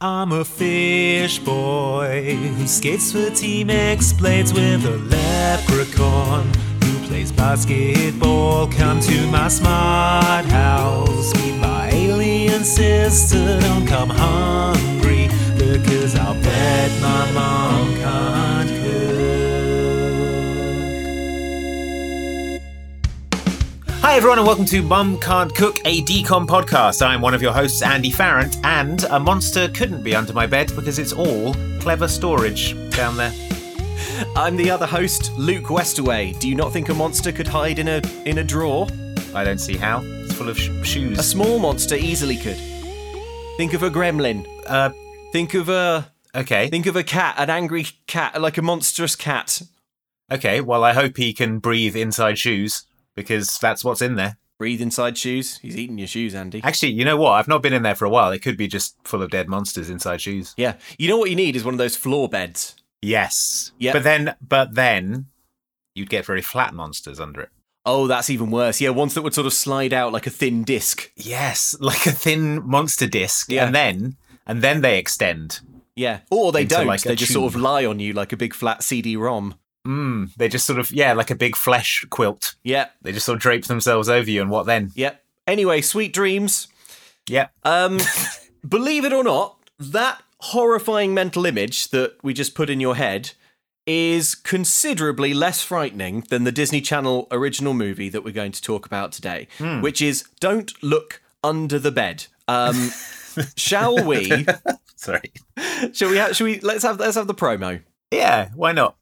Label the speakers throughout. Speaker 1: I'm a fish boy who skates for Team X, plays with a leprechaun who plays basketball. Come to my smart house, meet my alien sister. Don't come hungry because I'll bet my mom can't cook.
Speaker 2: Hi, everyone, and welcome to Mum Can't Cook, a decom podcast. I'm one of your hosts, Andy Farrant, and a monster couldn't be under my bed because it's all clever storage down there.
Speaker 3: I'm the other host, Luke Westaway. Do you not think a monster could hide in a in a drawer?
Speaker 2: I don't see how. It's full of sh- shoes.
Speaker 3: A small monster easily could. Think of a gremlin.
Speaker 2: Uh,
Speaker 3: think of a
Speaker 2: okay.
Speaker 3: Think of a cat, an angry cat, like a monstrous cat.
Speaker 2: Okay. Well, I hope he can breathe inside shoes because that's what's in there.
Speaker 3: Breathe inside shoes. He's eating your shoes, Andy.
Speaker 2: Actually, you know what? I've not been in there for a while. It could be just full of dead monsters inside shoes.
Speaker 3: Yeah. You know what you need is one of those floor beds.
Speaker 2: Yes.
Speaker 3: Yep.
Speaker 2: But then, but then, you'd get very flat monsters under it.
Speaker 3: Oh, that's even worse. Yeah, ones that would sort of slide out like a thin disc.
Speaker 2: Yes, like a thin monster disc,
Speaker 3: Yeah.
Speaker 2: and then and then they extend.
Speaker 3: Yeah. Or they
Speaker 2: Into
Speaker 3: don't.
Speaker 2: like a
Speaker 3: they just sort of
Speaker 2: tube.
Speaker 3: lie on you like a big flat CD-ROM.
Speaker 2: Mm, they just sort of yeah, like a big flesh quilt.
Speaker 3: Yeah.
Speaker 2: They just sort of drape themselves over you, and what then?
Speaker 3: Yeah. Anyway, sweet dreams.
Speaker 2: Yep.
Speaker 3: Um, believe it or not, that horrifying mental image that we just put in your head is considerably less frightening than the Disney Channel original movie that we're going to talk about today,
Speaker 2: Hmm.
Speaker 3: which is Don't Look Under the Bed. Um, shall we?
Speaker 2: Sorry.
Speaker 3: Shall we? Have, shall we? Let's have. Let's have the promo.
Speaker 2: Yeah. Why not?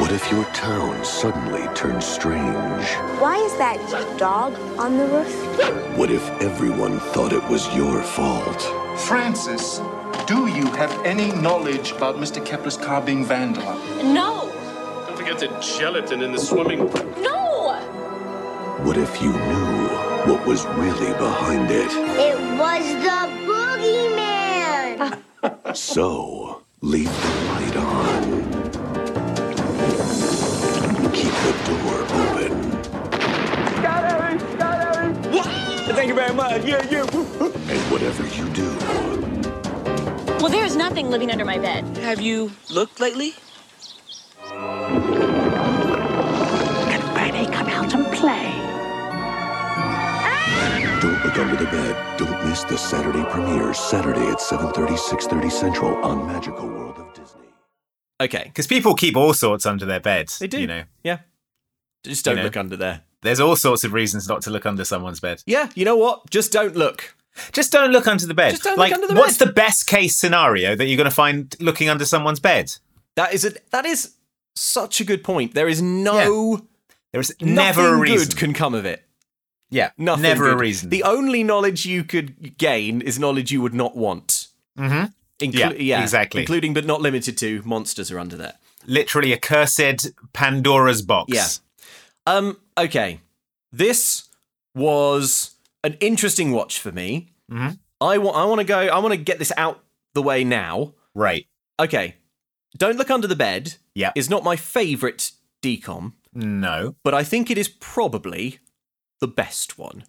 Speaker 4: What if your town suddenly turns strange?
Speaker 5: Why is that dog on the roof?
Speaker 4: What if everyone thought it was your fault?
Speaker 6: Francis, do you have any knowledge about Mr. Kepler's car being vandalized?
Speaker 7: No!
Speaker 8: Don't forget the gelatin in the swimming pool.
Speaker 7: No!
Speaker 4: What if you knew what was really behind it?
Speaker 5: It was the boogeyman.
Speaker 4: So, leave the light on. Keep the door open.
Speaker 3: Thank you very much. Yeah, yeah.
Speaker 4: And whatever you do,
Speaker 7: Well, there's nothing living under my bed.
Speaker 9: Have you looked lately?
Speaker 4: don't look under the bed. Don't miss the Saturday premiere, Saturday at 7.30, 6.30 Central on Magical World of Disney.
Speaker 3: Okay.
Speaker 2: Because people keep all sorts under their beds.
Speaker 3: They do.
Speaker 2: You know,
Speaker 3: Yeah. Just don't
Speaker 2: You know.
Speaker 3: look under there.
Speaker 2: there's all sorts of reasons not to look under someone's bed.
Speaker 3: Yeah. You know what? Just don't look.
Speaker 2: Just don't look under the bed.
Speaker 3: Just don't look
Speaker 2: like,
Speaker 3: under the
Speaker 2: what's
Speaker 3: bed.
Speaker 2: the best case scenario that you're going to find looking under someone's bed?
Speaker 3: That is a. That is such a good point. There is no.
Speaker 2: There's never a
Speaker 3: Nothing
Speaker 2: reason.
Speaker 3: good can come of it.
Speaker 2: yeah,
Speaker 3: Nothing.
Speaker 2: never a
Speaker 3: good.
Speaker 2: reason.
Speaker 3: The only knowledge you could gain is knowledge you would not want. Mm-hmm.
Speaker 2: Yeah, exactly.
Speaker 3: Including but not limited to monsters are under there.
Speaker 2: Literally a cursed Pandora's box.
Speaker 3: Yeah. Um. Okay. This was an interesting watch for me.
Speaker 2: Mhm.
Speaker 3: I want. I want to go. I want to get this out the way now.
Speaker 2: Right.
Speaker 3: Okay. Don't look under the bed.
Speaker 2: Yep.
Speaker 3: Is not my favorite decom,
Speaker 2: No.
Speaker 3: but I think it is probably the best one.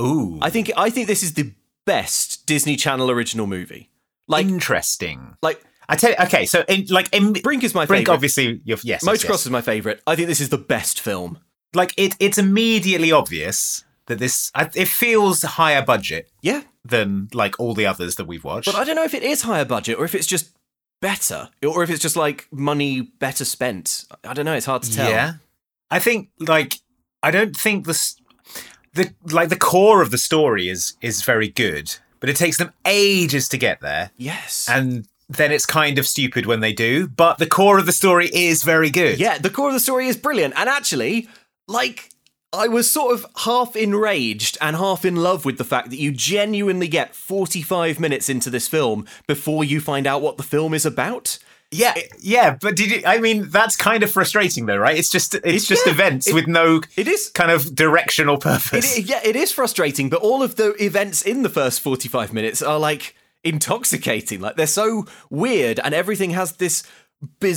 Speaker 2: Ooh.
Speaker 3: I think I think this is the best Disney Channel original movie. Like
Speaker 2: interesting.
Speaker 3: like
Speaker 2: I tell you. Okay. So, in, like, in,
Speaker 3: Brink is my
Speaker 2: Brink,
Speaker 3: favorite.
Speaker 2: obviously, you're, yes. yes,
Speaker 3: Motocross
Speaker 2: yes.
Speaker 3: is my favorite. I think this is the best film.
Speaker 2: Like, it, it's immediately obvious that this. I- It feels higher budget
Speaker 3: Yeah,
Speaker 2: than like all the others that we've watched.
Speaker 3: but I don't know if it is higher budget or if it's just better or if it's just like money better spent. I don't know. It's hard to tell.
Speaker 2: Yeah, I think like I don't think the s- the like the core of the story is is very good, but it takes them ages to get there,
Speaker 3: Yes.
Speaker 2: and then it's kind of stupid when they do. But the core of the story is very good.
Speaker 3: yeah, the core of the story is brilliant. And actually, like, I was sort of half enraged and half in love with the fact that you genuinely get 45 minutes into this film before you find out what the film is about.
Speaker 2: yeah, yeah. But did you? I mean, that's kind of frustrating, though, right? It's just it's, just
Speaker 3: yeah,
Speaker 2: events
Speaker 3: it-
Speaker 2: with no
Speaker 3: it is-
Speaker 2: kind of directional purpose.
Speaker 3: It, yeah, it is frustrating, but all of the events in the first 45 minutes are like intoxicating. Like they're so weird and everything has this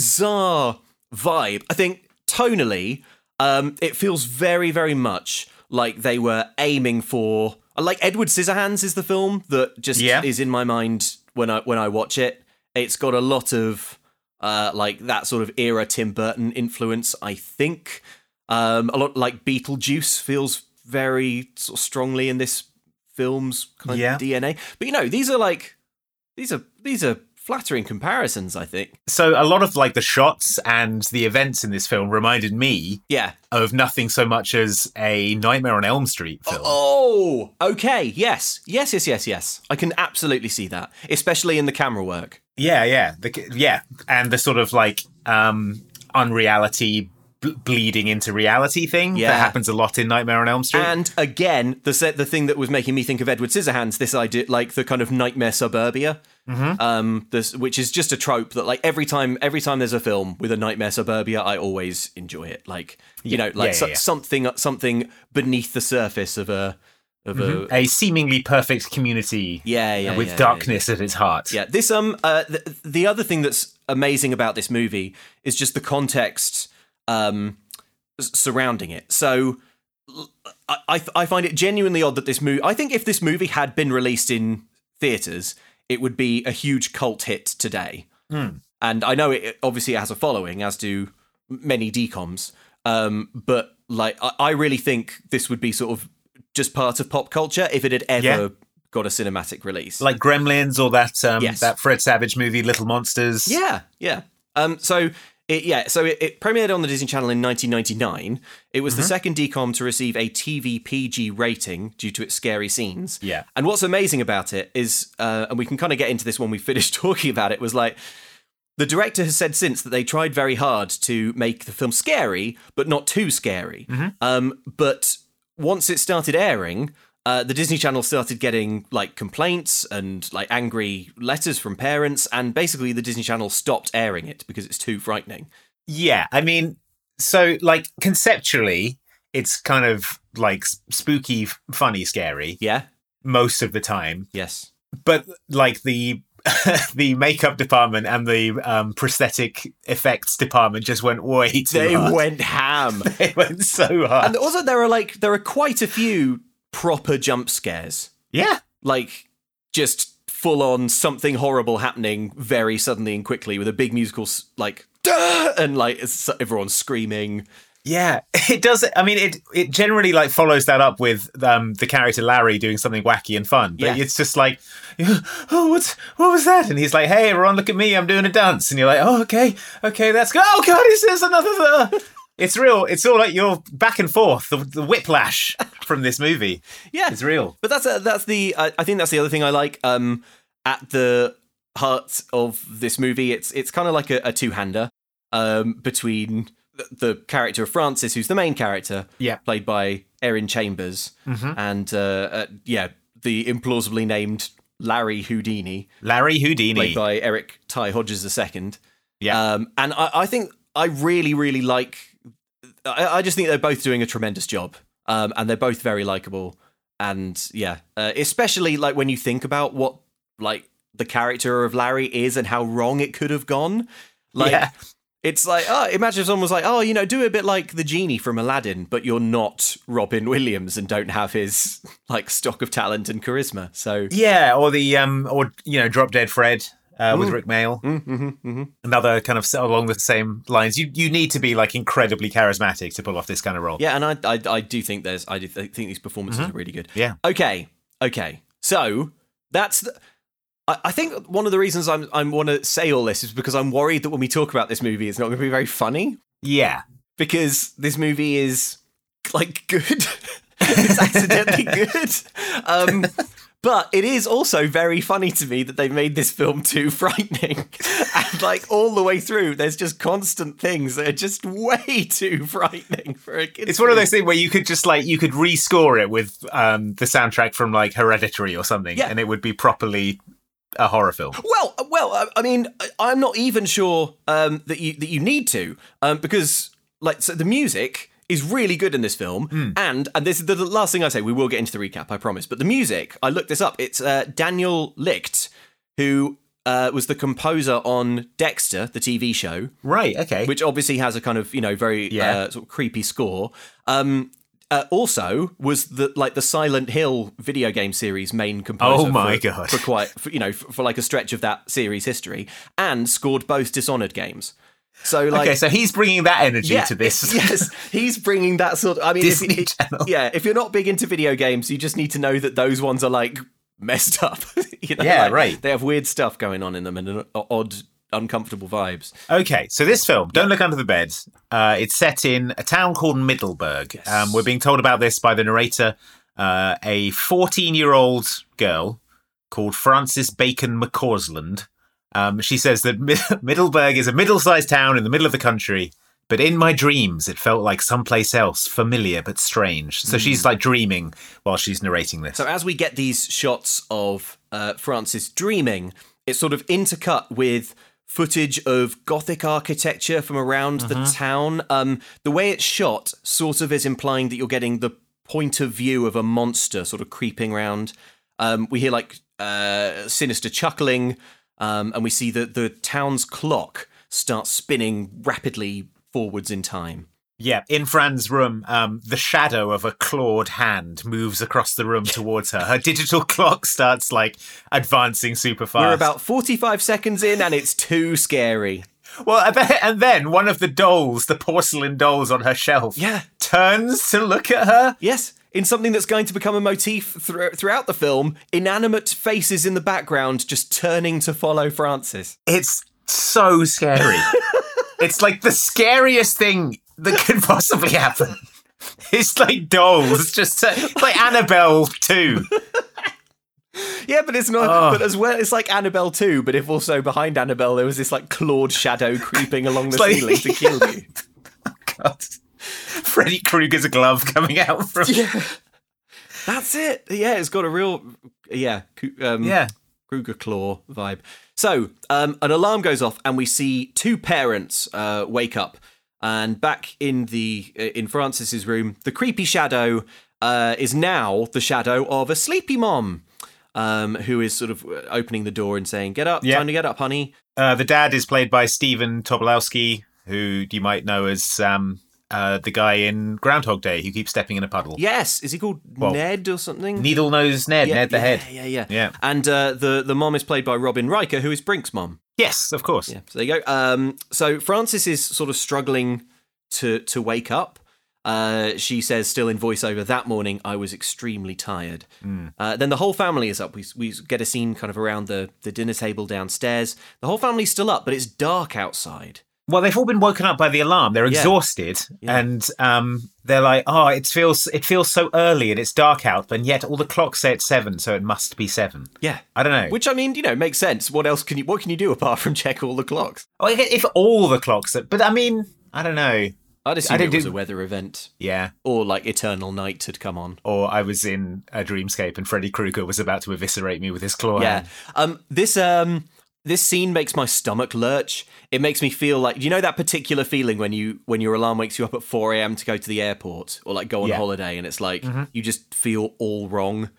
Speaker 3: bizarre vibe. I think tonally, um, it feels very, very much like they were aiming for. like Edward Scissorhands is the film that just
Speaker 2: Yeah.
Speaker 3: is in my mind when I when I watch it. It's got a lot of uh, like that sort of era Tim Burton influence, I think. Um, a lot like Beetlejuice feels very sort of strongly in this film's kind
Speaker 2: Yeah.
Speaker 3: of DNA. But you know, these are like these are these are flattering comparisons, I think.
Speaker 2: So a lot of like the shots and the events in this film reminded me
Speaker 3: Yeah.
Speaker 2: of nothing so much as a Nightmare on Elm Street film.
Speaker 3: Oh, okay. Yes. Yes, yes, yes, yes. I can absolutely see that, especially in the camera work.
Speaker 2: Yeah, yeah, the, yeah, and the sort of like um unreality b- bleeding into reality thing
Speaker 3: Yeah.
Speaker 2: that happens a lot in Nightmare on Elm Street.
Speaker 3: And again, the set, the thing that was making me think of Edward Scissorhands, this idea, like the kind of nightmare suburbia,
Speaker 2: Mm-hmm.
Speaker 3: um, this, which is just a trope that, like, every time, every time there's a film with a nightmare suburbia, I always enjoy it. Like, you know, like
Speaker 2: yeah,
Speaker 3: so-
Speaker 2: yeah.
Speaker 3: something, something beneath the surface of a, of a,
Speaker 2: a seemingly perfect community,
Speaker 3: Yeah, yeah,
Speaker 2: with
Speaker 3: yeah, yeah,
Speaker 2: darkness at its heart.
Speaker 3: Yeah, this um uh th- the other thing that's amazing about this movie is just the context um s- surrounding it. So l- I I, th- I find it genuinely odd that this movie I think if this movie had been released in theaters, it would be a huge cult hit today. And I know it- it obviously it has a following as do many decoms. Um but like I, I really think this would be sort of just part of pop culture if it had ever
Speaker 2: Yeah.
Speaker 3: got a cinematic release.
Speaker 2: like Gremlins or that um,
Speaker 3: Yes.
Speaker 2: that Fred Savage movie, Little Monsters.
Speaker 3: Yeah, yeah. Um, so it, yeah, so it, it premiered on the Disney Channel in 1999. It was the second DCOM to receive a TV PG rating due to its scary scenes.
Speaker 2: Yeah.
Speaker 3: And what's amazing about it is, uh, and we can kind of get into this when we finish talking about it, was like. The director has said since that they tried very hard to make the film scary, but not too scary. Um, but once it started airing, uh, the Disney Channel started getting like complaints and like angry letters from parents, and basically the Disney Channel stopped airing it because it's too frightening.
Speaker 2: yeah. I mean, so like conceptually, it's kind of like s- spooky, f- funny, scary
Speaker 3: Yeah.
Speaker 2: most of the time.
Speaker 3: Yes.
Speaker 2: but like the the makeup department and the um, prosthetic effects department just went way too
Speaker 3: They
Speaker 2: hard.
Speaker 3: went ham,
Speaker 2: they went so hard.
Speaker 3: and also there are like there are quite a few proper jump scares,
Speaker 2: yeah,
Speaker 3: like just full on something horrible happening very suddenly and quickly with a big musical s- like "Duh!" and like it's- everyone screaming.
Speaker 2: yeah. It does. I mean, it it generally like follows that up with um, the character Larry doing something wacky and fun. But
Speaker 3: Yeah.
Speaker 2: it's just like, oh, what's what was that? And he's like, hey, everyone, look at me, I'm doing a dance. And you're like, oh, okay, okay, that's good. Oh god, is this another? The-? It's real. It's all like you're back and forth. The, the whiplash from this movie.
Speaker 3: Yeah,
Speaker 2: It's real.
Speaker 3: But that's uh that's the I I think that's the other thing I like. Um, at the heart of this movie, it's it's kind of like a, a two-hander um, between the, the character of Francis, who's the main character,
Speaker 2: Yeah. Mm-hmm.
Speaker 3: played by Erin Chambers, and uh, uh, yeah, the implausibly named Larry Houdini,
Speaker 2: Larry Houdini.
Speaker 3: played by Eric Ty Hodges II.
Speaker 2: yeah.
Speaker 3: Um, and I, I think I really, really like. I, I just think they're both doing a tremendous job, um, and they're both very likable. And yeah, uh, especially like when you think about what like the character of Larry is and how wrong it could have gone. Like
Speaker 2: Yeah.
Speaker 3: it's like oh, imagine if someone was like, oh, you know, do a bit like the genie from Aladdin, but you're not Robin Williams and don't have his like stock of talent and charisma. So
Speaker 2: Yeah, or the um, or you know, Drop Dead Fred uh, with Rick Mail.
Speaker 3: mm, mhm, mhm.
Speaker 2: Another kind of s- along the same lines. You you need to be like incredibly charismatic to pull off this kind of role.
Speaker 3: yeah, and I, I I do think there's I do th- think these performances
Speaker 2: Mm-hmm.
Speaker 3: are really good.
Speaker 2: yeah,
Speaker 3: Okay, okay. So that's the. I I think one of the reasons I'm I want to say all this is because I'm worried that when we talk about this movie, it's not going to be very funny
Speaker 2: yeah.
Speaker 3: because this movie is like good. it's accidentally good, um, but it is also very funny to me that they made this film too frightening, and like all the way through, there's just constant things that are just way too frightening for a kid.
Speaker 2: It's one of those things where you could just like you could rescore it with um the soundtrack from like Hereditary or something,
Speaker 3: Yeah.
Speaker 2: and it would be properly a horror film.
Speaker 3: Well, uh, well, I- I mean, I- I'm not even sure um, that you that you need to um, because like so the music is really good in this film, and and this is the last thing I say. We will get into the recap, I promise. But the music, I looked this up. It's uh, Daniel Licht, who uh, was the composer on Dexter, the TV show
Speaker 2: Right. Okay.
Speaker 3: which obviously has a kind of you know very
Speaker 2: Yeah.
Speaker 3: uh, sort of creepy score. Um, uh, also was the like the Silent Hill video game series main composer.
Speaker 2: Oh my
Speaker 3: for,
Speaker 2: God.
Speaker 3: For quite for, you know for, for like a stretch of that series history, and scored both Dishonored games. So like
Speaker 2: okay, so he's bringing that energy to this.
Speaker 3: yes, he's bringing that sort of. I mean, if-
Speaker 2: Disney
Speaker 3: if,
Speaker 2: Channel.
Speaker 3: yeah, if you're not big into video games, you just need to know that those ones are like messed up. you know,
Speaker 2: Yeah,
Speaker 3: like,
Speaker 2: right.
Speaker 3: They have weird stuff going on in them and an o- odd, uncomfortable vibes.
Speaker 2: Okay, so this film, Don't Look Under the Bed, uh, it's set in a town called Middleburg. Um, we're being told about this by the narrator, uh, a 14 year old girl called Frances Bacon McCausland. Um, she says that Mid- Middleburg is a middle sized town in the middle of the country, but in my dreams, it felt like someplace else, familiar but strange. So she's like dreaming while she's narrating this.
Speaker 3: So as we get these shots of uh, Francis dreaming, it's sort of intercut with footage of Gothic architecture from around the town. Um, the way it's shot sort of is implying that you're getting the point of view of a monster sort of creeping around. Um, we hear like uh, sinister chuckling, um, and we see that the town's clock starts spinning rapidly forwards in time.
Speaker 2: Yeah, in Fran's room, um, the shadow of a clawed hand moves across the room towards her. Her digital clock starts like advancing super fast.
Speaker 3: We're about 45 seconds in, and it's too scary.
Speaker 2: well, and then, and then one of the dolls, the porcelain dolls on her shelf,
Speaker 3: Yeah.
Speaker 2: turns to look at her.
Speaker 3: Yes, in something that's going to become a motif thr- throughout the film, inanimate faces in the background just turning to follow Francis.
Speaker 2: It's so scary. it's like the scariest thing that could possibly happen. It's like dolls, just it's like Annabelle too.
Speaker 3: Yeah, but it's not. But as well, it's like Annabelle too. But if also behind Annabelle, there was this like clawed shadow creeping along the
Speaker 2: like-
Speaker 3: ceiling to kill you.
Speaker 2: God. Freddy Krueger's glove coming out from
Speaker 3: That's it. Yeah, it's got a real yeah coo- um,
Speaker 2: yeah.
Speaker 3: Kruger Claw vibe. So, um, an alarm goes off, and we see two parents uh, wake up. And back in the uh, in Francis's room, the creepy shadow uh, is now the shadow of a sleepy mom, um, who is sort of uh, opening the door and saying, "Get up,
Speaker 2: Yeah.
Speaker 3: time to get up, honey."
Speaker 2: Uh, the dad is played by Stephen Tobolowsky, who you might know as um, uh, the guy in Groundhog Day who keeps stepping in a puddle.
Speaker 3: Yes, is he called
Speaker 2: Well,
Speaker 3: Ned or something?
Speaker 2: Needle Nose Ned,
Speaker 3: yeah,
Speaker 2: Ned the
Speaker 3: yeah,
Speaker 2: Head.
Speaker 3: Yeah, yeah,
Speaker 2: Yeah.
Speaker 3: And uh, the the mom is played by Robin Riker, who is Brink's mom.
Speaker 2: Yes, of course.
Speaker 3: Yeah, so there you go. Um, so Frances is sort of struggling to to wake up. Uh, she says, still in voiceover, that morning I was extremely tired. Uh, then the whole family is up. We, we get a scene kind of around the, the dinner table downstairs. The whole family's still up, but it's dark outside.
Speaker 2: Well, they've all been woken up by the alarm. They're
Speaker 3: Yeah.
Speaker 2: exhausted,
Speaker 3: Yeah.
Speaker 2: and um, they're like, "Oh, it feels it feels so early, and it's dark out, and yet all the clocks say it's seven, so it must be seven.
Speaker 3: Yeah.
Speaker 2: I don't know.
Speaker 3: Which I mean, you know, makes sense. What else can you what can you do apart from check all the clocks?
Speaker 2: Well, Oh, if- if all the clocks, are, but I mean, I don't know.
Speaker 3: I'd assume it
Speaker 2: didn't
Speaker 3: was
Speaker 2: do-
Speaker 3: a weather event.
Speaker 2: Yeah.
Speaker 3: Or like Eternal Night had come on.
Speaker 2: Or I was in a dreamscape, and Freddy Krueger was about to eviscerate me with his claw.
Speaker 3: Yeah.
Speaker 2: hand.
Speaker 3: Um. This um. This scene makes my stomach lurch. It makes me feel like you know that particular feeling when you when your alarm wakes you up at four a.m. to go to the airport or like go on
Speaker 2: Yeah. Mm-hmm.
Speaker 3: holiday, and it's like you just feel all wrong.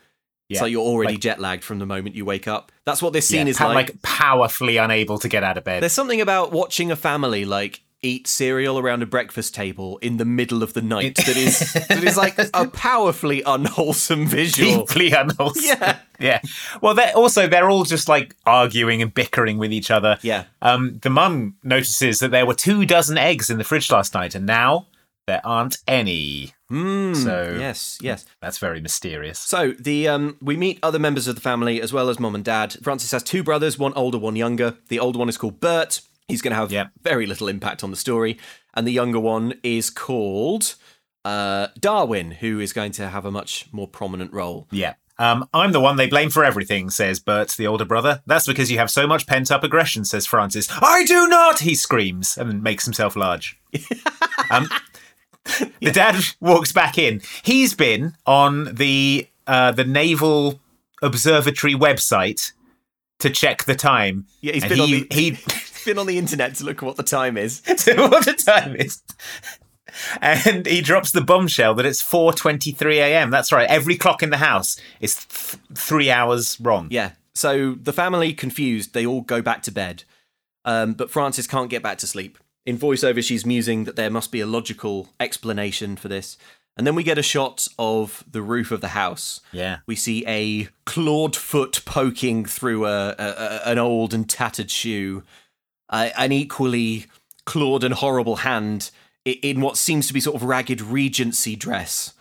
Speaker 2: Yeah.
Speaker 3: So you're already
Speaker 2: Like-
Speaker 3: jet lagged from the moment you wake up. That's what this scene
Speaker 2: Yeah,
Speaker 3: is
Speaker 2: pa-
Speaker 3: like.
Speaker 2: powerfully unable to get out of bed.
Speaker 3: There's something about watching a family like eat cereal around a breakfast table in the middle of the night that is that is like a powerfully unwholesome visual.
Speaker 2: Deeply unwholesome.
Speaker 3: Yeah.
Speaker 2: yeah. Well, they're also they're all just like arguing and bickering with each other.
Speaker 3: Yeah.
Speaker 2: Um, the mum notices that there were two dozen eggs in the fridge last night, and now there aren't any.
Speaker 3: Mm,
Speaker 2: So-
Speaker 3: yes, yes.
Speaker 2: That's very mysterious.
Speaker 3: So the um, we meet other members of the family as well as mom and dad. Francis has two brothers, one older, one younger. The older one is called Bert. He's going to have
Speaker 2: Yeah.
Speaker 3: very little impact on the story, and the younger one is called uh, Darwin, who is going to have a much more prominent role.
Speaker 2: Yeah. Um, I'm the one they blame for everything, says Bert, the older brother. That's because you have so much pent up aggression, says Francis. I do not, he screams and makes himself large. um, the dad walks back in. He's been on the uh, the Naval Observatory website to check the time.
Speaker 3: Yeah, he's
Speaker 2: And
Speaker 3: been on
Speaker 2: he-
Speaker 3: the
Speaker 2: he-
Speaker 3: he's been on the internet to look at what the time is.
Speaker 2: to what the time is. And he drops the bombshell that it's 4:23 a.m. That's right. Every clock in the house is th- 3 hours wrong.
Speaker 3: Yeah. So the family, confused, they all go back to bed. Um, but Frances can't get back to sleep. In voiceover, she's musing that there must be a logical explanation for this. And then we get a shot of the roof of the house.
Speaker 2: Yeah.
Speaker 3: We see a clawed foot poking through a, a, a- an old and tattered shoe, uh, an equally clawed and horrible hand i- in what seems to be sort of ragged regency dress.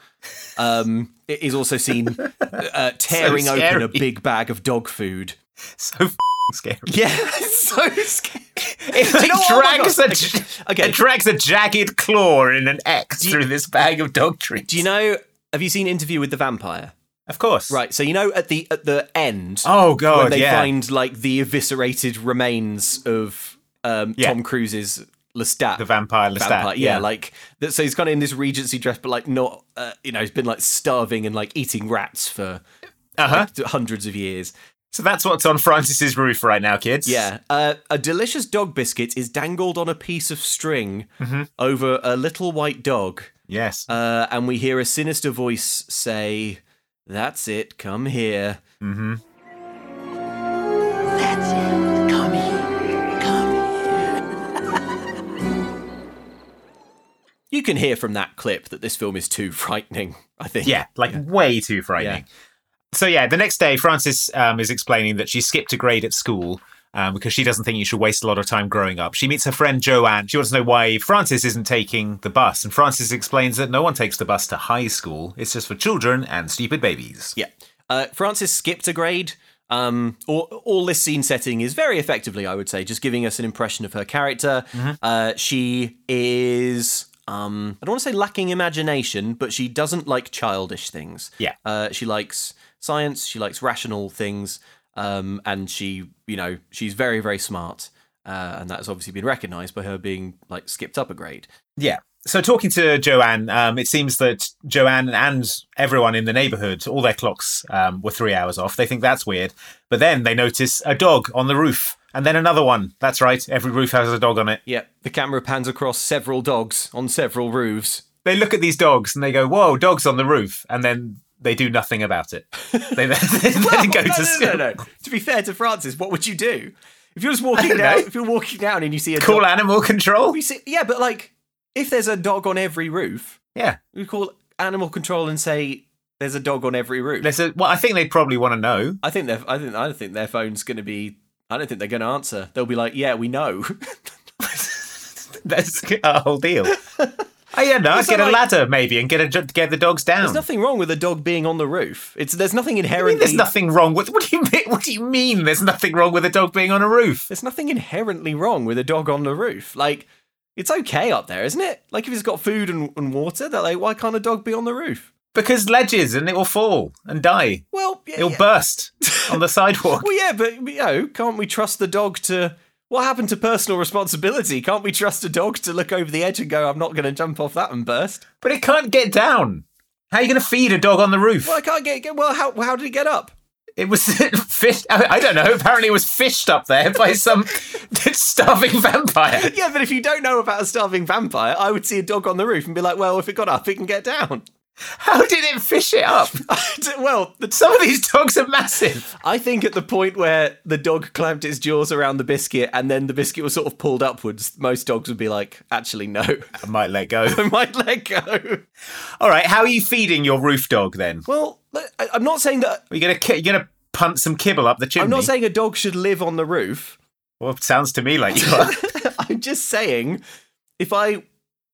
Speaker 3: Um, it is also seen uh, tearing open
Speaker 2: scary.
Speaker 3: a big bag of dog food.
Speaker 2: So f- scary.
Speaker 3: Yeah, it's so scary.
Speaker 2: It
Speaker 3: you know what? Oh my
Speaker 2: drags
Speaker 3: God.
Speaker 2: a j-
Speaker 3: Okay.
Speaker 2: it drags a jagged claw in an X
Speaker 3: you-
Speaker 2: through this bag of dog treats.
Speaker 3: Do you know? Have you seen Interview with the Vampire?
Speaker 2: Of course.
Speaker 3: Right. So you know at the at the end.
Speaker 2: Oh god,
Speaker 3: when they
Speaker 2: yeah.
Speaker 3: find like the eviscerated remains of um,
Speaker 2: Yeah.
Speaker 3: Tom Cruise's Lestat,
Speaker 2: the vampire Lestat.
Speaker 3: vampire. Yeah, like that. So he's kind of in this regency dress, but like not. Uh, you know, he's been like starving and like eating rats for
Speaker 2: uh-huh.
Speaker 3: like, hundreds of years.
Speaker 2: So that's what's on Francis's roof right now, kids.
Speaker 3: Yeah, uh, a delicious dog biscuit is dangled on a piece of string
Speaker 2: Mm-hmm.
Speaker 3: over a little white dog,
Speaker 2: Yes.
Speaker 3: uh, and we hear a sinister voice say, "That's it, come here."
Speaker 5: That's it. Come here. Come
Speaker 3: You can hear from that clip that this film is too frightening. I think.
Speaker 2: yeah, like way too frightening. So yeah, the next day, Frances um, is explaining that she skipped a grade at school um, because she doesn't think you should waste a lot of time growing up. She meets her friend Joanne. She wants to know why Frances isn't taking the bus, and Frances explains that no one takes the bus to high school. It's just for children and stupid babies.
Speaker 3: Yeah. Uh, Francis skipped a grade. Um, all, all this scene setting is very effectively, I would say, just giving us an impression of her character. Uh, she is, um, I don't want to say lacking imagination, but she doesn't like childish things.
Speaker 2: Yeah.
Speaker 3: Uh, she likes science, she likes rational things, um, and she, you know, she's very, very smart. Uh, and that's obviously been recognized by her being like skipped up a grade.
Speaker 2: Yeah. So talking to Joanne, um, it seems that Joanne and everyone in the neighborhood, all their clocks um, were three hours off. They think that's weird. But then they notice a dog on the roof and then another one. That's right. Every roof has a dog on it.
Speaker 3: Yeah. The camera pans across several dogs on several roofs.
Speaker 2: They look at these dogs and they go, whoa, dogs on the roof. And then they do nothing about it. They then, they then go
Speaker 3: no,
Speaker 2: to
Speaker 3: no,
Speaker 2: school.
Speaker 3: No, no, no. To be fair to Francis, what would you do if you're just walking down?
Speaker 2: know.
Speaker 3: If you're walking down and you see a
Speaker 2: Call
Speaker 3: dog,
Speaker 2: animal control.
Speaker 3: you see, yeah, but like if there's a dog on every roof,
Speaker 2: Yeah.
Speaker 3: we call animal control and say there's a dog on every roof.
Speaker 2: There's a, well, I think they'd probably want to know.
Speaker 3: I think their, I think, I don't think their phone's going to be. I don't think they're going to answer. They'll be like, "Yeah, we know."
Speaker 2: That's a whole deal. Oh, yeah, no,
Speaker 3: It's
Speaker 2: get
Speaker 3: not
Speaker 2: a
Speaker 3: like-
Speaker 2: ladder maybe and get, a, get the dogs down.
Speaker 3: there's nothing wrong with a dog being on the roof. It's there's nothing
Speaker 2: I mean,
Speaker 3: inherently
Speaker 2: there's nothing wrong with what do you mean? What do you mean? There's nothing wrong with a dog being on a roof.
Speaker 3: there's nothing inherently wrong with a dog on the roof. Like it's okay up there, isn't it? Like if it's got food and, and water, they're like, why can't a dog be on the roof?
Speaker 2: Because ledges and it will fall and die.
Speaker 3: Well, yeah,
Speaker 2: It'll
Speaker 3: yeah.
Speaker 2: burst on the sidewalk.
Speaker 3: Well, yeah, but you know, can't we trust the dog to? What happened to personal responsibility? Can't we trust a dog to look over the edge and go, "I'm not going to jump off that and burst"?
Speaker 2: But it can't get down. How are you going to feed a dog on the roof?
Speaker 3: Well, I can't get. get- Well, how how did he get up?
Speaker 2: It was fish. I I don't know. Apparently, it was fished up there by some starving vampire.
Speaker 3: Yeah, but if you don't know about a starving vampire, I would see a dog on the roof and be like, "Well, if it got up, it can get down."
Speaker 2: How did it fish it up?
Speaker 3: well, the
Speaker 2: Some of these dogs are massive.
Speaker 3: I think at the point where the dog clamped its jaws around the biscuit and then the biscuit was sort of pulled upwards, most dogs would be like, "Actually, no,
Speaker 2: I might let go.
Speaker 3: I might let go."
Speaker 2: All right. How are you feeding your roof dog then?
Speaker 3: Well, I- I'm not saying that.
Speaker 2: Are you going to you going to punt some kibble up the chimney?
Speaker 3: I'm not saying a dog should live on the roof.
Speaker 2: Well, it sounds to me like you are.
Speaker 3: I'm just saying, if I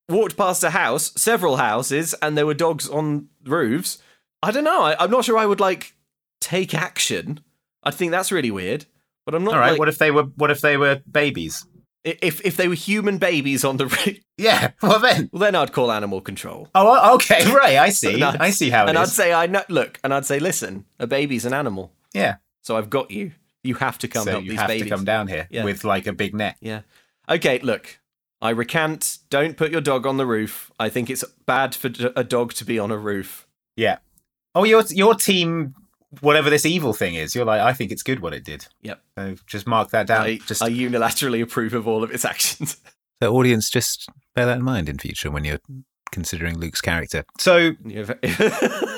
Speaker 3: walked past a house, several houses, and there were dogs on roofs, I don't know. I, I'm not sure I would like take action. I think that's really weird. But I'm not.
Speaker 2: All right.
Speaker 3: like-
Speaker 2: what if they were? What if they were babies?
Speaker 3: i- if if they were human babies on the roof?
Speaker 2: Yeah. Well then.
Speaker 3: Well, then I'd call animal control.
Speaker 2: Oh, okay. Right. I see.
Speaker 3: And I'd-
Speaker 2: I see how it
Speaker 3: and
Speaker 2: is.
Speaker 3: I'd say, I know. Look, and I'd say, listen, a baby's an animal,
Speaker 2: yeah.
Speaker 3: so I've got you. You have to come
Speaker 2: so
Speaker 3: help
Speaker 2: you
Speaker 3: these
Speaker 2: have
Speaker 3: babies.
Speaker 2: to come down here
Speaker 3: Yeah.
Speaker 2: with like a big net.
Speaker 3: Yeah. Okay, look, I recant. Don't put your dog on the roof. I think it's bad for d- a dog to be on a roof.
Speaker 2: Yeah. Oh, your your team, whatever this evil thing is, you're like, I think it's good what it did.
Speaker 3: Yep. Um,
Speaker 2: So just mark that down.
Speaker 3: I,
Speaker 2: just
Speaker 3: I unilaterally approve of all of its actions.
Speaker 2: the audience, just bear that in mind in future when you're considering Luke's character. So
Speaker 3: Yeah.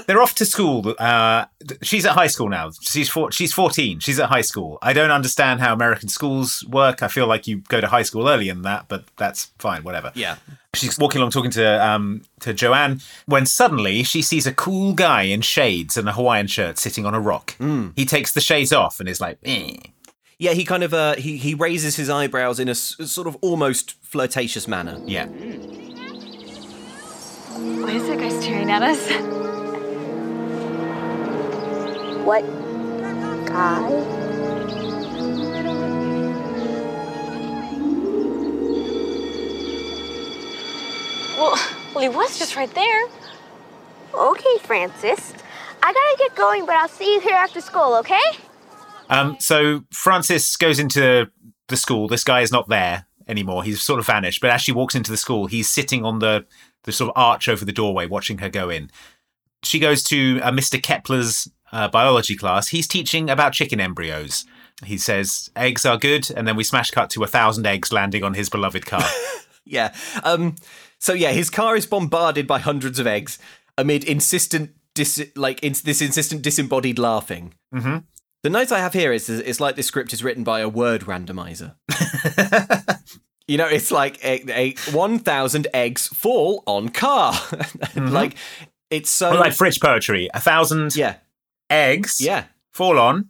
Speaker 2: they're off to school. Uh, th- she's at high school now. She's four, she's fourteen. She's at high school. I don't understand how American schools work. I feel like you go to high school earlier than that, but that's fine. Whatever.
Speaker 3: yeah.
Speaker 2: She's walking along talking to um to Joanne when suddenly she sees a cool guy in shades and a Hawaiian shirt sitting on a rock. He takes the shades off and is like, eh.
Speaker 3: Yeah, he kind of uh, he he raises his eyebrows in a s- sort of almost flirtatious manner.
Speaker 2: yeah.
Speaker 10: Why is that guy staring at us?
Speaker 5: What guy?
Speaker 7: Well, well, he was just right there.
Speaker 5: Okay, Francis. I gotta get going, but I'll see you here after school, okay?
Speaker 2: Um, so Francis goes into the school. This guy is not there anymore. He's sort of vanished. But as she walks into the school, he's sitting on the the sort of arch over the doorway, watching her go in. She goes to uh, Mr. Kepler's uh, biology class. He's teaching about chicken embryos. He says eggs are good, and then we smash cut to a thousand eggs landing on his beloved car.
Speaker 3: Yeah. Um. So yeah, his car is bombarded by hundreds of eggs amid insistent dis- like ins this insistent disembodied laughing. Mm-hmm. The note I have here is is it's like this script is written by a word randomizer. you know, it's like a, a one thousand eggs fall on car. Like it's so
Speaker 2: like fridge poetry. A thousand
Speaker 3: yeah
Speaker 2: eggs
Speaker 3: yeah.
Speaker 2: fall on.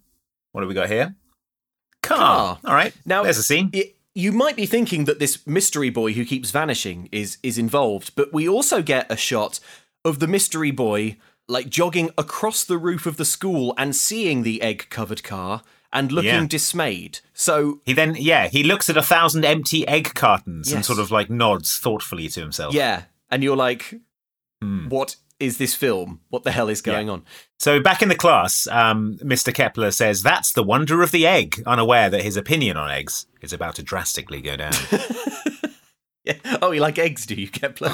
Speaker 2: What do we got here? Car.
Speaker 3: Car.
Speaker 2: All right.
Speaker 3: Now
Speaker 2: there's a scene.
Speaker 3: y- you might be thinking that this mystery boy who keeps vanishing is is involved, but we also get a shot of the mystery boy like jogging across the roof of the school and seeing the egg-covered car and looking
Speaker 2: Yeah.
Speaker 3: dismayed. So
Speaker 2: He then, yeah, he looks at a thousand empty egg cartons and
Speaker 3: Yes.
Speaker 2: sort of like nods thoughtfully to himself.
Speaker 3: yeah, and you're like,
Speaker 2: Hmm.
Speaker 3: what is this film? What the hell is going on?
Speaker 2: So back in the class, um, Mr. Kepler says that's the wonder of the egg, unaware that his opinion on eggs is about to drastically go down.
Speaker 3: Yeah. Oh, you like eggs, do you, Kepler?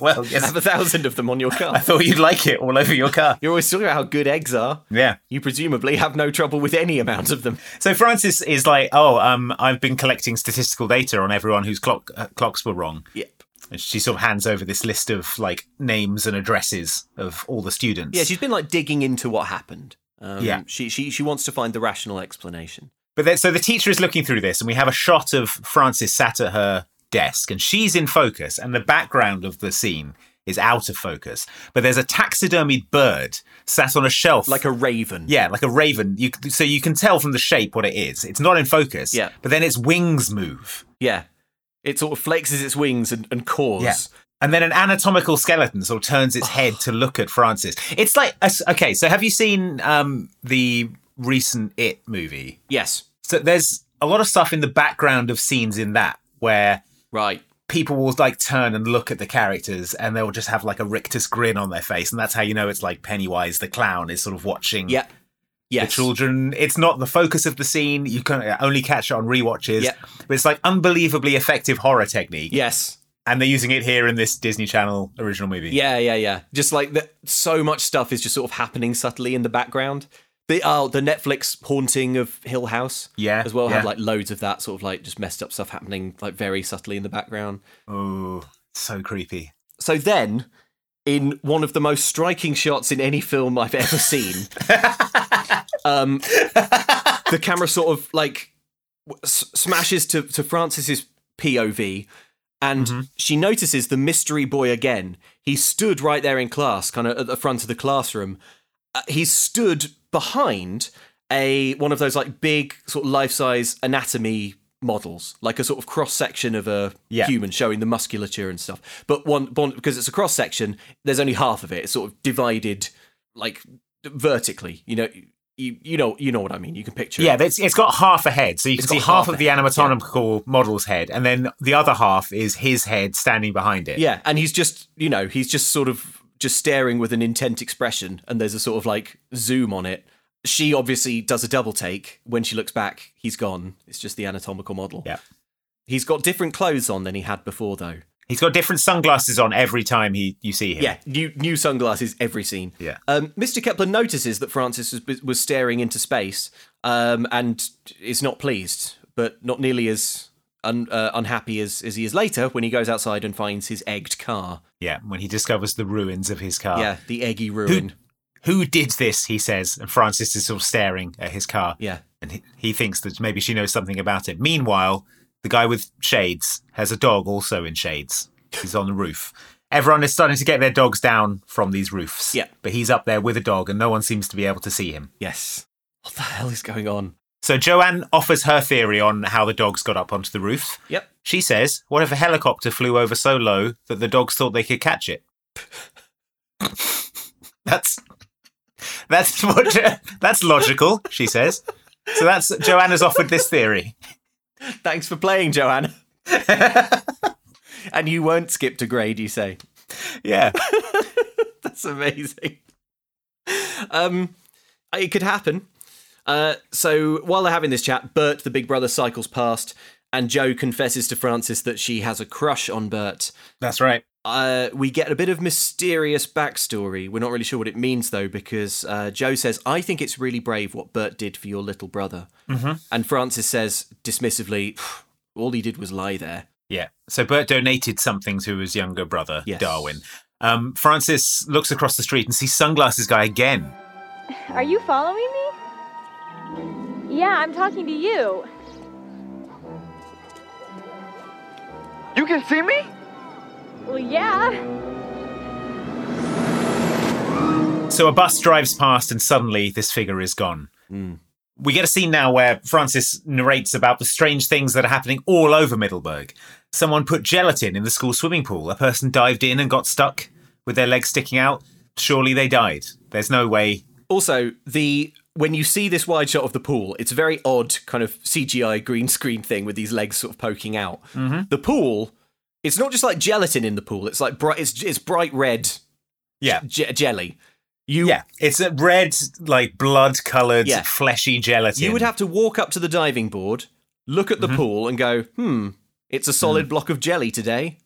Speaker 2: well,
Speaker 3: Have
Speaker 2: yes,
Speaker 3: a thousand of them on your
Speaker 2: I
Speaker 3: car.
Speaker 2: thought you'd like it all over your car.
Speaker 3: You're always talking about how good eggs are.
Speaker 2: Yeah.
Speaker 3: You presumably have no trouble with any amount of them.
Speaker 2: So Francis is like, oh, um, I've been collecting statistical data on everyone whose clock uh, clocks were wrong.
Speaker 3: Yep.
Speaker 2: And she sort of hands over this list of like names and addresses of all the students.
Speaker 3: Yeah, she's been like digging into what happened. Um,
Speaker 2: Yeah.
Speaker 3: she she she wants to find the rational explanation.
Speaker 2: But then, so the teacher is looking through this, and we have a shot of Francis sat at her desk, and she's in focus, and the background of the scene is out of focus. But there's a taxidermied bird sat on a shelf,
Speaker 3: Like a raven.
Speaker 2: yeah, like a raven. You, c- so you can tell from the shape what it is. It's not in focus.
Speaker 3: Yeah.
Speaker 2: But then its wings move.
Speaker 3: Yeah. It sort of flexes its wings and, and caws.
Speaker 2: Yeah. And then an anatomical skeleton sort of turns its head to look at Francis. It's like a s- okay. So have you seen um, the recent It movie?
Speaker 3: Yes.
Speaker 2: So there's a lot of stuff in the background of scenes in that where
Speaker 3: Right.
Speaker 2: people will like turn and look at the characters and they'll just have like a rictus grin on their face and that's how you know it's like pennywise the clown is sort of watching
Speaker 3: Yeah.
Speaker 2: the
Speaker 3: Yes.
Speaker 2: children it's not the focus of the scene you can only catch it on rewatches
Speaker 3: Yeah.
Speaker 2: but it's like unbelievably effective horror technique
Speaker 3: Yes.
Speaker 2: and they're using it here in this disney channel original movie
Speaker 3: Yeah, yeah, yeah. Just like that so much stuff is just sort of happening subtly in the background. The oh, the Netflix haunting of Hill House.
Speaker 2: Yeah,
Speaker 3: As well had
Speaker 2: yeah.
Speaker 3: like loads of that sort of like just messed up stuff happening like very subtly in the background.
Speaker 2: oh so creepy
Speaker 3: So then, in one of the most striking shots in any film I've ever seen, um, the camera sort of like w- s- smashes to, to Francis's POV, and she notices the mystery boy again. He stood right there in class, kind of at the front of the classroom. Uh, he stood behind a one of those like big sort of life-size anatomy models like a sort of cross section of a
Speaker 2: Yeah.
Speaker 3: human showing the musculature and stuff but one bond because it's a cross section there's only half of it it's sort of divided like vertically you know you you know you know what i mean you can picture
Speaker 2: yeah
Speaker 3: it.
Speaker 2: but it's, it's got half a head so you can
Speaker 3: It's
Speaker 2: see
Speaker 3: got
Speaker 2: half,
Speaker 3: half a
Speaker 2: of the
Speaker 3: head, yeah.
Speaker 2: anatomical model's head and then the other half is his head standing behind it
Speaker 3: yeah and he's just you know he's just sort of just staring with an intent expression and there's a sort of like zoom on it she obviously does a double take when she looks back he's gone it's just the anatomical model
Speaker 2: Yeah.
Speaker 3: he's got different clothes on than he had before though
Speaker 2: He's got different sunglasses on every time he you see him.
Speaker 3: Yeah, new new sunglasses every scene.
Speaker 2: Yeah.
Speaker 3: Um, Mr. Kepler notices that Francis was, was staring into space um, and is not pleased, but not nearly as un, uh, unhappy as, as he is later when he goes outside and finds his egged car.
Speaker 2: Yeah, when he discovers the ruins of his car.
Speaker 3: yeah, the eggy ruin.
Speaker 2: Who did this? He says, and Francis is sort of staring at his car.
Speaker 3: Yeah.
Speaker 2: and he, he thinks that maybe she knows something about it. Meanwhile, the guy with shades has a dog also in shades. He's on the roof. Everyone is starting to get their dogs down from these roofs.
Speaker 3: Yeah.
Speaker 2: But he's up there with a dog and no one seems to be able to see him.
Speaker 3: Yes. What the hell is going on?
Speaker 2: So Joanne offers her theory on how the dogs got up onto the roof.
Speaker 3: Yep.
Speaker 2: She says, What if a helicopter flew over so low that the dogs thought they could catch it? that's that's what Jo- that's logical, she says. So that's Joanna's offered this theory.
Speaker 3: Thanks for playing, Joanne. and you won't skip to grade, you say.
Speaker 2: Yeah.
Speaker 3: That's amazing. Um, it could happen. Uh, so while they're having this chat, Bert, the big brother, cycles past, and Joe confesses to Francis that she has a crush on Bert.
Speaker 2: That's right.
Speaker 3: Uh, we get a bit of mysterious backstory. We're not really sure what it means, though, because uh, Joe says, I think it's really brave what Bert did for your little brother. And Francis says, dismissively, all he did was lie there.
Speaker 2: Yeah. So Bert donated something to his younger brother,
Speaker 3: Yes.
Speaker 2: Darwin. Um, Francis looks across the street and sees Sunglasses Guy again.
Speaker 10: Are you following me? Yeah, I'm talking to you.
Speaker 9: You can see me?
Speaker 10: Well, yeah.
Speaker 2: So a bus drives past and suddenly this figure is gone. We get a scene now where Francis narrates about the strange things that are happening all over Middleburg. Someone put gelatin in the school swimming pool. A person dived in and got stuck with their legs sticking out. Surely they died. There's no way.
Speaker 3: Also, the when you see this wide shot of the pool, it's a very odd kind of CGI green screen thing with these legs sort of poking out.
Speaker 2: Mm-hmm.
Speaker 3: The pool, it's not just like gelatin in the pool. It's like bright. It's it's bright red
Speaker 2: Yeah.
Speaker 3: je- jelly. You
Speaker 2: Yeah. It's a red, like blood colored,
Speaker 3: Yeah.
Speaker 2: fleshy gelatin.
Speaker 3: you would have to walk up to the diving board, look at the
Speaker 2: Mm-hmm.
Speaker 3: pool, and go, hmm, it's a solid block of jelly today.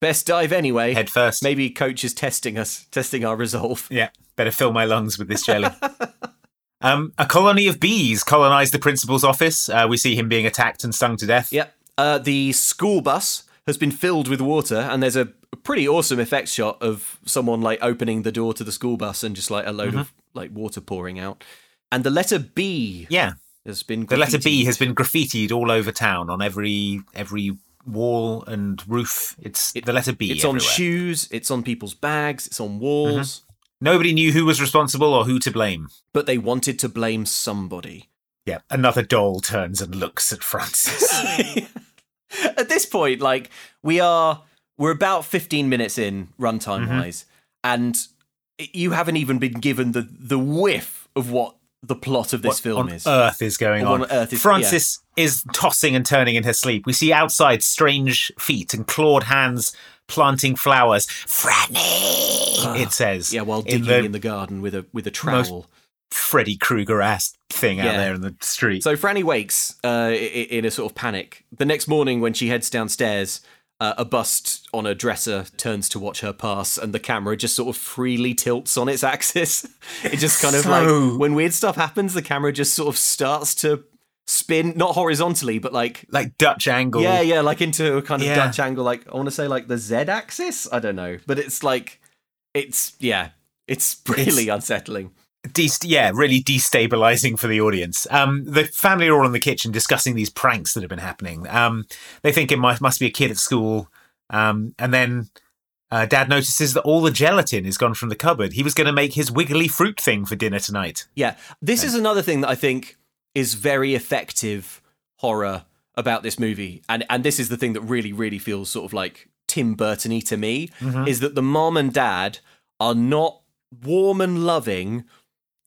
Speaker 3: Best dive anyway.
Speaker 2: Mm. head first.
Speaker 3: Maybe coach is testing us, testing our resolve.
Speaker 2: Yeah, better fill my lungs with this jelly. um, a colony of bees colonized the principal's office. Uh, we see him being attacked and stung to death.
Speaker 3: Yep. Uh, the school bus has been filled with water, and there's a pretty awesome effects shot of someone like opening the door to the school bus and just like a load of
Speaker 2: Mm-hmm.
Speaker 3: like water pouring out. And the letter B
Speaker 2: Yeah,
Speaker 3: has been
Speaker 2: the letter B
Speaker 3: graffitied.
Speaker 2: has been graffitied all over town on every every wall and roof. It's
Speaker 3: It-
Speaker 2: the letter B.
Speaker 3: It's on
Speaker 2: everywhere. Mm-hmm.
Speaker 3: shoes. It's on people's bags. It's on walls.
Speaker 2: Nobody knew who was responsible or who to blame.
Speaker 3: But they wanted to blame somebody.
Speaker 2: Yeah, another doll turns and looks at Francis.
Speaker 3: At this point, like we are, we're about fifteen minutes in runtime
Speaker 2: Mm-hmm.
Speaker 3: wise, and you haven't even been given the the whiff of what the plot of this
Speaker 2: what
Speaker 3: film
Speaker 2: on
Speaker 3: is.
Speaker 2: earth is going
Speaker 3: What
Speaker 2: on?
Speaker 3: on earth is-
Speaker 2: Francis is tossing and turning in her sleep. We see outside strange feet and clawed hands planting flowers. Franny, it says.
Speaker 3: Yeah, while
Speaker 2: in
Speaker 3: digging
Speaker 2: the,
Speaker 3: in the garden with a with a
Speaker 2: most-
Speaker 3: trowel.
Speaker 2: Freddy Krueger ass thing out
Speaker 3: Yeah.
Speaker 2: there in the street.
Speaker 3: So Franny wakes uh, i- i- in a sort of panic. The next morning, when she heads downstairs, uh, a bust on a dresser turns to watch her pass, and the camera just sort of freely tilts on its axis. It just kind of
Speaker 2: So-
Speaker 3: like when weird stuff happens, the camera just sort of starts to spin, not horizontally, but like.
Speaker 2: like Dutch angle.
Speaker 3: Yeah, yeah, like into a kind of
Speaker 2: Yeah.
Speaker 3: Dutch angle, like I want to say like the Z axis. I don't know, but it's like, it's yeah, it's really unsettling.
Speaker 2: De- yeah, really destabilizing for the audience. Um, the family are all in the kitchen discussing these pranks that have been happening. Um, they think it might, must be a kid at school. Um, and then uh, dad notices that all the gelatin is gone from the cupboard. He was going to make his wiggly fruit thing for dinner tonight.
Speaker 3: Yeah. This is another thing that I think is very effective horror about this movie. And and this is the thing that really, really feels sort of like Tim Burton y to me is that the mom and dad are not warm and loving.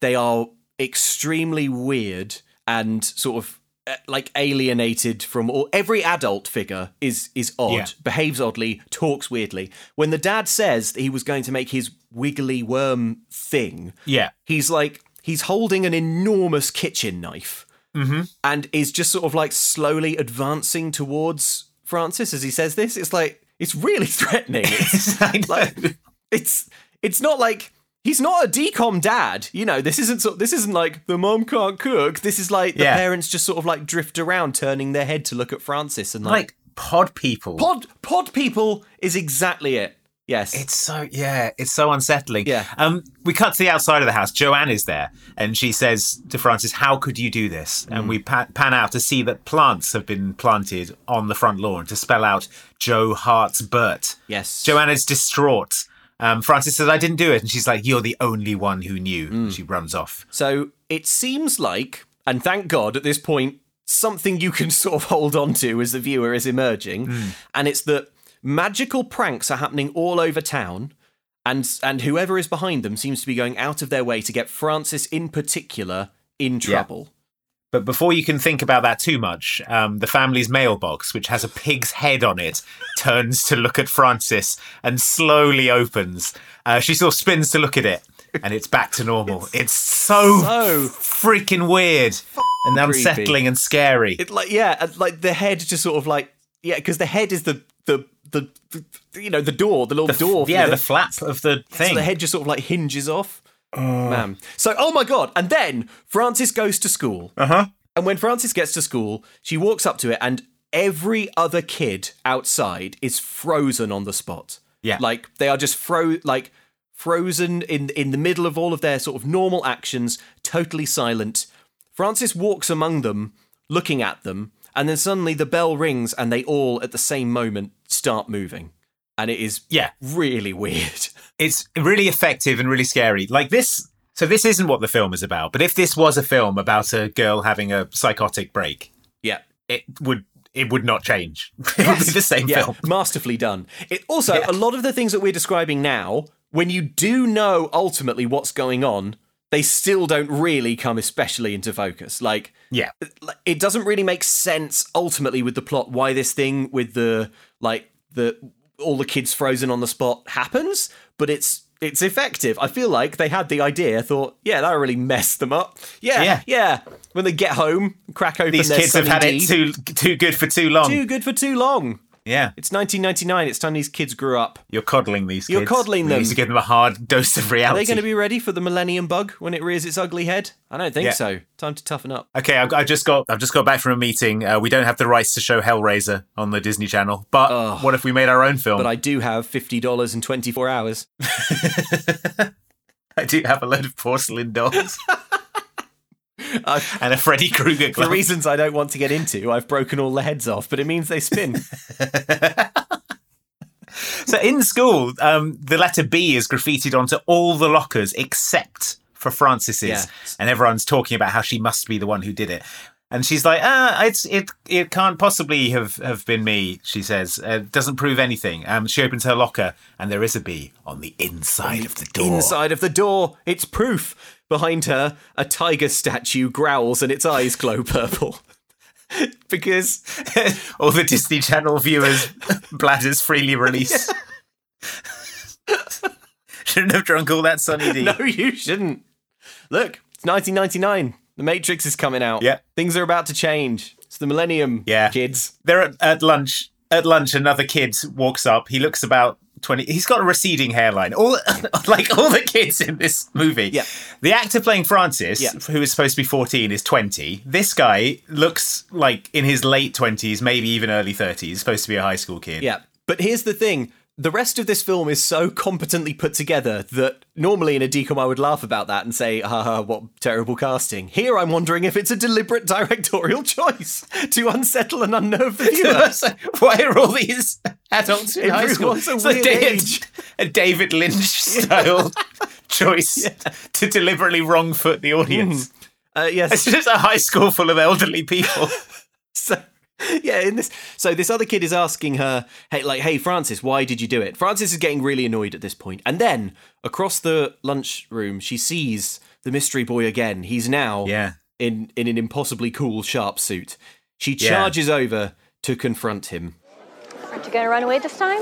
Speaker 3: They are extremely weird and sort of eh, like alienated from all every adult figure is is odd
Speaker 2: Yeah.
Speaker 3: behaves oddly talks weirdly when the dad says that he was going to make his wiggly worm thing
Speaker 2: Yeah.
Speaker 3: he's like he's holding an enormous kitchen knife
Speaker 2: Mm-hmm.
Speaker 3: and is just sort of like slowly advancing towards francis as he says this it's like it's really threatening it's
Speaker 2: I know.
Speaker 3: like it's it's not like He's not a decom dad, you know. This isn't so, this isn't like the mom can't cook. This is like the
Speaker 2: Yeah.
Speaker 3: parents just sort of like drift around, turning their head to look at Francis and like,
Speaker 2: Like pod people.
Speaker 3: pod pod people is exactly it. Yes,
Speaker 2: It's so yeah, it's so unsettling.
Speaker 3: Yeah.
Speaker 2: Um, we cut to the outside of the house. Joanne is there, and she says to Francis, "How could you do this?"
Speaker 3: Mm.
Speaker 2: And we pa- pan out to see that plants have been planted on the front lawn to spell out Joe Hart's Bert.
Speaker 3: yes.
Speaker 2: Joanne is distraught. Um, Francis says, "I didn't do it," and she's like, "You're the only one who knew."
Speaker 3: Mm.
Speaker 2: She runs off.
Speaker 3: So it seems like, and thank God at this point, something you can sort of hold on to as the viewer is emerging,
Speaker 2: Hmm.
Speaker 3: and it's that magical pranks are happening all over town. And, and whoever is behind them seems to be going out of their way to get Francis in particular in trouble.
Speaker 2: But before you can think about that too much, um, the family's mailbox, which has a pig's head on it, turns to look at Francis and slowly opens. Uh, she sort of spins to look at it, and it's back to normal. It's, so,
Speaker 3: so
Speaker 2: freaking weird and unsettling
Speaker 3: creepy.
Speaker 2: and scary.
Speaker 3: It like yeah, and, like the head just sort of like yeah, because the head is the the the, the- you know the door, the little door. for
Speaker 2: yeah, the
Speaker 3: the-
Speaker 2: flap of the
Speaker 3: So
Speaker 2: thing. Uh.
Speaker 3: the head just sort of like hinges off. Man. So, oh my God. And then Francis goes to school. Uh
Speaker 2: Uh-huh.
Speaker 3: huh. And when Francis gets to school, she walks up to it, and every other kid outside is frozen on the spot.
Speaker 2: Yeah.
Speaker 3: Like they are just fro like frozen in in the middle of all of their sort of normal actions, totally silent. Francis walks among them, looking at them, and then suddenly the bell rings, and they all at the same moment start moving, and it is
Speaker 2: Yeah.
Speaker 3: really weird.
Speaker 2: it's really effective and really scary. Like this. So this isn't what the film is about. But if this was a film about a girl having a psychotic break,
Speaker 3: Yeah.
Speaker 2: it would it would not change. it would be the same
Speaker 3: Yeah,
Speaker 2: film.
Speaker 3: masterfully done. It also
Speaker 2: Yeah.
Speaker 3: a lot of the things that we're describing now, when you do know ultimately what's going on, they still don't really come especially into focus. Like
Speaker 2: Yeah.
Speaker 3: like, it doesn't really make sense ultimately with the plot why this thing with the like the all the kids frozen on the spot happens, but it's it's effective. I feel like they had the idea, thought, yeah, that really messed them up. Yeah, yeah.
Speaker 2: Yeah.
Speaker 3: When they get home, crack open
Speaker 2: These
Speaker 3: their
Speaker 2: kids have
Speaker 3: Sunny
Speaker 2: had
Speaker 3: D.
Speaker 2: it too too good for too long.
Speaker 3: too good for too long.
Speaker 2: yeah,
Speaker 3: It's 1999. It's time these kids grew up.
Speaker 2: you're coddling these. kids.
Speaker 3: You're coddling
Speaker 2: We
Speaker 3: them.
Speaker 2: need to give them a hard dose of
Speaker 3: Are
Speaker 2: reality.
Speaker 3: they going to be ready for the millennium bug when it rears its ugly head? I don't think
Speaker 2: Yeah.
Speaker 3: so. Time to toughen up.
Speaker 2: Okay, I've, I've just got I've just got back from a meeting. Uh, we don't have the rights to show Hellraiser on the Disney Channel, but
Speaker 3: Ugh.
Speaker 2: what if we made our own film?
Speaker 3: But I do have fifty dollars in 24 hours.
Speaker 2: I do have a load of porcelain dolls
Speaker 3: Uh,
Speaker 2: and a Freddy Krueger
Speaker 3: for
Speaker 2: glove.
Speaker 3: reasons I don't want to get into, I've broken all the heads off, but it means they spin.
Speaker 2: So in school, um, the letter B is graffitied onto all the lockers except for Francis's,
Speaker 3: Yeah.
Speaker 2: and everyone's talking about how she must be the one who did it. And she's like, "Ah, it's it it can't possibly have have been me." She says, uh, "Doesn't prove anything." Um, she opens her locker, and there is a bee on the inside of the door.
Speaker 3: Inside of the door, it's proof. Behind her, a tiger statue growls and its eyes glow purple. because
Speaker 2: all the Disney Channel viewers' bladders freely release. Shouldn't have drunk all that Sunny D.
Speaker 3: no, you shouldn't. Look, it's 1999. The Matrix is coming out.
Speaker 2: Yeah.
Speaker 3: Things are about to change. It's the millennium,
Speaker 2: Yeah.
Speaker 3: kids.
Speaker 2: they're at, at lunch. At lunch, another kid walks up. He looks about twenty. He's got a receding hairline. All like all the kids in this movie.
Speaker 3: Yeah.
Speaker 2: The actor playing Francis,
Speaker 3: Yeah.
Speaker 2: who is supposed to be fourteen, is twenty. This guy looks like in his late twenties, maybe even early thirties. Supposed to be a high school kid.
Speaker 3: Yeah. But here's the thing. The rest of this film is so competently put together that normally in a decom I would laugh about that and say, haha, what terrible casting. Here I'm wondering if it's a deliberate directorial choice to unsettle and unnerve the viewer.
Speaker 2: So, Why are all these adults in high school?
Speaker 3: Everyone's a
Speaker 2: It's
Speaker 3: weird
Speaker 2: David,
Speaker 3: age.
Speaker 2: a David Lynch style choice to deliberately wrong foot the audience.
Speaker 3: Uh, yes.
Speaker 2: It's just a high school full of elderly people.
Speaker 3: so yeah in this so this other kid is asking her hey like hey francis why did you do it francis is getting really annoyed at this point and then across the lunchroom she sees the mystery boy again he's now
Speaker 2: Yeah.
Speaker 3: in in an impossibly cool sharp suit she
Speaker 2: Yeah.
Speaker 3: charges over to confront him
Speaker 10: Aren't you gonna run away this time?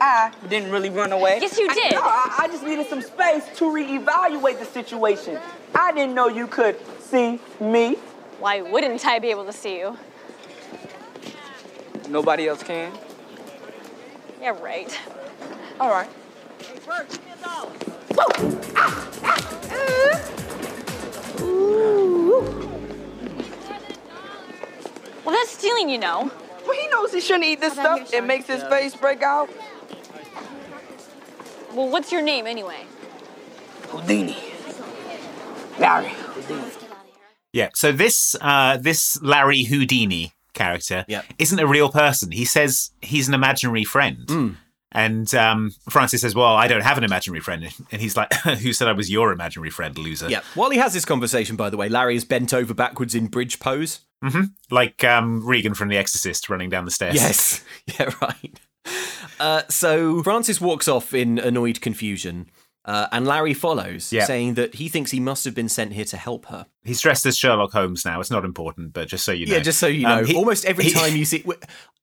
Speaker 9: I didn't really run away.
Speaker 7: Yes, you
Speaker 9: I-
Speaker 7: did.
Speaker 9: no, I, I just needed some space to reevaluate the situation. I didn't know you could see me.
Speaker 7: Why wouldn't I be able to see you?
Speaker 9: Nobody else can.
Speaker 7: Yeah, right.
Speaker 9: All right. Whoa! Ah! Ah! Uh. Ooh.
Speaker 7: Well, that's stealing, you know.
Speaker 9: Well, he knows he shouldn't eat this stuff. It makes his face break out.
Speaker 7: Well, what's your name anyway?
Speaker 9: Houdini. Larry.
Speaker 2: Yeah. So this uh, this Larry Houdini character
Speaker 3: Yep.
Speaker 2: isn't a real person. He says he's an imaginary friend.
Speaker 3: Hmm.
Speaker 2: And um, Francis says, "Well, I don't have an imaginary friend." And he's like, "Who said I was your imaginary friend, loser?"
Speaker 3: Yeah. While he has this conversation, by the way, Larry is bent over backwards in bridge pose.
Speaker 2: Mm-hmm. Like um, Regan from The Exorcist running down the stairs.
Speaker 3: Yes. yeah, right. Uh, so Francis walks off in annoyed confusion, uh, and Larry follows,
Speaker 2: Yeah.
Speaker 3: saying that he thinks he must have been sent here to help her.
Speaker 2: He's dressed as Sherlock Holmes now. It's not important, but just so you know.
Speaker 3: Yeah, just so you know,
Speaker 2: Um, he-
Speaker 3: almost every
Speaker 2: he-
Speaker 3: time you see. w-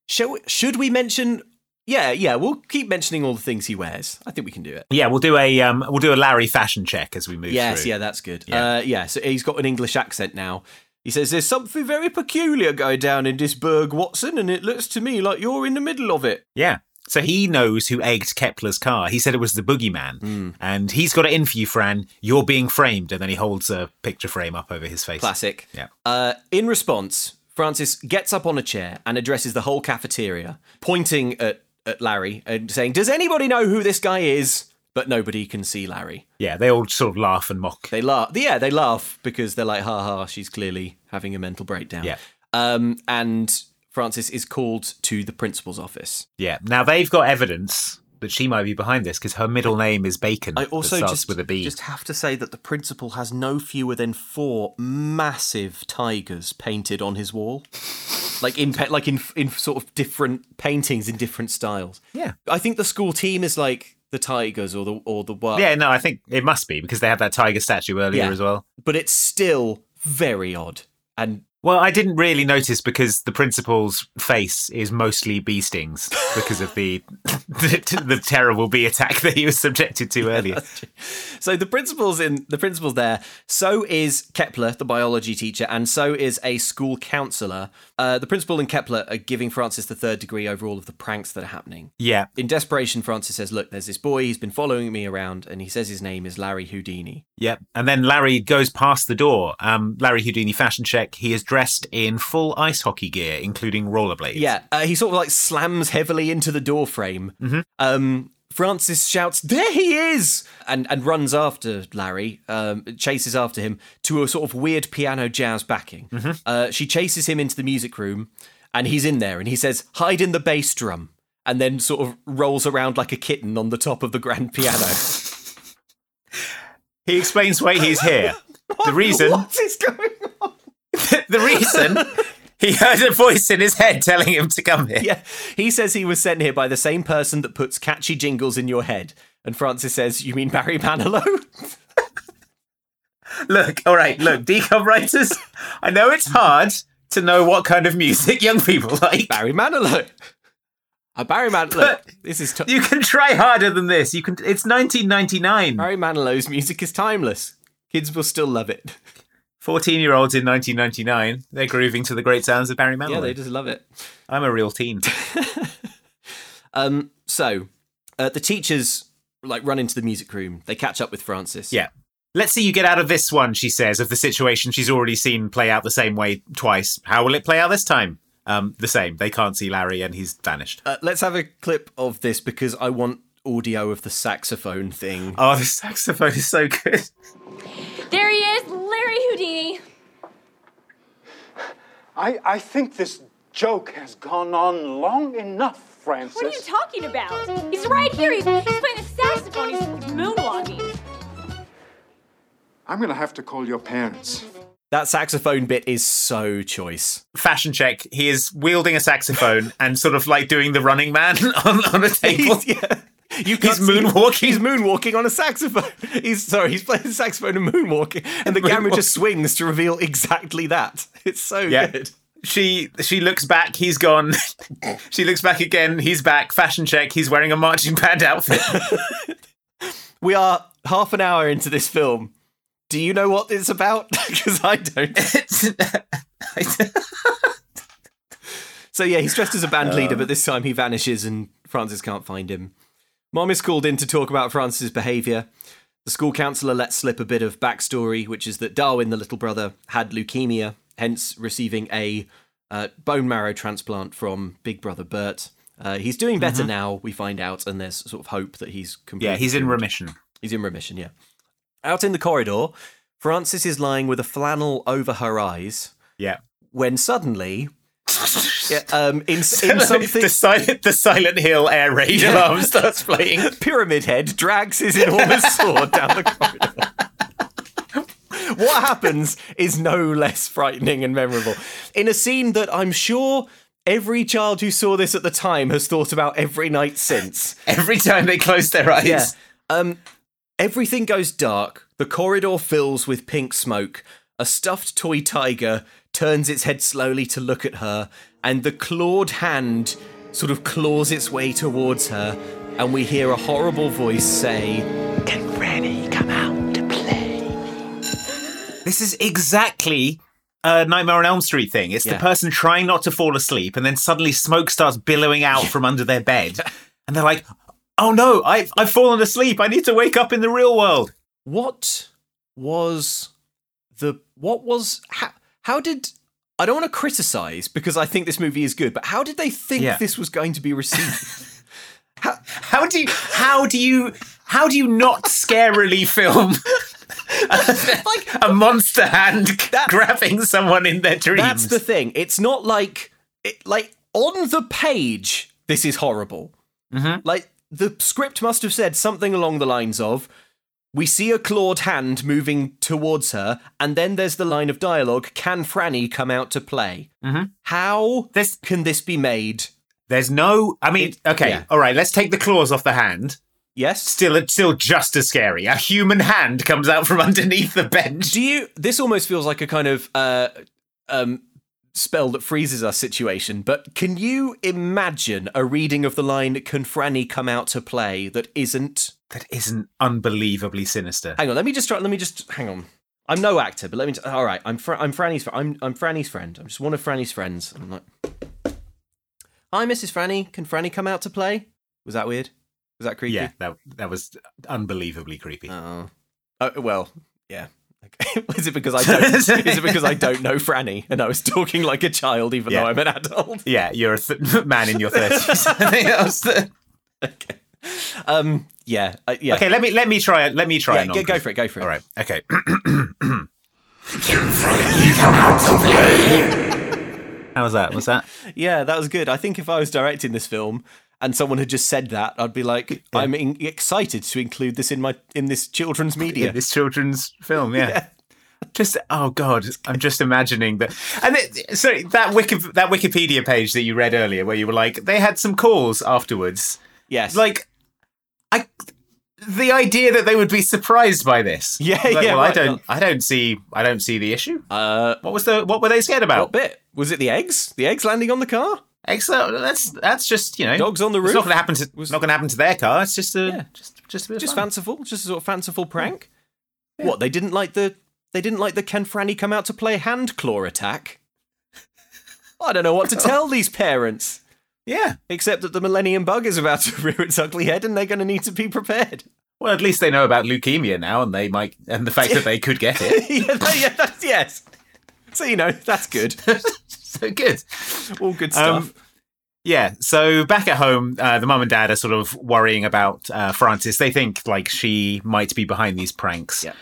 Speaker 3: Shall, should we mention? Yeah, yeah, we'll keep mentioning all the things he wears. I think we can do it.
Speaker 2: Yeah, we'll do a um, we'll do a Larry fashion check as we move.
Speaker 3: Yes,
Speaker 2: through.
Speaker 3: yeah, that's good.
Speaker 2: Yeah.
Speaker 3: Uh, yeah, so he's got an English accent now. He says, There's something very peculiar going down in this burg, Watson, and it looks to me like you're in the middle of it.
Speaker 2: Yeah. So he knows who egged Kepler's car. He said it was the boogeyman.
Speaker 3: Hmm.
Speaker 2: And he's got it in for you, Fran. You're being framed. And then he holds a picture frame up over his face.
Speaker 3: Classic.
Speaker 2: Yeah.
Speaker 3: Uh, in response, Francis gets up on a chair and addresses the whole cafeteria, pointing at, at Larry and saying, Does anybody know who this guy is? But nobody can see Larry.
Speaker 2: Yeah, they all sort of laugh and mock.
Speaker 3: They laugh. Yeah, they laugh because they're like, ha ha, she's clearly having a mental breakdown.
Speaker 2: Yeah.
Speaker 3: Um, and Francis is called to the principal's office.
Speaker 2: Yeah. Now they've got evidence that she might be behind this because her middle name is Bacon.
Speaker 3: I
Speaker 2: that
Speaker 3: also
Speaker 2: starts
Speaker 3: just,
Speaker 2: with a B.
Speaker 3: just have to say that the principal has no fewer than four massive tigers painted on his wall, like in pe- like in in sort of different paintings in different styles.
Speaker 2: Yeah.
Speaker 3: I think the school team is like the tigers or the or the what.
Speaker 2: Yeah, no, I think it must be because they have that tiger statue earlier
Speaker 3: Yeah.
Speaker 2: as well.
Speaker 3: but it's still very odd. And
Speaker 2: Well, I didn't really notice because the principal's face is mostly bee stings because of the the, the terrible bee attack that he was subjected to earlier.
Speaker 3: so the principal's in the principal's there. So is Kepler, the biology teacher, and so is a school counselor. Uh, the principal and Kepler are giving Francis the third degree over all of the pranks that are happening.
Speaker 2: Yeah,
Speaker 3: In desperation, Francis says, Look, there's this boy, he's been following me around, and he says his name is Larry Houdini.
Speaker 2: Yep. And then Larry goes past the door. Um, Larry Houdini fashion check. He is dressed in full ice hockey gear, including rollerblades.
Speaker 3: Yeah, uh, he sort of like slams heavily into the door frame. Um, Francis shouts, There he is! And, and runs after Larry, um, chases after him to a sort of weird piano jazz backing. Uh, she chases him into the music room, and he's in there, and he says, Hide in the bass drum. And then sort of rolls around like a kitten on the top of the grand piano.
Speaker 2: He explains why he's here. the reason.
Speaker 3: what is going on?
Speaker 2: The reason. He heard a voice in his head telling him to come here.
Speaker 3: Yeah, he says he was sent here by the same person that puts catchy jingles in your head. And Francis says, "You mean Barry Manilow?"
Speaker 2: Look, all right, look, decom writers. I know it's hard to know what kind of music young people like.
Speaker 3: Barry Manilow. Uh, Barry Manilow.
Speaker 2: But-
Speaker 3: This is t-
Speaker 2: You can try harder than this. You can. It's 1999.
Speaker 3: Barry Manilow's music is timeless. Kids will still love it.
Speaker 2: 14 year olds in 1999. They're grooving to the great sounds of Barry Manilow.
Speaker 3: Yeah, they just love it.
Speaker 2: I'm a real teen.
Speaker 3: Um, so uh, the teachers like run into the music room. They catch up with Francis.
Speaker 2: Yeah. Let's see you get out of this one, she says, of the situation she's already seen play out the same way twice. How will it play out this time? Um, the same. They can't see Larry and he's vanished.
Speaker 3: Uh, let's have a clip of this because I want audio of the saxophone thing.
Speaker 2: Oh, the saxophone is so good.
Speaker 7: There he is, Larry Houdini.
Speaker 6: I, I think this joke has gone on long enough, Francis.
Speaker 7: What are you talking about? He's right here. He's, he's playing the saxophone. He's moonwalking.
Speaker 6: I'm gonna have to call your parents.
Speaker 3: That saxophone bit is so choice.
Speaker 2: Fashion check. He is wielding a saxophone and sort of like doing the running man on, on a table.
Speaker 3: yeah.
Speaker 2: He's
Speaker 3: You can't see-
Speaker 2: moonwalking.
Speaker 3: He's moonwalking on a saxophone. He's sorry. He's playing the saxophone and moonwalking, and the camera just swings to reveal exactly that. It's so
Speaker 2: Yeah.
Speaker 3: good.
Speaker 2: She she looks back, he's gone. she looks back again, he's back. Fashion check, he's wearing a marching band outfit.
Speaker 3: We are half an hour into this film. Do you know what it's about? Because I don't. So yeah, he's dressed as a band
Speaker 2: Um.
Speaker 3: leader, but this time he vanishes, and Francis can't find him. Mom is called in to talk about Francis's behaviour. The school counselor lets slip a bit of backstory, which is that Darwin, the little brother, had leukemia, hence receiving a uh, bone marrow transplant from Big Brother Bert. Uh, he's doing better
Speaker 2: Mhm.
Speaker 3: now, we find out, and there's sort of hope that he's completely.
Speaker 2: Yeah, he's in
Speaker 3: cured.
Speaker 2: remission.
Speaker 3: He's in remission, yeah. Out in the corridor, Frances is lying with a flannel over her eyes
Speaker 2: Yeah.
Speaker 3: when suddenly, yeah, um, in, in something.
Speaker 2: the, silent, the Silent Hill air raid
Speaker 3: Yeah.
Speaker 2: alarm starts playing.
Speaker 3: Pyramid Head drags his enormous sword down the corridor. what happens is no less frightening and memorable. In a scene that I'm sure every child who saw this at the time has thought about every night since.
Speaker 2: Every time they close their eyes.
Speaker 3: Yeah. Um, everything goes dark. The corridor fills with pink smoke. A stuffed toy tiger turns its head slowly to look at her, and the clawed hand sort of claws its way towards her. And we hear a horrible voice say, Can Granny come out to play?
Speaker 2: This is exactly a Nightmare on Elm Street thing. It's
Speaker 3: Yeah.
Speaker 2: the person trying not to fall asleep, and then suddenly smoke starts billowing out from under their bed, and they're like, "Oh no, I've I've fallen asleep. I need to wake up in the real world."
Speaker 3: What was the. What was. How, how did. I don't want to criticize because I think this movie is good, but how did they think
Speaker 2: Yeah.
Speaker 3: this was going to be received?
Speaker 2: How do you, how do you how do you not scarily film
Speaker 3: like,
Speaker 2: a monster hand grabbing someone in their dreams?
Speaker 3: That's the thing. It's not like it, like on the page. This is horrible.
Speaker 2: Mhm.
Speaker 3: Like the script must have said something along the lines of, "We see a clawed hand moving towards her, and then there's the line of dialogue: Can Franny come out to play?
Speaker 2: Mhm.
Speaker 3: How
Speaker 2: This-
Speaker 3: can this be made?
Speaker 2: There's no. I mean,
Speaker 3: It-
Speaker 2: okay,
Speaker 3: yeah.
Speaker 2: all right. Let's take the claws off the hand.
Speaker 3: Yes."
Speaker 2: Still, it's still just as scary. A human hand comes out from underneath the bench.
Speaker 3: Do you? This almost feels like a kind of uh, um, spell that freezes us situation. But can you imagine a reading of the line "Can Franny come out to play?" that isn't
Speaker 2: that isn't unbelievably sinister.
Speaker 3: Hang on, let me just try. Let me just hang on. I'm no actor, but let me. Just, all right, I'm Fra- I'm Franny's. fr- I'm I'm Franny's friend. I'm just one of Franny's friends. I'm like, hi, Mrs. Franny. Can Franny come out to play? Was that weird? Was that creepy?
Speaker 2: yeah, that that was unbelievably creepy.
Speaker 3: Oh. Oh, well, yeah. Okay. is it because I don't? is it because I don't know Franny and I was talking like a child, even
Speaker 2: Yeah.
Speaker 3: though I'm an adult?
Speaker 2: yeah, you're a th- man in your thirties.
Speaker 3: okay. Um. Yeah. Uh, yeah.
Speaker 2: Okay, let me let me try. Let me try.
Speaker 3: Yeah,
Speaker 2: a
Speaker 3: go, go
Speaker 2: non-creep.
Speaker 3: for it. Go for it.
Speaker 2: All right. Okay. How was that? What's that?
Speaker 3: Yeah, that was good. I think if I was directing this film and someone had just said that, I'd be like, I'm in- excited to include this in my in this children's media.
Speaker 2: in this children's film. Yeah. Just oh god, I'm just imagining that. And it, so that Wiki, that Wikipedia page that you read earlier, where you were like, they had some calls afterwards.
Speaker 3: yes,
Speaker 2: Like, I the idea that they would be surprised by this.
Speaker 3: Yeah,
Speaker 2: Like,
Speaker 3: yeah,
Speaker 2: Well, I
Speaker 3: right,
Speaker 2: don't, I don't see, I don't see the issue.
Speaker 3: uh,
Speaker 2: What was the? What were they scared
Speaker 3: what
Speaker 2: about?
Speaker 3: bit was it? The eggs? The eggs landing on the car?
Speaker 2: Excellent. That's that's just you know,
Speaker 3: Dogs on the
Speaker 2: It's not
Speaker 3: roof?
Speaker 2: going to happen to
Speaker 3: Was-
Speaker 2: not going to happen to their car. It's just a
Speaker 3: Yeah.
Speaker 2: just just a bit of
Speaker 3: Just
Speaker 2: fun.
Speaker 3: fanciful, just a sort of fanciful prank. What they didn't like the they didn't like the Ken Franny come out to play hand claw attack. I don't know what to tell these parents,
Speaker 2: Yeah.
Speaker 3: except that the Millennium Bug is about to rear its ugly head, and they're going to need to be prepared.
Speaker 2: Well, at least they know about leukemia now, and they might, and the fact that they could get it.
Speaker 3: yeah, that- yeah, that's yes. So you know that's good.
Speaker 2: so good.
Speaker 3: All good
Speaker 2: Um,
Speaker 3: stuff.
Speaker 2: Yeah. So back at home, uh, the mum and dad are sort of worrying about uh, Frances. They think like she might be behind these pranks.
Speaker 3: Yeah.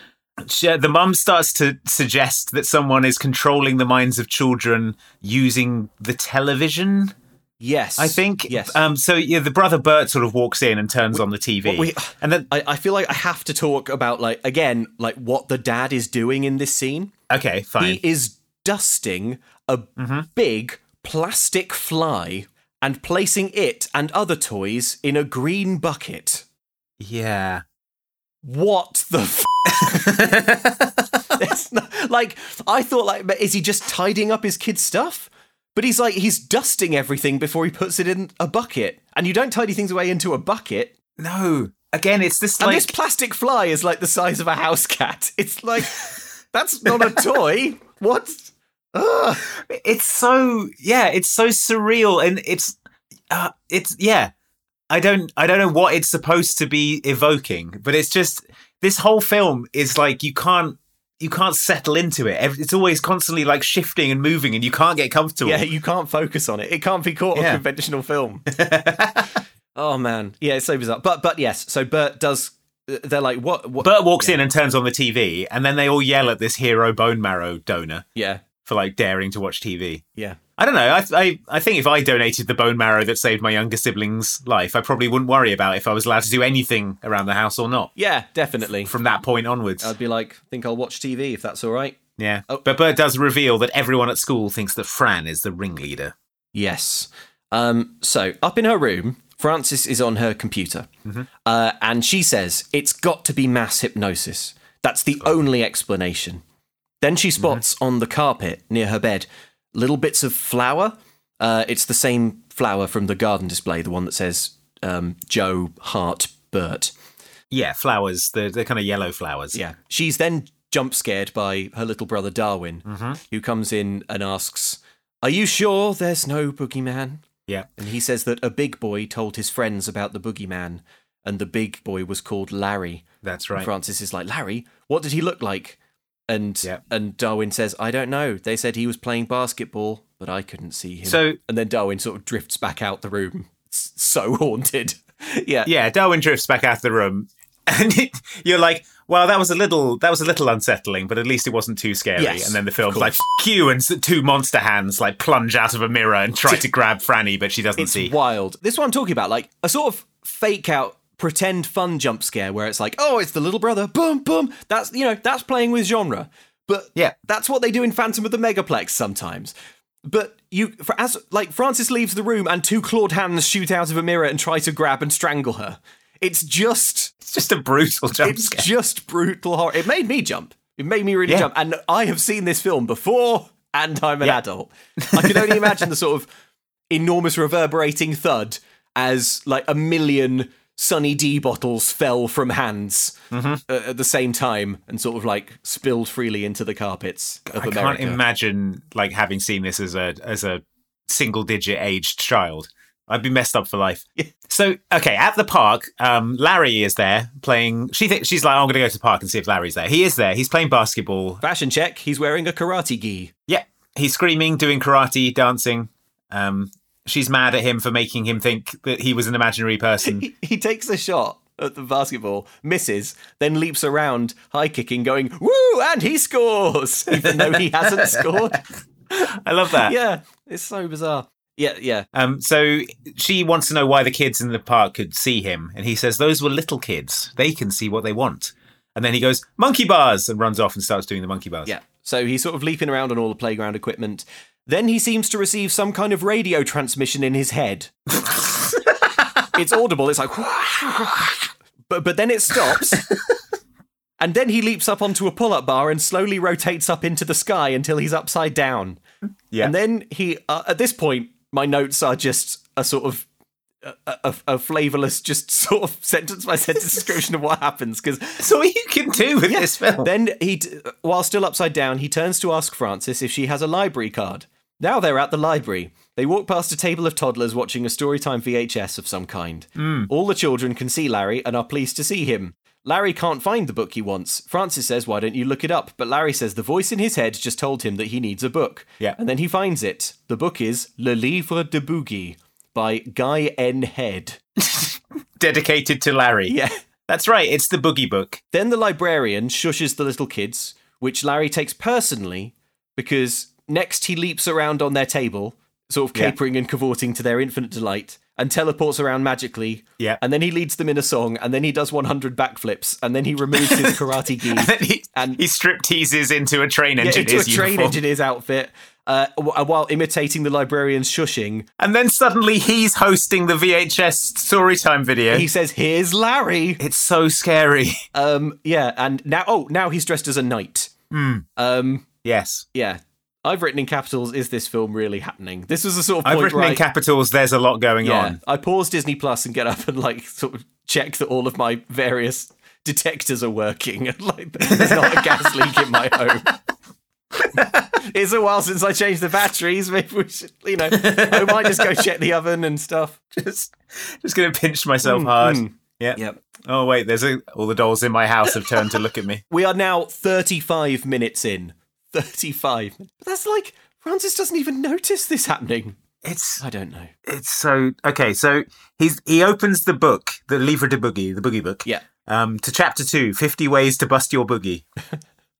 Speaker 2: She- uh, the mum starts to suggest that someone is controlling the minds of children using the television.
Speaker 3: yes,
Speaker 2: I think.
Speaker 3: Yes.
Speaker 2: Um. So yeah, the brother Bert sort of walks in and turns on the TV,
Speaker 3: What we-
Speaker 2: and then
Speaker 3: I, I feel like I have to talk about like again, like what the dad is doing in this scene.
Speaker 2: okay, fine. Mm-hmm.
Speaker 3: He is dusting a big plastic fly and placing it and other toys in a green bucket.
Speaker 2: yeah.
Speaker 3: What the f- It's not- like I thought like but is he just tidying up his kid's stuff? But he's like he's dusting everything before he puts it in a bucket. And you don't tidy things away into a bucket.
Speaker 2: No. Again, it's this
Speaker 3: And
Speaker 2: like
Speaker 3: this plastic fly is like the size of a house cat. It's like that's not a toy. What? Ugh.
Speaker 2: it's so yeah it's so surreal and it's uh, it's yeah i don't i don't know what it's supposed to be evoking but it's just this whole film is like you can't you can't settle into it. Ev- It's always constantly like shifting and moving, and you can't get comfortable.
Speaker 3: Yeah, you can't focus on it. It can't be caught
Speaker 2: Yeah.
Speaker 3: on conventional film. oh man, yeah, it's so bizarre. But but yes, so Bert does. They're like, what? what?
Speaker 2: Bert walks in and turns on the TV, and then they all yell at this hero bone marrow donor
Speaker 3: yeah,
Speaker 2: for like daring to watch TV.
Speaker 3: yeah.
Speaker 2: I don't know. I, I I think if I donated the bone marrow that saved my younger sibling's life, I probably wouldn't worry about if I was allowed to do anything around the house or not
Speaker 3: Yeah, definitely.
Speaker 2: from that point onwards.
Speaker 3: I'd be like, think I'll watch TV if that's all right.
Speaker 2: yeah.
Speaker 3: Uh, oh.
Speaker 2: But Bert does reveal that everyone at school thinks that Fran is the ringleader.
Speaker 3: Yes. Um, so up in her room, Frances is on her computer, uh, and she says it's got to be mass hypnosis. That's the only explanation. Then she spots on the carpet near her bed little bits of flour. Uh, it's the same flower from the garden display, the one that says um, Joe Hart Burt.
Speaker 2: Yeah, flowers. They're, they're kind of yellow flowers.
Speaker 3: Yeah. She's then jump scared by her little brother Darwin, who comes in and asks, Are you sure there's no boogeyman?
Speaker 2: Yeah.
Speaker 3: And he says that a big boy told his friends about the boogeyman, and the big boy was called Larry.
Speaker 2: That's
Speaker 3: And
Speaker 2: right.
Speaker 3: Francis is like, Larry, what did he look like? And
Speaker 2: Yeah.
Speaker 3: and Darwin says, I don't know. They said he was playing basketball, but I couldn't see him.
Speaker 2: So-
Speaker 3: and then Darwin sort of drifts back out the room, s- so haunted. yeah,
Speaker 2: yeah, Darwin drifts back out of the room, and it, you're like, "Well, that was a little, that was a little unsettling, but at least it wasn't too scary."
Speaker 3: Yes,
Speaker 2: and then the
Speaker 3: of
Speaker 2: film's like,
Speaker 3: course.
Speaker 2: "F you!" and s- two monster hands like plunge out of a mirror and try to grab Franny, but she doesn't
Speaker 3: It's
Speaker 2: see.
Speaker 3: wild. This is what I'm talking about. Like a sort of fake out, pretend fun jump scare where it's like, oh, it's the little brother. Boom, boom. That's you know, that's playing with genre. But
Speaker 2: Yeah.
Speaker 3: that's what they do in Phantom of the Megaplex sometimes. But you, for as like Francis leaves the room and two clawed hands shoot out of a mirror and try to grab and strangle her. It's just,
Speaker 2: It's just a brutal jump
Speaker 3: it's
Speaker 2: scare.
Speaker 3: just brutal horror. It made me jump. It made me really
Speaker 2: Yeah.
Speaker 3: jump. And I have seen this film before, and I'm an adult. I can only imagine the sort of enormous reverberating thud as like a million Sunny D bottles fell from hands
Speaker 2: Mm-hmm.
Speaker 3: uh, at the same time and sort of like spilled freely into the carpets of
Speaker 2: I
Speaker 3: America.
Speaker 2: can't imagine like having seen this as a as a single digit aged child. I'd be messed up for life. so okay, at the park, um, Larry is there playing. She th- she's like, "Oh, "I'm going to go to the park and see if Larry's there." He is there. He's playing basketball.
Speaker 3: Fashion check. He's wearing a karate gi.
Speaker 2: Yeah, he's screaming, doing karate, dancing. Um, she's mad at him for making him think that he was an imaginary person.
Speaker 3: He, he takes a shot at the basketball, misses, then leaps around, high kicking, going woo, and he scores, even though he hasn't scored.
Speaker 2: I love that.
Speaker 3: Yeah, it's so bizarre. Yeah, yeah.
Speaker 2: Um, so she wants to know why the kids in the park could see him, and he says those were little kids. They can see what they want. And then he goes monkey bars and runs off and starts doing the monkey bars.
Speaker 3: Yeah. So he's sort of leaping around on all the playground equipment. Then he seems to receive some kind of radio transmission in his head. it's audible. It's like, but but then it stops. And then he leaps up onto a pull-up bar and slowly rotates up into the sky until he's upside down.
Speaker 2: Yeah.
Speaker 3: And then he, uh, at this point, my notes are just a sort of a, a, a flavorless, just sort of sentence by sentence description of what happens because
Speaker 2: that's all you can do with this film.
Speaker 3: then he, t- while still upside down, he turns to ask Francis if she has a library card. Now they're at the library. They walk past a table of toddlers watching a storytime VHS of some kind. All the children can see Larry and are pleased to see him. Larry can't find the book he wants. Francis says, "Why don't you look it up?" But Larry says the voice in his head just told him that he needs a book.
Speaker 2: Yeah.
Speaker 3: And then he finds it. The book is Le Livre de Boogie by Guy N. Head.
Speaker 2: Dedicated to Larry.
Speaker 3: Yeah.
Speaker 2: That's right. It's the boogie book.
Speaker 3: Then the librarian shushes the little kids, which Larry takes personally because next he leaps around on their table, sort of
Speaker 2: Yeah.
Speaker 3: capering and cavorting to their infinite delight, and teleports around magically.
Speaker 2: Yeah.
Speaker 3: And then he leads them in a song, and then he does 100 backflips, and then he removes his karate gi
Speaker 2: And then he,
Speaker 3: And-
Speaker 2: he strip teases into a train
Speaker 3: yeah,
Speaker 2: engineer's
Speaker 3: into a train
Speaker 2: uniform.
Speaker 3: engineer's outfit. Uh, wh- while imitating the librarian's shushing,
Speaker 2: And then suddenly he's hosting the VHS storytime video.
Speaker 3: he says, "Here's Larry."
Speaker 2: it's so scary.
Speaker 3: Um, yeah, and now, oh, now he's dressed as a knight. Um,
Speaker 2: Yes.
Speaker 3: yeah. I've written in capitals, is this film really happening? This was a sort of point
Speaker 2: I've written
Speaker 3: where
Speaker 2: in
Speaker 3: I-
Speaker 2: capitals, there's a lot going
Speaker 3: yeah,
Speaker 2: on.
Speaker 3: I pause Disney Plus and get up and like sort of check that all of my various detectors are working and like there's not a gas leak in my home. it's a while since I changed the batteries. Maybe we should, you know, I might just go check the oven and stuff. Mm,
Speaker 2: Just, just going to pinch myself hard. Yeah.
Speaker 3: Yep.
Speaker 2: Oh wait, there's a, all the dolls in my house have turned to look at me.
Speaker 3: We are now 35 minutes in. 35. But that's like Francis doesn't even notice this happening.
Speaker 2: It's
Speaker 3: I don't know.
Speaker 2: it's so okay. So he's he opens the book, the Livre de Boogie, the Boogie book.
Speaker 3: Yeah.
Speaker 2: um, to chapter two 50 Ways to Bust Your Boogie.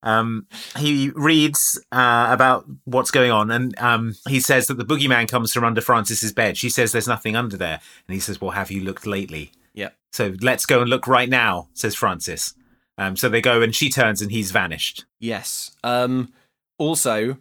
Speaker 2: um, he reads uh, about what's going on, and um, he says that the boogeyman comes from under Francis's bed. She says there's nothing under there. And he says, Well, have you looked lately?
Speaker 3: Yeah.
Speaker 2: So let's go and look right now, says Francis. Um, so they go, and she turns, and he's vanished.
Speaker 3: Yes. Um, also,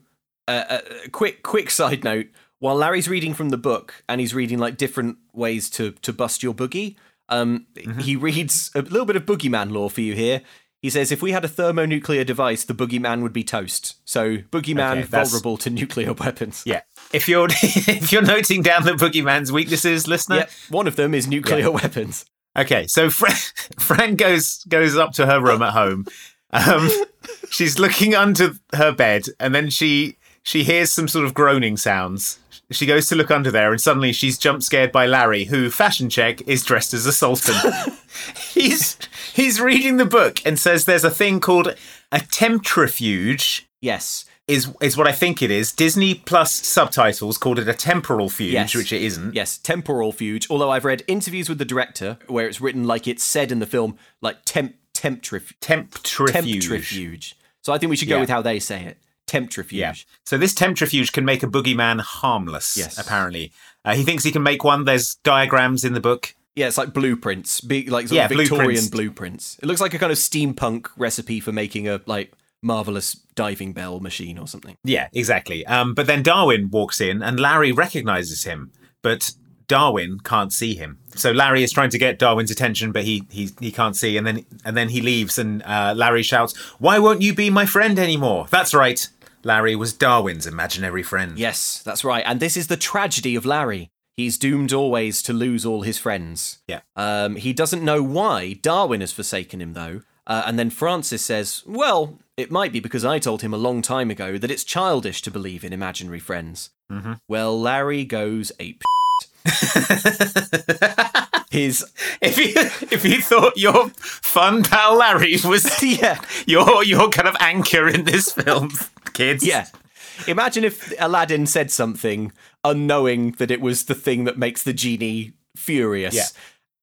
Speaker 3: uh, uh, quick quick side note: while Larry's reading from the book and he's reading like different ways to to bust your boogie, um,
Speaker 2: Mm-hmm.
Speaker 3: he reads a little bit of boogeyman lore for you here. He says, if we had a thermonuclear device, the boogeyman would be toast. So, boogeyman
Speaker 2: Okay, that's-
Speaker 3: vulnerable to nuclear weapons.
Speaker 2: Yeah. If you're if you're noting down the boogeyman's weaknesses, listener,
Speaker 3: Yep, one of them is nuclear weapons.
Speaker 2: Okay, so Fran, Fran goes goes up to her room at home. Um, she's looking under her bed, and then she she hears some sort of groaning sounds. She goes to look under there, and suddenly she's jump scared by Larry, who fashion check is dressed as a sultan. he's he's reading the book and says there's a thing called a temptrifuge.
Speaker 3: Yes.
Speaker 2: Is is what I think it is. Disney Plus subtitles called it a temporal fuge,
Speaker 3: Yes.
Speaker 2: which it isn't.
Speaker 3: Yes, temporal fuge. Although I've read interviews with the director where it's written like it's said in the film, like temp temptrif
Speaker 2: Temptrifuge.
Speaker 3: temptrifuge. So I think we should go
Speaker 2: Yeah.
Speaker 3: with how they say it. Temptrifuge.
Speaker 2: Yeah. So this temptrifuge can make a boogeyman harmless.
Speaker 3: Yes.
Speaker 2: Apparently, uh, he thinks he can make one. There's diagrams in the book.
Speaker 3: Yeah, it's like blueprints, big like sort
Speaker 2: Yeah,
Speaker 3: of Victorian
Speaker 2: blueprints.
Speaker 3: blueprints. It looks like a kind of steampunk recipe for making a like marvelous diving bell machine or something.
Speaker 2: Yeah, exactly. Um, but then Darwin walks in, and Larry recognizes him, but Darwin can't see him. So Larry is trying to get Darwin's attention, but he he, he can't see, and then and then he leaves, and uh, Larry shouts, "Why won't you be my friend anymore?" That's right. Larry was Darwin's imaginary friend.
Speaker 3: Yes, that's right. And this is the tragedy of Larry. He's doomed always to lose all his friends.
Speaker 2: Yeah.
Speaker 3: Um, he doesn't know why Darwin has forsaken him, though. Uh, and then Francis says, Well, it might be because I told him a long time ago that it's childish to believe in imaginary friends. Mm-hmm. Well, Larry goes ape. his.
Speaker 2: If you if you thought your fun pal Larry was
Speaker 3: Yeah.
Speaker 2: your your kind of anchor in this film, kids.
Speaker 3: Yeah. Imagine if Aladdin said something, unknowing that it was the thing that makes the genie furious.
Speaker 2: Yeah.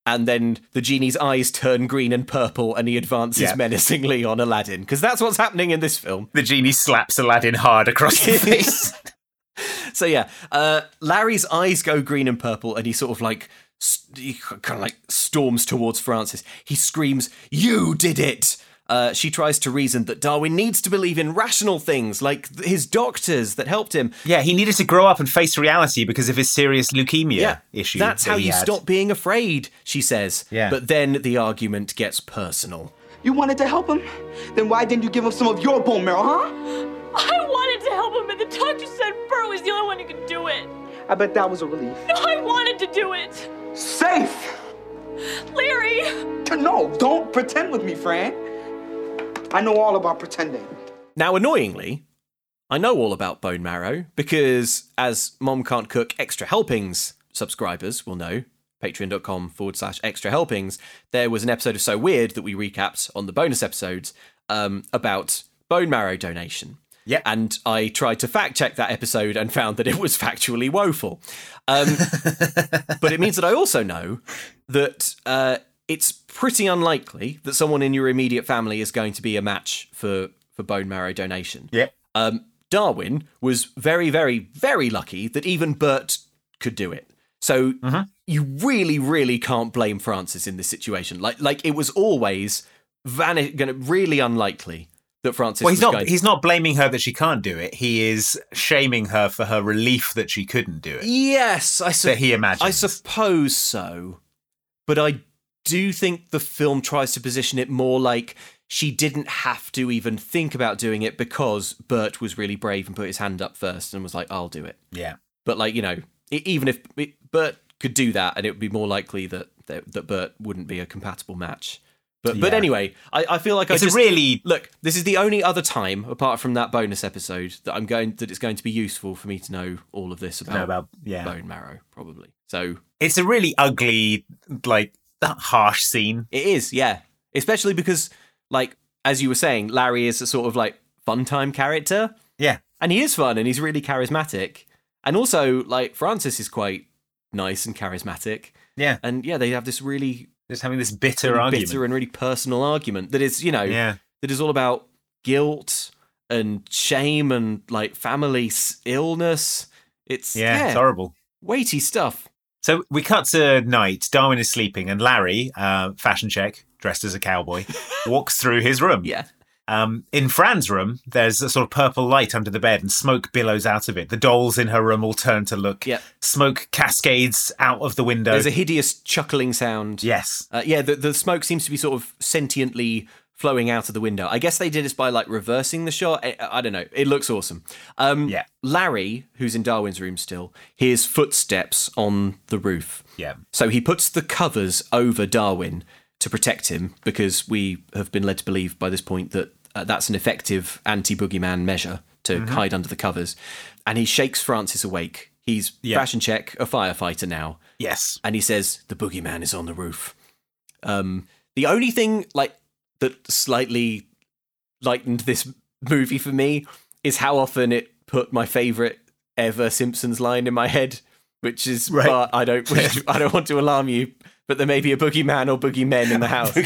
Speaker 3: And then the genie's eyes turn green and purple and he advances
Speaker 2: Yeah.
Speaker 3: menacingly on Aladdin. Because that's what's happening in this film.
Speaker 2: The genie slaps Aladdin hard across the face.
Speaker 3: So, yeah, uh, Larry's eyes go green and purple and he sort of like. st- He kind of like storms towards Francis. He screams, You did it! Uh, she tries to reason that Darwin needs to believe in rational things like th- his doctors that helped him.
Speaker 2: yeah, he needed to grow up and face reality because of his serious leukemia issue.
Speaker 3: That's
Speaker 2: that
Speaker 3: how
Speaker 2: he
Speaker 3: you
Speaker 2: had.
Speaker 3: stop being afraid, she says.
Speaker 2: Yeah.
Speaker 3: But then the argument gets personal.
Speaker 9: You wanted to help him? Then why didn't you give him some of your bone marrow, huh?
Speaker 7: I wanted to help him, but the doctor said Bert was the only one who could do it.
Speaker 9: I bet that was a relief.
Speaker 7: No, I wanted to do it.
Speaker 9: Safe!
Speaker 7: Larry,
Speaker 9: No, don't pretend with me, Fran. I know all about pretending.
Speaker 3: Now, annoyingly, I know all about bone marrow because, as Mom Can't Cook Extra Helpings subscribers will know, patreon.com forward slash extra helpings, there was an episode of So Weird that we recapped on the bonus episodes um, about bone marrow donation.
Speaker 2: Yep.
Speaker 3: And I tried to fact check that episode and found that it was factually woeful. Um, but it means that I also know that uh, it's pretty unlikely that someone in your immediate family is going to be a match for for bone marrow donation.
Speaker 2: Yep.
Speaker 3: Um, Darwin was very, very, very lucky that even Bert could do it. So
Speaker 2: Mm-hmm.
Speaker 3: you really, really can't blame Francis in this situation. Like, like it was always vani- gonna really unlikely that Francis.
Speaker 2: Well, he's
Speaker 3: was
Speaker 2: not.
Speaker 3: Going-
Speaker 2: He's not blaming her that she can't do it. He is shaming her for her relief that she couldn't do it.
Speaker 3: yes, I
Speaker 2: That
Speaker 3: suppose.
Speaker 2: he imagines.
Speaker 3: I suppose so. But I do think the film tries to position it more like she didn't have to even think about doing it because Bert was really brave and put his hand up first and was like, I'll do it.
Speaker 2: Yeah.
Speaker 3: But, like, you know, e- even if it, Bert could do that, and it would be more likely that, that, that Bert wouldn't be a compatible match. But, but
Speaker 2: Yeah.
Speaker 3: anyway, I, I feel like
Speaker 2: It's
Speaker 3: I just
Speaker 2: a really.
Speaker 3: look. This is the only other time, apart from that bonus episode, that I'm going that it's going to be useful for me to know all of this about,
Speaker 2: No, about yeah.
Speaker 3: bone marrow, probably. So
Speaker 2: It's a really ugly like that harsh scene.
Speaker 3: It is, yeah. Especially because, like, as you were saying, Larry is a sort of like fun time character,
Speaker 2: Yeah.
Speaker 3: and he is fun and he's really charismatic. And also, like, Francis is quite nice and charismatic.
Speaker 2: Yeah.
Speaker 3: And yeah, they have this really
Speaker 2: Just having this bitter
Speaker 3: really
Speaker 2: argument.
Speaker 3: bitter and really personal argument that is, you know,
Speaker 2: Yeah.
Speaker 3: that is all about guilt and shame and like family s- illness. It's
Speaker 2: Yeah,
Speaker 3: yeah,
Speaker 2: It's horrible.
Speaker 3: weighty stuff.
Speaker 2: So we cut to night. Darwin is sleeping, and Larry, uh, fashion check, dressed as a cowboy, walks through his room.
Speaker 3: Yeah.
Speaker 2: Um, in Fran's room, there's a sort of purple light under the bed, and smoke billows out of it. The dolls in her room all turn to look.
Speaker 3: Yeah.
Speaker 2: Smoke cascades out of the window.
Speaker 3: There's a hideous chuckling sound.
Speaker 2: yes.
Speaker 3: Uh, yeah, the, the smoke seems to be sort of sentiently flowing out of the window. I guess they did this by like reversing the shot. I, I don't know. It looks awesome. Um,
Speaker 2: Yeah.
Speaker 3: Larry, who's in Darwin's room still, hears footsteps on the roof.
Speaker 2: Yeah.
Speaker 3: So he puts the covers over Darwin to protect him because we have been led to believe by this point that uh, that's an effective anti boogeyman measure to
Speaker 2: Mm-hmm.
Speaker 3: hide under the covers. And he shakes Francis awake. He's
Speaker 2: Yeah.
Speaker 3: fashion check, a firefighter now
Speaker 2: Yes.
Speaker 3: and he says the boogeyman is on the roof. Um, the only thing like that slightly lightened this movie for me is how often it put my favorite ever Simpsons line in my head, which is
Speaker 2: Right.
Speaker 3: "Bart, I don't wish, I don't want to alarm you, but there may be a boogeyman or boogeymen in the house,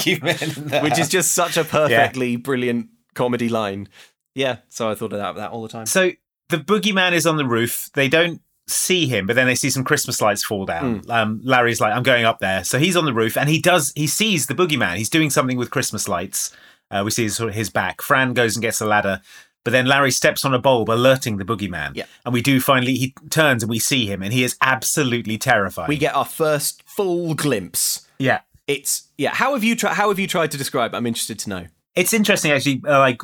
Speaker 3: which is just such a perfectly brilliant comedy line. Yeah, so I thought about that all the time.
Speaker 2: So the boogeyman is on the roof. They don't see him, but then they see some Christmas lights fall down.
Speaker 3: Hmm.
Speaker 2: Um, Larry's like, I'm going up there. So he's on the roof and he does, he sees the boogeyman. He's doing something with Christmas lights. Uh, we see his, sort of his back. Fran goes and gets a ladder, but then Larry steps on a bulb, alerting the boogeyman.
Speaker 3: Yeah.
Speaker 2: And we do finally, he turns and we see him and he is absolutely terrified.
Speaker 3: We get our first full glimpse.
Speaker 2: yeah.
Speaker 3: It's yeah. How have you tried? How have you tried to describe? it? I'm interested to know.
Speaker 2: It's interesting, actually, uh, like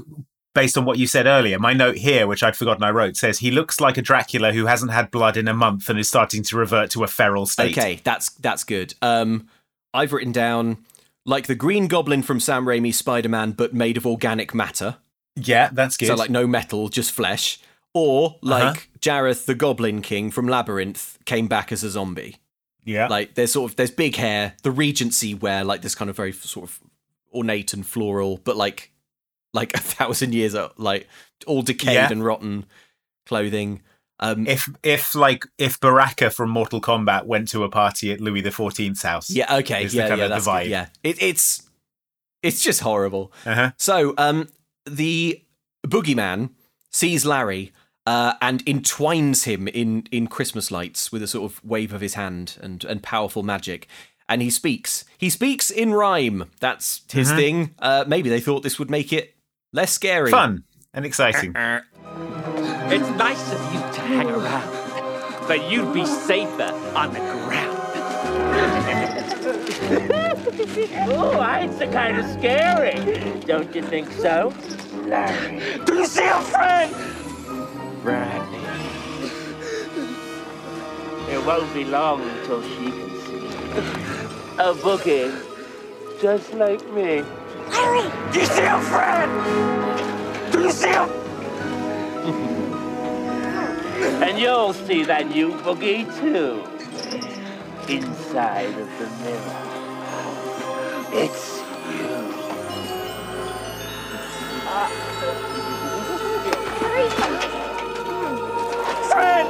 Speaker 2: based on what you said earlier. My note here, which I'd forgotten I wrote, says he looks like a Dracula who hasn't had blood in a month and is starting to revert to a feral state.
Speaker 3: Okay, that's that's good. Um, I've written down like the Green Goblin from Sam Raimi's Spider-Man, but made of organic matter,
Speaker 2: Yeah, that's good. Uh-huh.
Speaker 3: so like no metal, just flesh. Or like Jareth the Goblin King from Labyrinth came back as a zombie.
Speaker 2: yeah,
Speaker 3: Like there's sort of there's big hair, the Regency wear like this kind of very sort of ornate and floral, but like like a thousand years old, like all decayed
Speaker 2: Yeah.
Speaker 3: and rotten clothing. Um,
Speaker 2: if if like if Baraka from Mortal Kombat went to a party at Louis the Fourteenth's house,
Speaker 3: Yeah. Okay.
Speaker 2: Is the
Speaker 3: yeah.
Speaker 2: kind
Speaker 3: yeah.
Speaker 2: of the
Speaker 3: That's good,
Speaker 2: vibe.
Speaker 3: yeah. It, it's it's just horrible.
Speaker 2: Uh-huh.
Speaker 3: So, um, the boogeyman sees Larry uh, and entwines him in in Christmas lights with a sort of wave of his hand and and powerful magic. And he speaks. He speaks in rhyme. That's his
Speaker 2: Mm-hmm.
Speaker 3: thing. Uh, maybe they thought this would make it less scary.
Speaker 2: fun and exciting.
Speaker 11: Uh, It's nice of you to hang around, but you'd be safer on the ground. oh, it's a kind of scary. Don't you think so? Larry. Do you see a friend? Rodney. It won't be long until she can see a bookie just like me. Larry! You see a friend? Do you see a and you'll see that new boogie too. Inside of the mirror. It's you. Friend!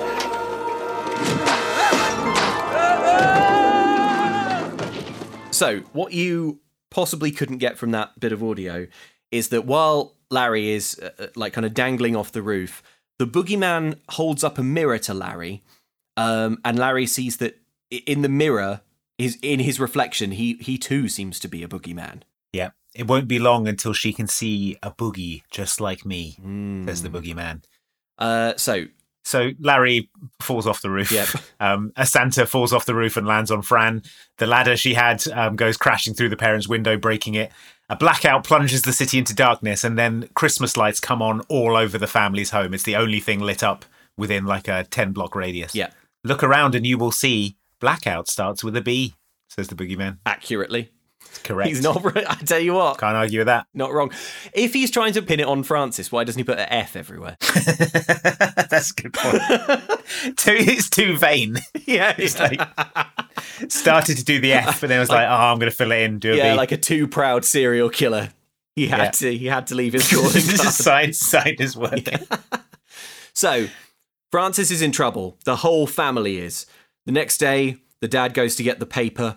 Speaker 3: So, what you possibly couldn't get from that bit of audio is that while Larry is uh, uh, like kind of dangling off the roof, the boogeyman holds up a mirror to Larry, um, and Larry sees that i- in the mirror, his in his reflection, he he too seems to be a boogeyman.
Speaker 2: yeah, it won't be long until she can see a boogie just like me. Says the
Speaker 3: Mm.
Speaker 2: boogeyman.
Speaker 3: Uh, so
Speaker 2: So Larry falls off the roof.
Speaker 3: Yep.
Speaker 2: Um, a Santa falls off the roof and lands on Fran. The ladder she had um, goes crashing through the parents' window, breaking it. A blackout plunges the city into darkness, and then Christmas lights come on all over the family's home. It's the only thing lit up within like a 10 block radius.
Speaker 3: yeah,
Speaker 2: Look around and you will see blackout starts with a B, says the boogeyman.
Speaker 3: accurately,
Speaker 2: It's correct.
Speaker 3: he's not. I tell you what,
Speaker 2: Can't argue with that.
Speaker 3: not wrong. If he's trying to pin it on Francis, why doesn't he put an F everywhere?
Speaker 2: That's a good point. too, it's too vain.
Speaker 3: yeah,
Speaker 2: It's like started to do the F, and then was like, "Oh, I'm going to fill it in." Do a
Speaker 3: yeah,
Speaker 2: B.
Speaker 3: like a too proud serial killer. He had
Speaker 2: Yeah.
Speaker 3: to. He had to leave his calling
Speaker 2: This is
Speaker 3: card.
Speaker 2: side side is working.
Speaker 3: So Francis is in trouble. The whole family is. The next day, the dad goes to get the paper,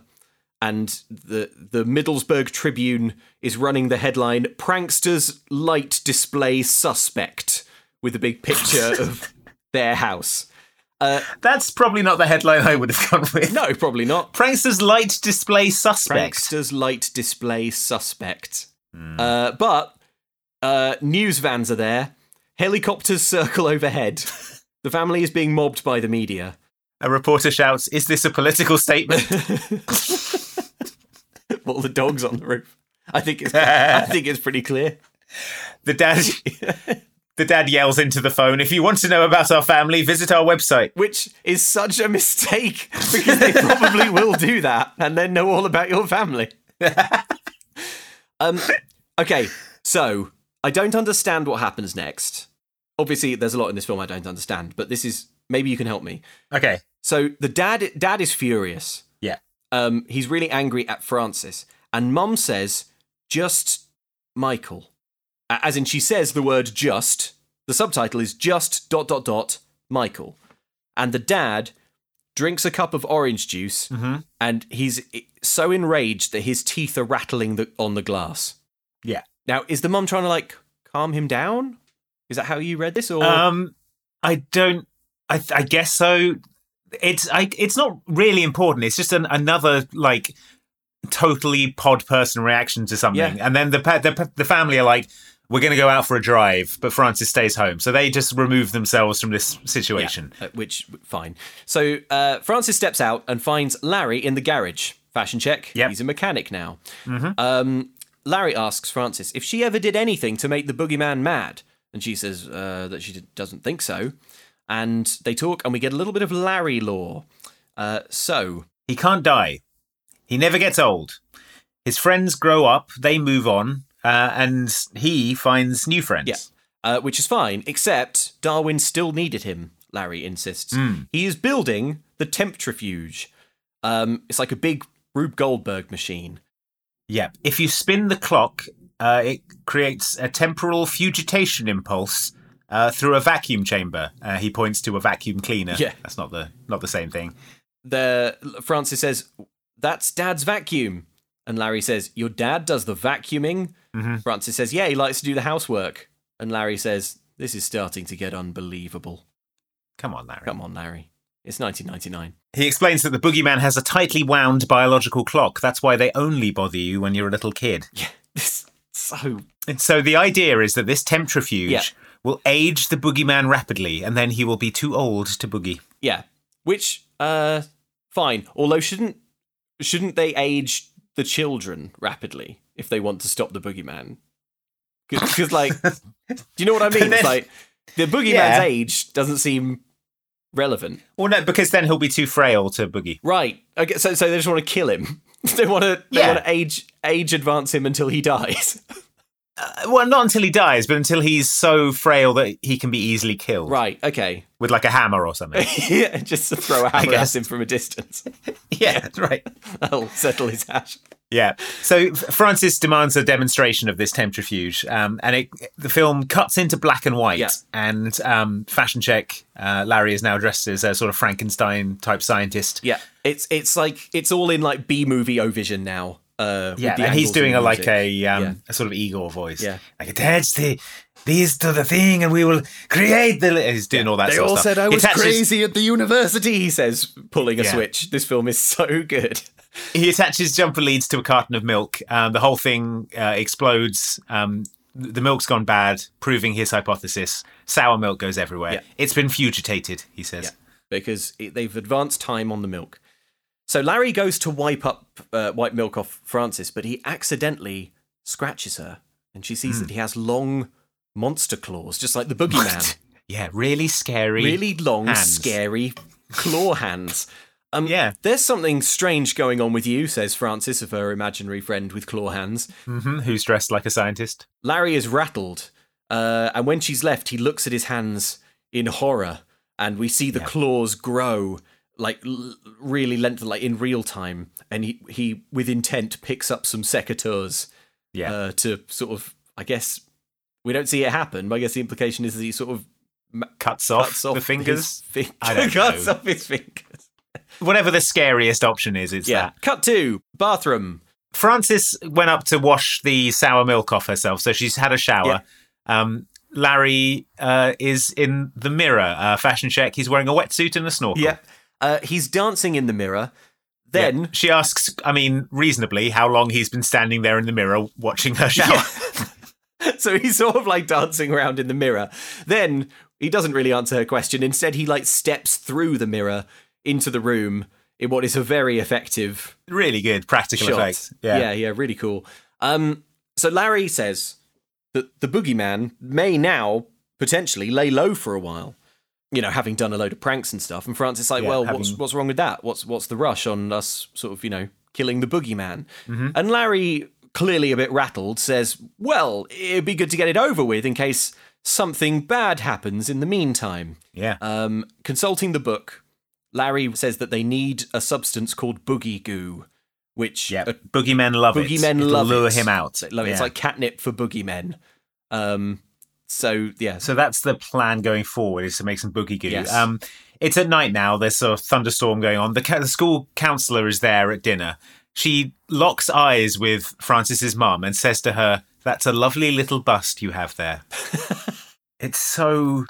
Speaker 3: and the the Middlesbrough Tribune is running the headline "Pranksters Light Display Suspect" with a big picture of their house. Uh,
Speaker 2: That's probably not the headline I would have gone with.
Speaker 3: No, probably not.
Speaker 2: Prankster's light display suspect.
Speaker 3: Pranksters light display suspect. Uh, but uh, news vans are there. Helicopters circle overhead. the family is being mobbed by the media.
Speaker 2: A reporter shouts, "Is this a political statement?"
Speaker 3: All the dogs on the roof. I think it's. I think it's pretty clear.
Speaker 2: The dad, the dad yells into the phone, "If you want to know about our family, visit our website."
Speaker 3: Which is such a mistake because they probably will do that and then know all about your family. um, okay, so I don't understand what happens next. Obviously, there's a lot in this film I don't understand, but this is maybe you can help me.
Speaker 2: Okay.
Speaker 3: So the dad, dad is furious.
Speaker 2: Yeah.
Speaker 3: Um, he's really angry at Francis, and Mum says, "Just Michael," A- as in she says the word "just." The subtitle is "Just dot dot dot Michael," and the dad drinks a cup of orange juice,
Speaker 2: Mm-hmm.
Speaker 3: and he's i- so enraged that his teeth are rattling the, on the glass.
Speaker 2: Yeah.
Speaker 3: Now, is the mum trying to like calm him down? Is that how you read this? Or
Speaker 2: Um, I don't. I, I guess so. It's I, it's not really important. It's just an, another like totally pod person reaction to something.
Speaker 3: Yeah.
Speaker 2: And then the, pa- the pa- the family are like, "We're going to go out for a drive," but Francis stays home. So they just remove themselves from this situation.
Speaker 3: Uh, which fine. So uh, Francis steps out and finds Larry in the garage. Fashion check. Yeah, He's a mechanic now. Um, Larry asks Francis if she ever did anything to make the boogeyman mad, and she says uh, that she d- doesn't think so. And they talk, and we get a little bit of Larry lore. Uh, so
Speaker 2: He can't die. He never gets old. His friends grow up. They move on, uh, and he finds new friends.
Speaker 3: Yeah. Uh, which is fine, except Darwin still needed him, Larry insists.
Speaker 2: Mm.
Speaker 3: He is building the Temptrifuge. Um, it's like a big Rube Goldberg machine.
Speaker 2: Yeah. If you spin the clock, uh, it creates a temporal fugitation impulse uh, through a vacuum chamber. Uh, he points to a vacuum cleaner.
Speaker 3: Yeah.
Speaker 2: That's not the not the same thing.
Speaker 3: The Francis says, That's dad's vacuum. And Larry says, Your dad does the vacuuming? Francis says, Yeah, he likes to do the housework. And Larry says, This is starting to get unbelievable.
Speaker 2: Come on, Larry.
Speaker 3: Come on, Larry. It's 1999.
Speaker 2: He explains that the boogeyman has a tightly wound biological clock. That's why they only bother you when you're a little kid.
Speaker 3: Yeah. This so
Speaker 2: And so the idea is that this temptrifuge
Speaker 3: Yeah.
Speaker 2: will age the boogeyman rapidly, and then he will be too old to boogie.
Speaker 3: Yeah. Which uh fine. Although shouldn't shouldn't they age the children rapidly if they want to stop the boogeyman? Because like do you know what I mean?
Speaker 2: then-
Speaker 3: it's like the boogeyman's
Speaker 2: Yeah.
Speaker 3: age doesn't seem relevant.
Speaker 2: Well, no, because then he'll be too frail to boogie.
Speaker 3: Right. Okay, so so they just want to kill him. they want to they
Speaker 2: Yeah.
Speaker 3: want to age age advance him until he dies.
Speaker 2: Uh, Well, not until he dies, but until he's so frail that he can be easily killed
Speaker 3: right. Okay.
Speaker 2: with like a hammer or something.
Speaker 3: yeah, just to throw a hammer
Speaker 2: guess.
Speaker 3: at him from a distance.
Speaker 2: yeah, that's right.
Speaker 3: That'll settle his hash.
Speaker 2: Yeah. So F- Francis demands a demonstration of this temptrifuge, um, and it, the film cuts into black and white.
Speaker 3: Yeah.
Speaker 2: And um, fashion check, uh, Larry is now dressed as a sort of Frankenstein type scientist.
Speaker 3: Yeah, it's it's like it's all in like B movie O vision now. Uh, with
Speaker 2: Yeah,
Speaker 3: the
Speaker 2: and he's
Speaker 3: angles
Speaker 2: doing
Speaker 3: and
Speaker 2: a like
Speaker 3: music.
Speaker 2: a, um,
Speaker 3: Yeah.
Speaker 2: a sort of Igor voice.
Speaker 3: Yeah.
Speaker 2: Like attach the these to the thing, and we will create the. li-" He's doing all that.
Speaker 3: They
Speaker 2: sort
Speaker 3: all
Speaker 2: of stuff.
Speaker 3: said I
Speaker 2: He
Speaker 3: was
Speaker 2: attaches-
Speaker 3: crazy at the university. He says, pulling a
Speaker 2: Yeah.
Speaker 3: switch. This film is so good.
Speaker 2: he attaches jumper leads to a carton of milk. Um, the whole thing uh, explodes. Um, th- the milk's gone bad, proving his hypothesis. Sour milk goes everywhere.
Speaker 3: Yeah.
Speaker 2: It's been fugitated, he says.
Speaker 3: because it, they've advanced time on the milk. So Larry goes to wipe up uh, wipe milk off Francis, but he accidentally scratches her, and she sees that he has long monster claws, just like the boogeyman.
Speaker 2: Yeah, really scary.
Speaker 3: really long,
Speaker 2: hands.
Speaker 3: scary claw hands. Um,
Speaker 2: Yeah.
Speaker 3: There's something strange going on with you, says Francis of her imaginary friend with claw hands.
Speaker 2: hmm Who's dressed like a scientist?
Speaker 3: Larry is rattled, uh, and when she's left, he looks at his hands in horror, and we see the claws grow like l- really lengthy, like in real time, and he he with intent picks up some secateurs,
Speaker 2: yeah,
Speaker 3: uh, to sort of I guess we don't see it happen, but I guess the implication is that he sort of ma-
Speaker 2: cuts off the fingers?
Speaker 3: his fin-
Speaker 2: I don't
Speaker 3: cuts
Speaker 2: know.
Speaker 3: off his fingers.
Speaker 2: Whatever the scariest option is, it's
Speaker 3: Yeah.
Speaker 2: that.
Speaker 3: Cut to bathroom.
Speaker 2: Frances went up to wash the sour milk off herself, so she's had a shower. Um, Larry uh, is in the mirror, uh, fashion check. He's wearing a wetsuit and a snorkel.
Speaker 3: Yep. Uh, he's dancing in the mirror. Then
Speaker 2: Yeah. she asks, I mean, reasonably, how long he's been standing there in the mirror watching her shower.
Speaker 3: so he's sort of like dancing around in the mirror. Then he doesn't really answer her question. Instead, he like steps through the mirror into the room in what is a very effective
Speaker 2: Really good practical
Speaker 3: shot.
Speaker 2: effects. Yeah.
Speaker 3: yeah, really cool. Um, so Larry says that the boogeyman may now potentially lay low for a while. You know, having done a load of pranks and stuff, and Francis is like,
Speaker 2: Yeah,
Speaker 3: "Well,
Speaker 2: having-
Speaker 3: what's what's wrong with that? What's what's the rush on us sort of you know killing the boogeyman?"
Speaker 2: Mhm.
Speaker 3: And Larry, clearly a bit rattled, says, Well, it'd be good to get it over with in case something bad happens in the meantime.
Speaker 2: Yeah.
Speaker 3: Um, consulting the book, Larry says that they need a substance called boogie goo, which
Speaker 2: Yeah.
Speaker 3: uh,
Speaker 2: Boogeymen love it.
Speaker 3: boogeymen
Speaker 2: It'll
Speaker 3: love.
Speaker 2: lure
Speaker 3: it.
Speaker 2: him out.
Speaker 3: They love it. It's
Speaker 2: Yeah.
Speaker 3: like catnip for boogeymen. Um, so, yeah.
Speaker 2: So that's the plan going forward is to make some boogie goo.
Speaker 3: Yes.
Speaker 2: Um, it's at night now. There's a thunderstorm going on. The, ca- the school counselor is there at dinner. She locks eyes with Francis's mum and says to her, "That's a lovely little bust you have there." it's so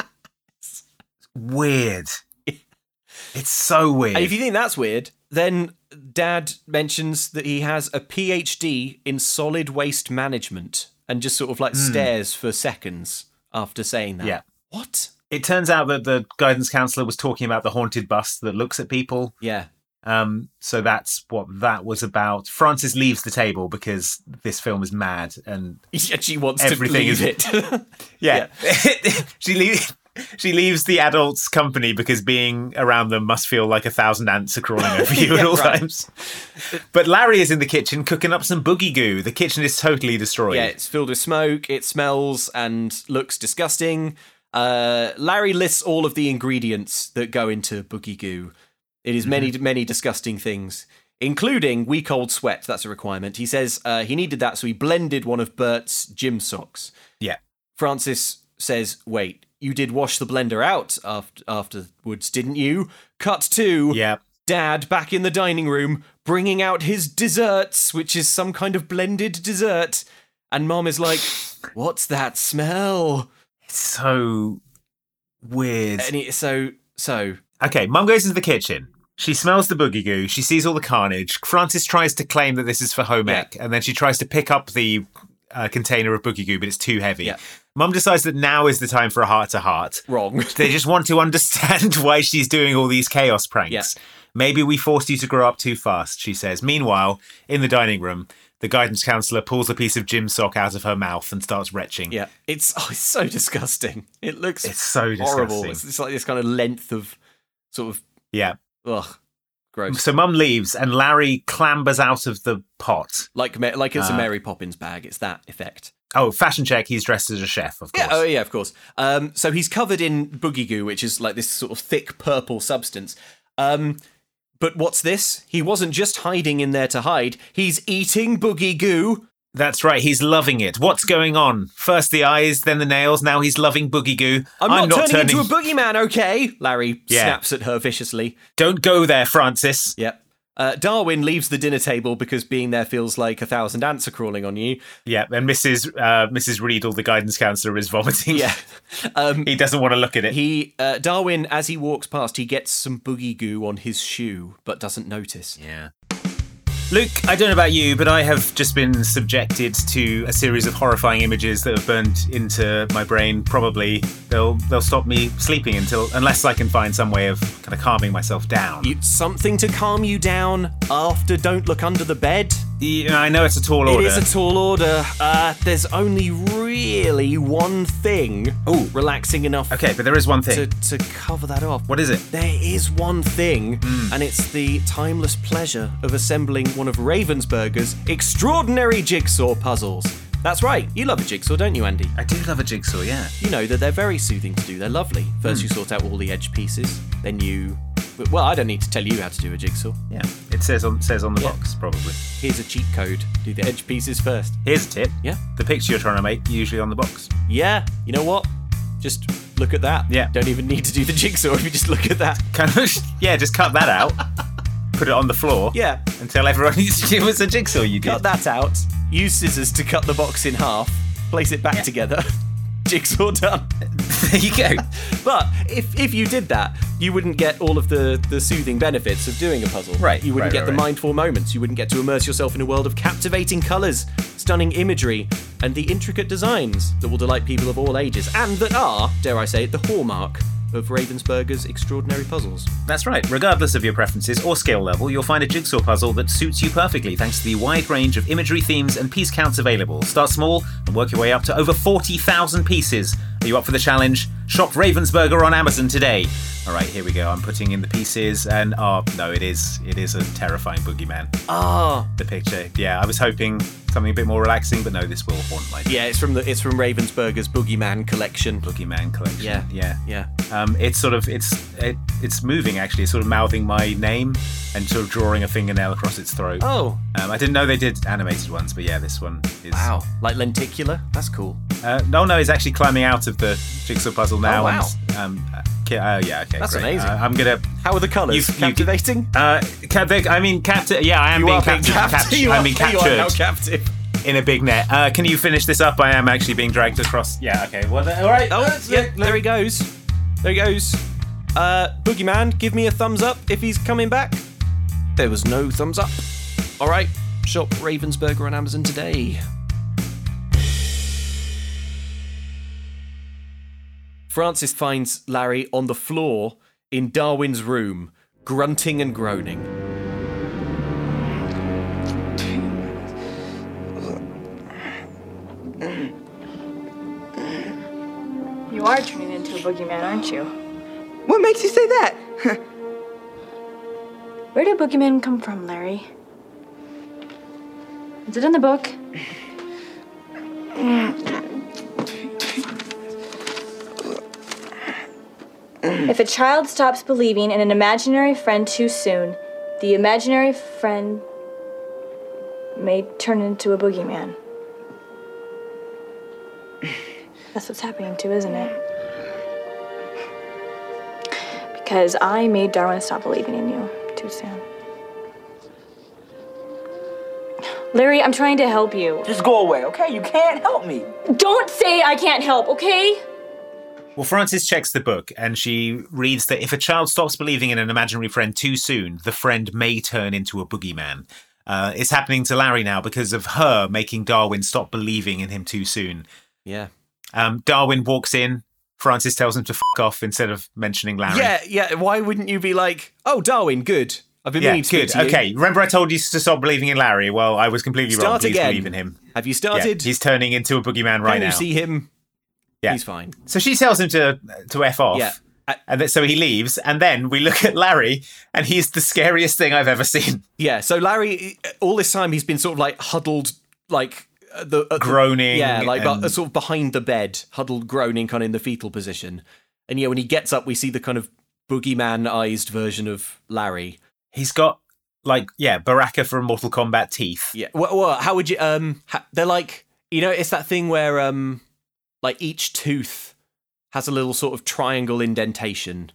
Speaker 2: weird. It's so weird.
Speaker 3: And if you think that's weird, then Dad mentions that he has a PhD in solid waste management and just sort of like stares for seconds after saying that.
Speaker 2: Hmm. Yeah.
Speaker 3: What?
Speaker 2: it turns out that the guidance counselor was talking about the haunted bust that looks at people.
Speaker 3: Yeah.
Speaker 2: Um, so that's what that was about. Francis leaves the table because this film is mad, and
Speaker 3: Yeah, she wants
Speaker 2: Everything
Speaker 3: to leave
Speaker 2: is-
Speaker 3: it.
Speaker 2: yeah, she leaves. She leaves the adults' company because being around them must feel like a thousand ants are crawling over you
Speaker 3: Yeah,
Speaker 2: at all
Speaker 3: right.
Speaker 2: times. But Larry is in the kitchen cooking up some boogie goo. The kitchen is totally destroyed.
Speaker 3: yeah, it's filled with smoke, it smells and looks disgusting. Uh, Larry lists all of the ingredients that go into boogie goo. It is many, many disgusting things, including weak old sweat. That's a requirement. He says uh, he needed that, so he blended one of Bert's gym socks.
Speaker 2: Yeah.
Speaker 3: Francis says, "Wait, you did wash the blender out after afterwards, didn't you?" Cut to
Speaker 2: yeah.
Speaker 3: Dad back in the dining room, bringing out his desserts, which is some kind of blended dessert, and Mom is like, "What's that smell?"
Speaker 2: It's so weird.
Speaker 3: And it, so, so
Speaker 2: Okay, Mum goes into the kitchen. She smells the boogie goo. She sees all the carnage. Francis tries to claim that this is for home
Speaker 3: Yeah.
Speaker 2: ec, and then she tries to pick up the uh, container of boogie goo, but it's too heavy.
Speaker 3: Yeah.
Speaker 2: Mum decides that now is the time for a heart to heart.
Speaker 3: wrong.
Speaker 2: They just want to understand why she's doing all these chaos pranks.
Speaker 3: Yeah.
Speaker 2: Maybe we forced you to grow up too fast, she says. Meanwhile, in the dining room, the guidance counselor pulls a piece of gym sock out of her mouth and starts retching.
Speaker 3: Yeah, it's oh, it's so disgusting. It looks
Speaker 2: It's so
Speaker 3: horrible.
Speaker 2: disgusting.
Speaker 3: It's, it's like this kind of length of sort of
Speaker 2: yeah.
Speaker 3: ugh, gross.
Speaker 2: So Mum leaves, and Larry clambers out of the pot.
Speaker 3: Like Ma- like it's a
Speaker 2: Uh,
Speaker 3: Mary Poppins bag. It's that effect.
Speaker 2: Oh, fashion check. He's dressed as a chef, of course.
Speaker 3: Yeah, oh yeah, of course. Um, so he's covered in boogie goo, which is like this sort of thick purple substance. Um, but what's this? He wasn't just hiding in there to hide. He's eating boogie goo.
Speaker 2: That's right. He's loving it. What's going on? First the eyes, then the nails. Now he's loving boogie goo.
Speaker 3: I'm, not, turning, into a boogeyman, okay? Larry
Speaker 2: Yeah.
Speaker 3: snaps at her viciously.
Speaker 2: Don't go there, Francis.
Speaker 3: Yep. Uh, Darwin leaves the dinner table because being there feels like a thousand ants are crawling on you.
Speaker 2: Yeah, and Mrs. Uh, Mrs. Riedel, the guidance counselor, is vomiting.
Speaker 3: Yeah. Um,
Speaker 2: he doesn't want to look at it.
Speaker 3: he uh, Darwin, as he walks past, he gets some boogie goo on his shoe, but doesn't notice.
Speaker 2: yeah. Luke, I don't know about you, but I have just been subjected to a series of horrifying images that have burned into my brain. Probably they'll they'll stop me sleeping until unless I can find some way of kind of calming myself down.
Speaker 3: You, something to calm you down after Don't Look Under the Bed.
Speaker 2: Oh, Yeah, I know it's a tall order.
Speaker 3: It is a tall order. Uh, there's only really one thing
Speaker 2: Ooh.
Speaker 3: relaxing enough
Speaker 2: okay, but there is one
Speaker 3: to,
Speaker 2: thing.
Speaker 3: to cover that off.
Speaker 2: What is it? Hmm.
Speaker 3: There is one thing, and it's the timeless pleasure of assembling one of Ravensburger's extraordinary jigsaw puzzles. That's right, you love a jigsaw, don't you, Andy?
Speaker 2: I do love a jigsaw, yeah. Hmm.
Speaker 3: You know that they're very soothing to do, they're lovely. First, you sort out all the edge pieces, then you Well, I don't need to tell you how to do a jigsaw.
Speaker 2: Yeah, it says on says on the box probably.
Speaker 3: Here's a cheat code. Do the edge pieces first.
Speaker 2: Here's a tip.
Speaker 3: Yeah.
Speaker 2: The picture you're trying to make usually on the box.
Speaker 3: Yeah, you know what? Just look at that. Yeah. Don't even need to do the jigsaw if you just look at that.
Speaker 2: Kind of, yeah, just cut that out. put it on the floor.
Speaker 3: Yeah.
Speaker 2: And tell everyone it was a jigsaw you did.
Speaker 3: Cut that out. Use scissors to cut the box in half. Place it back together. Jigsaw done.
Speaker 2: There you go.
Speaker 3: But if, if you did that, you wouldn't get all of the, the soothing benefits of doing a puzzle.
Speaker 2: Right,
Speaker 3: You
Speaker 2: right,
Speaker 3: wouldn't get
Speaker 2: right,
Speaker 3: the
Speaker 2: right.
Speaker 3: mindful moments. You wouldn't get to immerse yourself in a world of captivating colours, stunning imagery, and the intricate designs that will delight people of all ages and that are, dare I say, it, the hallmark of Ravensburger's extraordinary puzzles.
Speaker 2: That's right. Regardless of your preferences or skill level, you'll find a jigsaw puzzle that suits you perfectly thanks to the wide range of imagery themes and piece counts available. Start small and work your way up to over 40,000 pieces. Are you up for the challenge? Shop Ravensburger on Amazon today. All right, here we go. I'm putting in the pieces and oh, no, it is it is a terrifying boogeyman.
Speaker 3: Ah,
Speaker 2: The picture. Yeah, I was hoping something a bit more relaxing, but no, this will haunt my
Speaker 3: yeah, it's from the it's from Ravensburger's Boogeyman collection.
Speaker 2: boogeyman collection.
Speaker 3: Yeah,
Speaker 2: Yeah.
Speaker 3: yeah.
Speaker 2: Um, it's sort of it's it, it's moving actually. It's sort of mouthing my name and sort of drawing a fingernail across its throat.
Speaker 3: Oh,
Speaker 2: Um, I didn't know they did animated ones, but yeah, this one is.
Speaker 3: wow, like lenticular. That's cool.
Speaker 2: Uh, no, no, it's actually climbing out of the jigsaw puzzle now.
Speaker 3: Oh, wow.
Speaker 2: And, um, uh, ki- oh yeah, okay.
Speaker 3: That's
Speaker 2: great.
Speaker 3: amazing.
Speaker 2: Uh, I'm gonna.
Speaker 3: How are the colours?
Speaker 2: You- you-
Speaker 3: Captivating.
Speaker 2: Uh, cap- I mean, capture. Yeah, I am
Speaker 3: you
Speaker 2: being
Speaker 3: are being
Speaker 2: captured.
Speaker 3: captive.
Speaker 2: Capt-
Speaker 3: you
Speaker 2: I'm
Speaker 3: are-
Speaker 2: being
Speaker 3: you are now
Speaker 2: captured
Speaker 3: captive.
Speaker 2: in a big net. Uh, can you finish this up? I am actually being dragged across. Yeah, okay. Well, all right.
Speaker 3: Oh,
Speaker 2: let's-
Speaker 3: yeah, there he goes. There he goes. Uh, Boogeyman, give me a thumbs up if he's coming back. There was no thumbs up. All right, shop Ravensburger on Amazon today. Francis finds Larry on the floor in Darwin's room, grunting and groaning.
Speaker 12: You are turning into a boogeyman, aren't you?
Speaker 13: What makes you say that?
Speaker 12: Where did boogeymen come from, Larry? Is it in the book? If a child stops believing in an imaginary friend too soon, the imaginary friend may turn into a boogeyman. That's what's happening to, isn't it? Because I made Darwin stop believing in you too soon. Larry, I'm trying to help you.
Speaker 9: Just go away, okay? You can't help me.
Speaker 12: Don't say I can't help, okay?
Speaker 2: Well, Frances checks the book and she reads that if a child stops believing in an imaginary friend too soon, the friend may turn into a boogeyman. Uh, it's happening to Larry now because of her making Darwin stop believing in him too soon.
Speaker 3: Yeah.
Speaker 2: Um, Darwin walks in. Frances tells him to f off instead of mentioning Larry.
Speaker 3: Yeah, yeah. Why wouldn't you be like, oh, Darwin, good. I've been
Speaker 2: yeah
Speaker 3: meaning to speak
Speaker 2: good.
Speaker 3: to you."
Speaker 2: Okay, remember I told you to stop believing in Larry? Well, I was completely wrong.
Speaker 3: Start
Speaker 2: Please
Speaker 3: again.
Speaker 2: believe in him.
Speaker 3: Have you
Speaker 2: Yeah,
Speaker 3: started?
Speaker 2: he's turning into a boogeyman right
Speaker 3: Can
Speaker 2: now.
Speaker 3: you see him?
Speaker 2: Yeah.
Speaker 3: He's fine.
Speaker 2: So she tells him to to f off.
Speaker 3: Yeah. I-
Speaker 2: and th- so he leaves, and then we look at Larry, and he's the scariest thing I've ever seen.
Speaker 3: Yeah, so Larry, all this time he's been sort of like huddled, like at the at the-
Speaker 2: Groaning
Speaker 3: yeah, like bu-
Speaker 2: and-
Speaker 3: sort of behind the bed, huddled, groaning, kind of in the fetal position. And yeah, when he gets up, we see the kind of boogeyman-ized version of Larry.
Speaker 2: He's got like yeah, Baraka from Mortal Kombat teeth.
Speaker 3: Yeah, what? what how would you? Um, ha- they're like you know, it's that thing where um, like each tooth has a little sort of triangle indentation.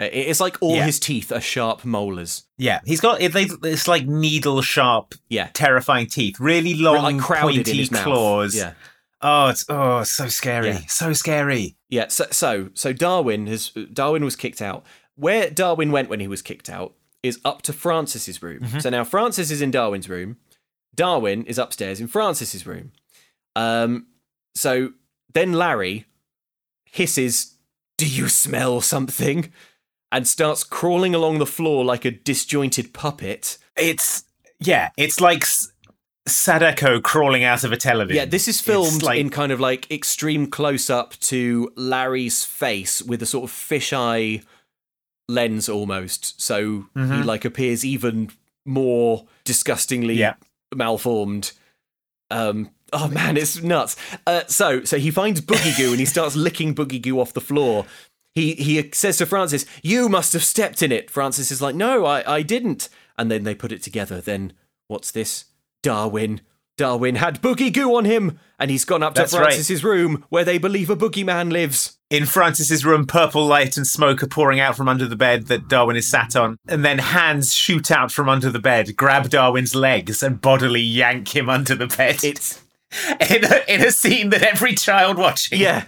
Speaker 3: Uh, it- It's like all
Speaker 2: Yeah.
Speaker 3: his teeth are sharp molars.
Speaker 2: Yeah, he's got it, they, it's like needle sharp,
Speaker 3: Yeah.
Speaker 2: terrifying teeth, really long,
Speaker 3: like crowded in
Speaker 2: pointy
Speaker 3: his mouth.
Speaker 2: claws.
Speaker 3: Yeah.
Speaker 2: Oh, it's oh, it's so scary,
Speaker 3: Yeah.
Speaker 2: so scary.
Speaker 3: Yeah, so so so Darwin has Darwin was kicked out. Where Darwin went when he was kicked out is up to Francis's room. So now Francis is in Darwin's room. Darwin is upstairs in Francis's room. Um so then Larry hisses, "Do you smell something?" and starts crawling along the floor like a disjointed puppet.
Speaker 2: It's yeah, it's like S- Sadako crawling out of a television.
Speaker 3: Yeah, this is
Speaker 2: It's
Speaker 3: filmed
Speaker 2: like-
Speaker 3: in kind of like extreme close up to Larry's face with a sort of fisheye lens almost. So he
Speaker 2: Mhm.
Speaker 3: like appears even more disgustingly
Speaker 2: Yeah.
Speaker 3: malformed. Um oh man, it's nuts. Uh, so so he finds Boogie Goo and he starts licking Boogie Goo off the floor. He he says to Francis, "You must have stepped in it." Francis is like, "No, I I didn't." And then they put it together. Then what's this? Darwin. Darwin had boogie goo on him, and he's gone up
Speaker 2: That's
Speaker 3: to
Speaker 2: right.
Speaker 3: Francis's room where they believe a boogeyman lives.
Speaker 2: In Francis's room, purple light and smoke are pouring out from under the bed that Darwin is sat on, and then hands shoot out from under the bed, grab Darwin's legs, and bodily yank him under the bed. It's in a, in a scene that every child watching yeah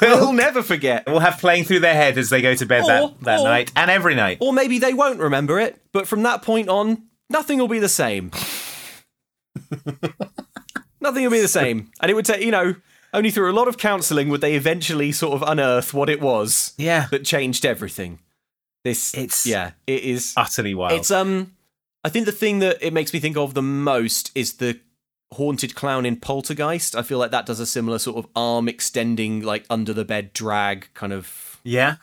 Speaker 2: will
Speaker 3: never forget.
Speaker 2: Will have playing through their head as they go to bed
Speaker 3: Or-
Speaker 2: that, that
Speaker 3: or-
Speaker 2: night and every night.
Speaker 3: Or maybe they won't remember it, but from that point on, nothing will be the same. nothing will be the same. And it would take, you know, only through a lot of counselling would they eventually sort of unearth what it was
Speaker 2: yeah.
Speaker 3: that changed everything. This it's yeah, it is
Speaker 2: utterly wild.
Speaker 3: It's um I think the thing that it makes me think of the most is the haunted clown in Poltergeist. I feel like that does a similar sort of arm extending like under the bed drag kind of
Speaker 2: Yeah.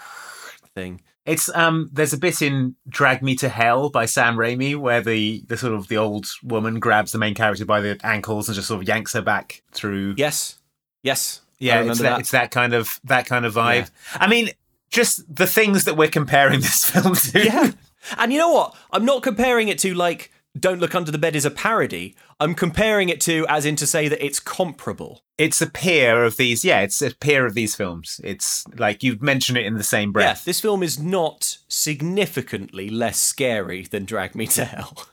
Speaker 3: thing.
Speaker 2: It's um there's a bit in Drag Me to Hell by Sam Raimi where the, the sort of the old woman grabs the main character by the ankles and just sort of yanks her back through
Speaker 3: Yes. Yes. I
Speaker 2: Yeah, it's
Speaker 3: remember
Speaker 2: that,
Speaker 3: that.
Speaker 2: it's that kind of that kind of vibe. I mean, just the things that we're comparing this film to.
Speaker 3: Yeah. And you know what? I'm not comparing it to like Don't Look Under the Bed is a parody. I'm comparing it to as in to say that it's comparable.
Speaker 2: It's a peer of these. Yeah, it's a peer of these films. It's like you mention it in the same
Speaker 3: Yeah,
Speaker 2: breath.
Speaker 3: this film is not significantly less scary than Drag Me to Hell.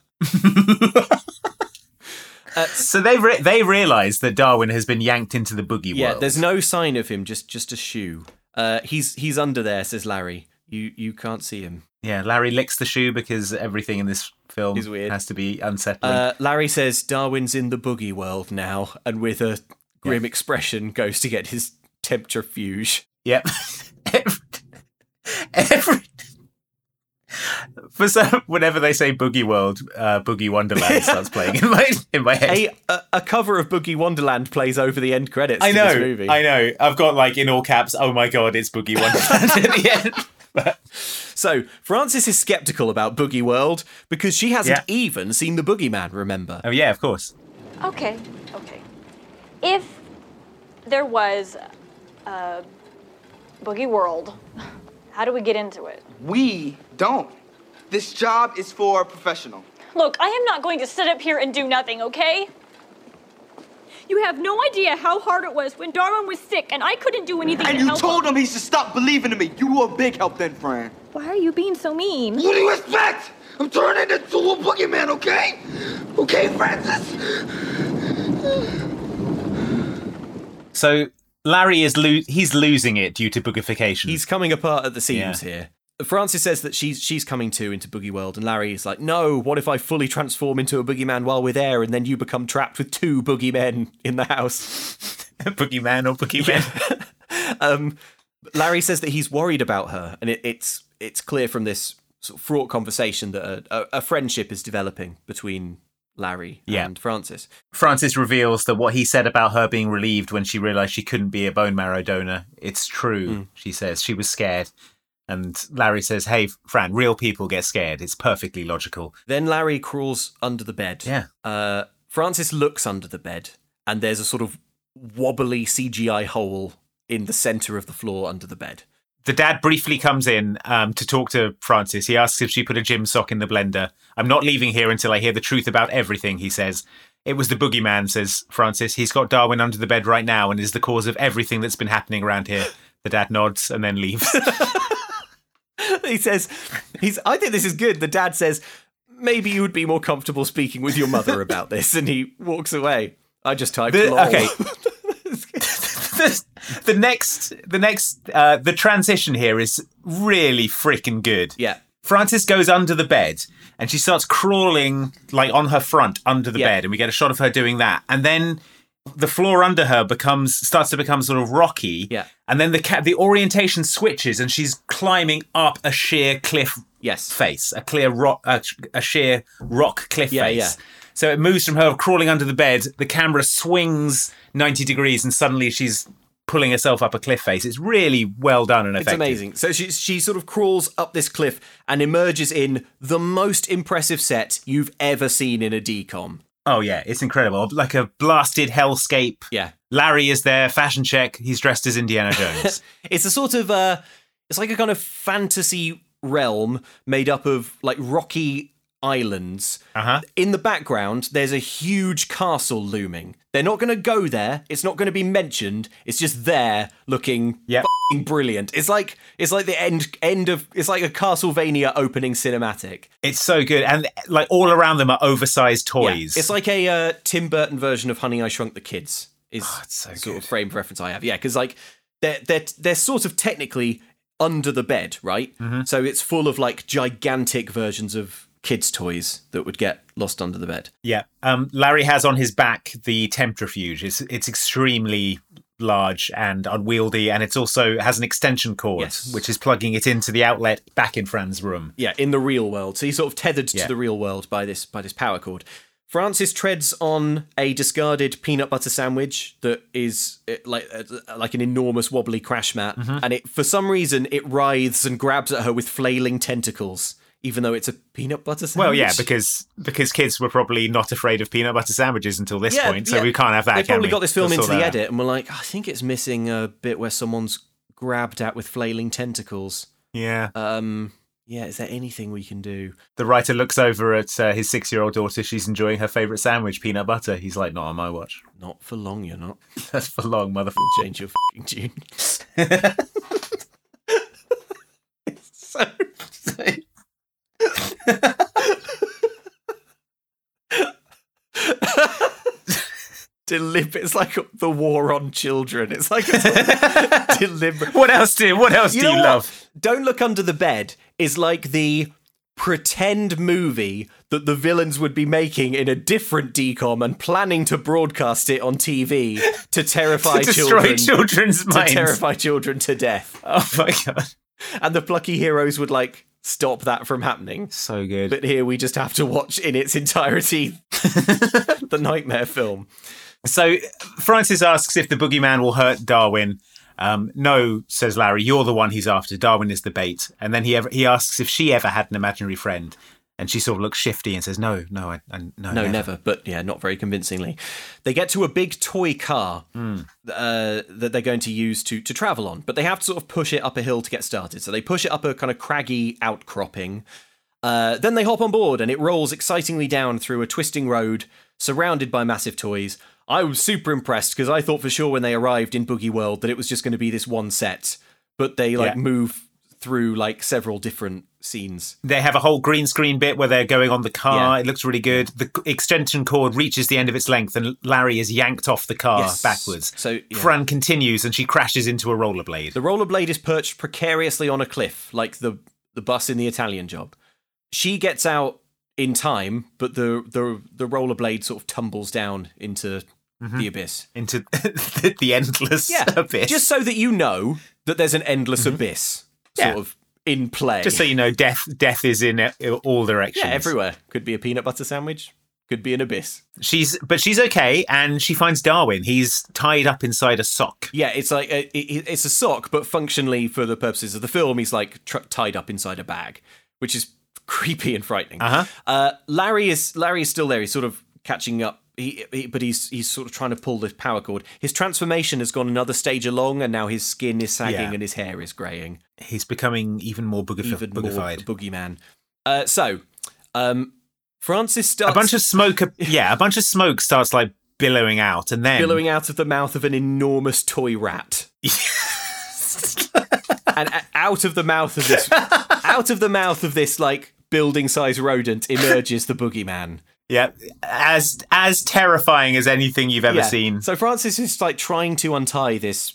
Speaker 2: so they re- they realize that Darwin has been yanked into the boogie
Speaker 3: Yeah,
Speaker 2: world.
Speaker 3: there's no sign of him, just just a shoe. Uh, he's he's under there, says Larry. You you can't see him.
Speaker 2: Yeah, Larry licks the shoe because everything in this film
Speaker 3: Is weird.
Speaker 2: has to be unsettling.
Speaker 3: Uh, Larry says Darwin's in the boogie world now, and with a grim expression goes to get his temptrifuge.
Speaker 2: Yep. For some, whenever they say boogie world, uh, boogie wonderland starts playing in my in my head.
Speaker 3: A, a, a cover of Boogie Wonderland plays over the end credits.
Speaker 2: I
Speaker 3: to
Speaker 2: know.
Speaker 3: This movie.
Speaker 2: I know. I've got like in all caps. Oh my god, it's Boogie Wonderland at the end.
Speaker 3: So Frances is skeptical about Boogie World because she hasn't even seen the Boogeyman. Remember?
Speaker 2: Oh yeah, of course.
Speaker 10: Okay, okay. If there was a boogie world, how do we get into it?
Speaker 13: We don't. This job is for a professional.
Speaker 7: Look, I am not going to sit up here and do nothing, okay? You have no idea how hard it was when Darwin was sick and I couldn't do anything
Speaker 13: And
Speaker 7: to
Speaker 13: you
Speaker 7: help
Speaker 13: told
Speaker 7: him.
Speaker 13: him he should stop believing in me. You were a big help then, Fran.
Speaker 10: Why are you being so mean?
Speaker 13: What do you expect? I'm turning into a boogeyman, okay? Okay, Francis?
Speaker 2: So Larry is lo- he's losing it due to boogification.
Speaker 3: He's coming apart at the seams
Speaker 2: Yeah.
Speaker 3: here. Frances says that she's she's coming too into Boogie World, and Larry is like, "No, what if I fully transform into a boogeyman while we're there, and then you become trapped with two boogeymen in the house,
Speaker 2: boogeyman or boogeyman?"
Speaker 3: um, Larry says that he's worried about her, and it, it's it's clear from this sort of fraught conversation that a, a, a friendship is developing between Larry
Speaker 2: Yeah.
Speaker 3: and Frances.
Speaker 2: Francis reveals that what he said about her being relieved when she realized she couldn't be a bone marrow donor, it's true, she says. She was scared. And Larry says, Hey, Fran, real people get scared. It's perfectly logical.
Speaker 3: Then Larry crawls under the bed.
Speaker 2: Yeah.
Speaker 3: Uh, Francis looks under the bed, and there's a sort of wobbly CGI hole in the center of the floor under the bed.
Speaker 2: The dad briefly comes in um, to talk to Francis. He asks if she put a gym sock in the blender. I'm not leaving here until I hear the truth about everything, he says. It was the boogeyman, says Francis. He's got Darwin under the bed right now and is the cause of everything that's been happening around here. The dad nods and then leaves.
Speaker 3: he says, "He's." I think this is good. The dad says, "Maybe you would be more comfortable speaking with your mother about this," and he walks away. I just typed.
Speaker 2: The-
Speaker 3: lol.
Speaker 2: okay. the, the next the next uh the transition here is really freaking good
Speaker 3: yeah
Speaker 2: francis goes under the bed and she starts crawling like on her front under the
Speaker 3: Yeah.
Speaker 2: bed and we get a shot of her doing that and then the floor under her becomes starts to become sort of rocky
Speaker 3: Yeah.
Speaker 2: and then the ca- the orientation switches and she's climbing up a sheer cliff
Speaker 3: Yes.
Speaker 2: face a clear rock a, a sheer rock cliff
Speaker 3: Yeah,
Speaker 2: face
Speaker 3: yeah.
Speaker 2: so it moves from her crawling under the bed. The camera swings 90 degrees, and suddenly she's pulling herself up a cliff face. It's really well done and
Speaker 3: It's
Speaker 2: effective.
Speaker 3: amazing. So she she sort of crawls up this cliff and emerges in the most impressive set you've ever seen in a decom.
Speaker 2: Oh, yeah, it's incredible. Like a blasted hellscape.
Speaker 3: Yeah.
Speaker 2: Larry is there, fashion check. He's dressed as Indiana Jones.
Speaker 3: It's a sort of uh It's like a kind of fantasy realm made up of like rocky islands.
Speaker 2: Uh-huh.
Speaker 3: In the background, there's a huge castle looming. They're not going to go there. It's not going to be mentioned. It's just there, looking f***ing brilliant. It's like it's like the end end of it's like a Castlevania opening cinematic.
Speaker 2: It's so good, and like all around them are oversized
Speaker 3: Yeah,
Speaker 2: toys.
Speaker 3: It's like a uh, Tim Burton version of Honey I Shrunk the Kids. Is sort of frame of reference I have. Yeah, because like they're they're they're sort of technically under the bed, right? So it's full of like gigantic versions of kids' toys that would get lost under the bed.
Speaker 2: Yeah. Um, Larry has on his back the Temptrifuge. It's it's extremely large and unwieldy, and it's also has an extension cord, which is plugging it into the outlet back in Fran's room.
Speaker 3: Yeah, in the real world. So he's sort of tethered
Speaker 2: Yeah.
Speaker 3: to the real world by this by this power cord. Francis treads on a discarded peanut butter sandwich that is eh, like eh, like an enormous wobbly crash mat,
Speaker 2: Mhm.
Speaker 3: and it for some reason it writhes and grabs at her with flailing tentacles, even though it's a peanut butter sandwich.
Speaker 2: Well, yeah, because because kids were probably not afraid of peanut butter sandwiches until this point, so we can't have that.
Speaker 3: They
Speaker 2: can
Speaker 3: probably
Speaker 2: we?
Speaker 3: got this film
Speaker 2: We'll
Speaker 3: into
Speaker 2: sort
Speaker 3: the
Speaker 2: that out.
Speaker 3: edit, and we're like, I think it's missing a bit where someone's grabbed at with flailing tentacles.
Speaker 2: Yeah.
Speaker 3: Um. Yeah. Is there anything we can do?
Speaker 2: The writer looks over at uh, his six-year-old daughter. She's enjoying her favorite sandwich, peanut butter. He's like, "Not on my watch."
Speaker 3: Not for long, you're not.
Speaker 2: That's for long, motherfucker.
Speaker 3: Change your fucking tune. so deliberate. It's like the war on children. It's like it's deliberate.
Speaker 2: What else do What else do
Speaker 3: know
Speaker 2: you
Speaker 3: what?
Speaker 2: love?
Speaker 3: Don't look under the bed is like the pretend movie that the villains would be making in a different decom and planning to broadcast it on TV to terrify
Speaker 2: To destroy
Speaker 3: children,
Speaker 2: children's
Speaker 3: to
Speaker 2: minds.
Speaker 3: terrify children to death.
Speaker 2: Oh my god!
Speaker 3: And the plucky heroes would like stop that from happening.
Speaker 2: So good.
Speaker 3: But here we just have to watch in its entirety the nightmare film.
Speaker 2: So Francis asks if the boogeyman will hurt Darwin. Um, no, says Larry. You're the one he's after. Darwin is the bait. And then he ever, he asks if she ever had an imaginary friend, and she sort of looks shifty and says, "No, no, I, I no,
Speaker 3: No, never. But yeah, not very convincingly. They get to a big toy car uh, that they're going to use to to travel on, but they have to sort of push it up a hill to get started. So they push it up a kind of craggy outcropping. Uh, then they hop on board, and it rolls excitingly down through a twisting road surrounded by massive toys. I was super impressed because I thought for sure when they arrived in Boogie World that it was just going to be this one set, but they like
Speaker 2: Yeah.
Speaker 3: move through like several different scenes.
Speaker 2: They have a whole green screen bit where they're going on the car.
Speaker 3: Yeah.
Speaker 2: It looks really good. The c- extension cord reaches the end of its length, and Larry is yanked off the car
Speaker 3: Yes.
Speaker 2: backwards.
Speaker 3: So yeah.
Speaker 2: Fran continues, and she crashes into a rollerblade.
Speaker 3: The rollerblade is perched precariously on a cliff, like the the bus in the Italian job. She gets out in time, but the the the rollerblade sort of tumbles down into the abyss.
Speaker 2: Into the, the endless
Speaker 3: Yeah,
Speaker 2: Mm-hmm. abyss. Mm-hmm.
Speaker 3: just so that you know that there's an endless abyss sort
Speaker 2: Yeah.
Speaker 3: of in play.
Speaker 2: Just so you know, death death is in uh, all directions.
Speaker 3: yeah, everywhere could be a peanut butter sandwich, could be an abyss.
Speaker 2: She's but she's okay, and she finds Darwin. He's tied up inside a sock.
Speaker 3: Yeah, it's like a, it, it's a sock, but functionally for the purposes of the film, he's like tr- tied up inside a bag, which is creepy and frightening.
Speaker 2: Uh-huh.
Speaker 3: Uh, Larry is Larry is still there. He's sort of catching up. He, he, but he's he's sort of trying to pull the power cord. His transformation has gone another stage along, and now his skin is sagging
Speaker 2: Yeah.
Speaker 3: and his hair is graying.
Speaker 2: He's becoming even more boogif-
Speaker 3: Even more
Speaker 2: boogified.
Speaker 3: boogeyman. Uh, so, um, Francis starts
Speaker 2: a bunch of smoke. yeah, a bunch of smoke starts like billowing out, and then
Speaker 3: billowing out of the mouth of an enormous toy rat. and a- out of the mouth of this, out of the mouth of this like building-sized rodent emerges the boogeyman.
Speaker 2: Yeah, as as terrifying as anything you've ever
Speaker 3: Yeah.
Speaker 2: seen.
Speaker 3: So Francis is like trying to untie this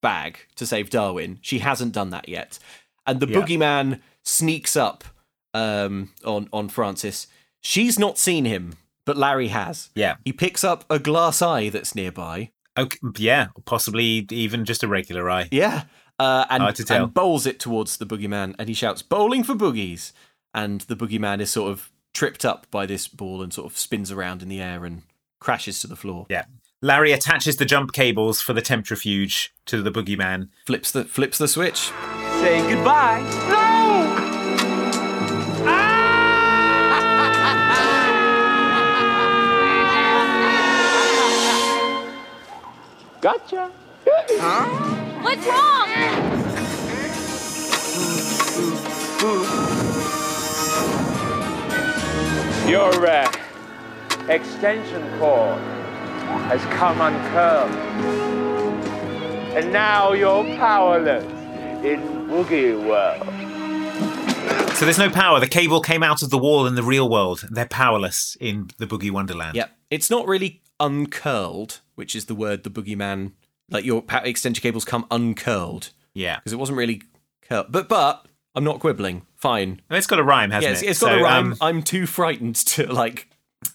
Speaker 3: bag to save Darwin. She hasn't done that yet, and the
Speaker 2: Yeah.
Speaker 3: boogeyman sneaks up um, on on Francis. She's not seen him, but Larry has.
Speaker 2: Yeah.
Speaker 3: he picks up a glass eye that's nearby.
Speaker 2: Okay, yeah, possibly even just a regular eye.
Speaker 3: Yeah. Uh, and,
Speaker 2: Hard to tell.
Speaker 3: and bowls it towards the boogeyman, and he shouts, "Bowling for boogies!" And the boogeyman is sort of tripped up by this ball and sort of spins around in the air and crashes to the floor.
Speaker 2: Yeah. Larry attaches the jump cables for the temptrifuge to the boogeyman.
Speaker 3: Flips the flips the switch.
Speaker 9: Say goodbye. No!
Speaker 11: Gotcha.
Speaker 7: What's wrong?
Speaker 11: Your uh, extension cord has come uncurled. And now you're powerless in Boogie World.
Speaker 2: So there's no power. The cable came out of the wall in the real world. They're powerless in the Boogie Wonderland.
Speaker 3: Yep. It's not really uncurled, which is the word the boogeyman, like your pa- extension cables come uncurled.
Speaker 2: Yeah.
Speaker 3: Because it wasn't really curled. But, but, I'm not quibbling. Fine.
Speaker 2: It's got a rhyme, hasn't
Speaker 3: yeah, it's,
Speaker 2: it?
Speaker 3: has got
Speaker 2: So,
Speaker 3: a rhyme.
Speaker 2: um,
Speaker 3: I'm too frightened to, like,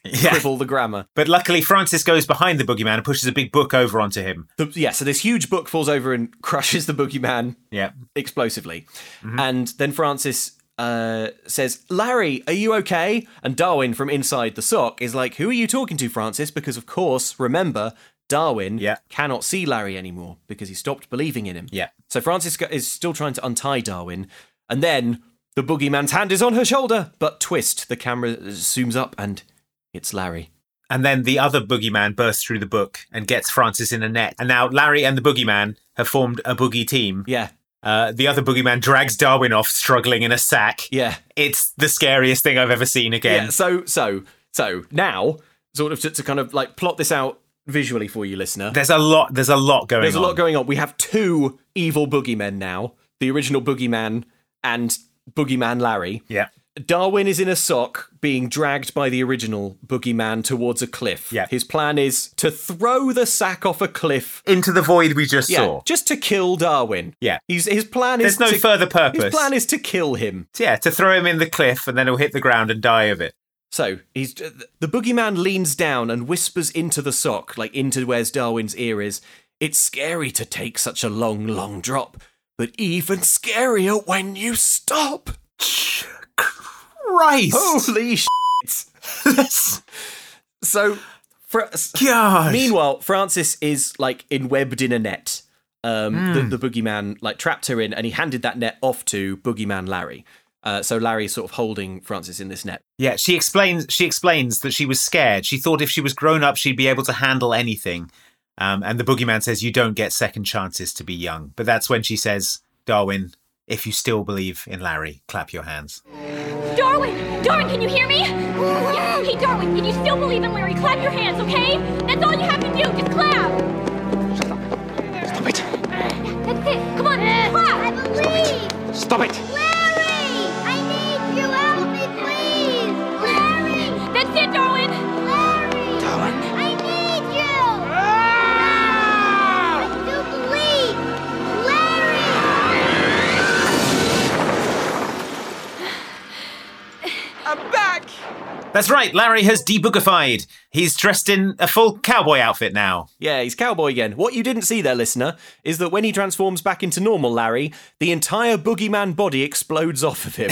Speaker 2: Yeah.
Speaker 3: quibble the grammar.
Speaker 2: But luckily, Francis goes behind the boogeyman and pushes a big book over onto him.
Speaker 3: The, yeah, so this huge book falls over and crushes the boogeyman
Speaker 2: yeah.
Speaker 3: explosively.
Speaker 2: Mm-hmm.
Speaker 3: And then Francis uh, says, Larry, are you okay? And Darwin from inside the sock is like, Who are you talking to, Francis? Because, of course, remember, Darwin cannot see Larry anymore because he stopped believing in him.
Speaker 2: Yeah.
Speaker 3: So Francis go- is still trying to untie Darwin. And then the boogeyman's hand is on her shoulder, but twist, the camera zooms up and it's Larry.
Speaker 2: And then the other boogeyman bursts through the book and gets Francis in a net. And now Larry and the boogeyman have formed a boogie team.
Speaker 3: Yeah.
Speaker 2: Uh, the other boogeyman drags Darwin off, struggling in a sack.
Speaker 3: Yeah.
Speaker 2: It's the scariest thing I've ever seen again.
Speaker 3: Yeah, so so so now, sort of to, to kind of like plot this out visually for you, listener.
Speaker 2: There's a lot. There's a lot going
Speaker 3: There's a
Speaker 2: on.
Speaker 3: lot going on. We have two evil boogeymen now: the original boogeyman and boogeyman Larry.
Speaker 2: Yeah.
Speaker 3: Darwin is in a sock, being dragged by the original boogeyman towards a cliff. Yeah. His plan is to throw the sack off a cliff
Speaker 2: into the void we just
Speaker 3: yeah,
Speaker 2: saw.
Speaker 3: just to kill Darwin.
Speaker 2: Yeah.
Speaker 3: He's, his plan is
Speaker 2: There's no
Speaker 3: to-
Speaker 2: further purpose.
Speaker 3: His plan is to kill him.
Speaker 2: Yeah, to throw him in the cliff and then he'll hit the ground and die of it.
Speaker 3: So he's uh, the boogeyman leans down and whispers into the sock, like into where's Darwin's ear is. It's scary to take such a long, long drop, but even scarier when you stop.
Speaker 2: Christ!
Speaker 3: Holy shit! so, Fra-
Speaker 2: God.
Speaker 3: Meanwhile, Francis is like enwebbed in a net. Um,
Speaker 2: Mm.
Speaker 3: the, the boogeyman like trapped her in, and he handed that net off to boogeyman Larry. Uh, so Larry's sort of holding Francis in this net.
Speaker 2: Yeah, she explains. She explains that she was scared. She thought if she was grown up, she'd be able to handle anything. Um, and the boogeyman says, "You don't get second chances to be young." But that's when she says, "Darwin, if you still believe in Larry, clap your hands."
Speaker 7: Darwin! Darwin, can you hear me? Yeah. Hey, Darwin, if you still believe in Larry, clap your hands, okay? That's all you have to do. Just clap.
Speaker 6: Stop it.
Speaker 7: That's it. Come on, clap. I believe.
Speaker 6: Stop it.
Speaker 7: Larry, I need you. Help me, please. Larry. That's it, Darwin. Larry. Darwin. I need you.
Speaker 6: Ah!
Speaker 7: I do believe.
Speaker 9: I'm back.
Speaker 2: That's right. Larry has deboogified. He's dressed in a full cowboy outfit now.
Speaker 3: Yeah, he's cowboy again. What you didn't see there, listener, is that when he transforms back into normal Larry, the entire boogeyman body explodes off of him.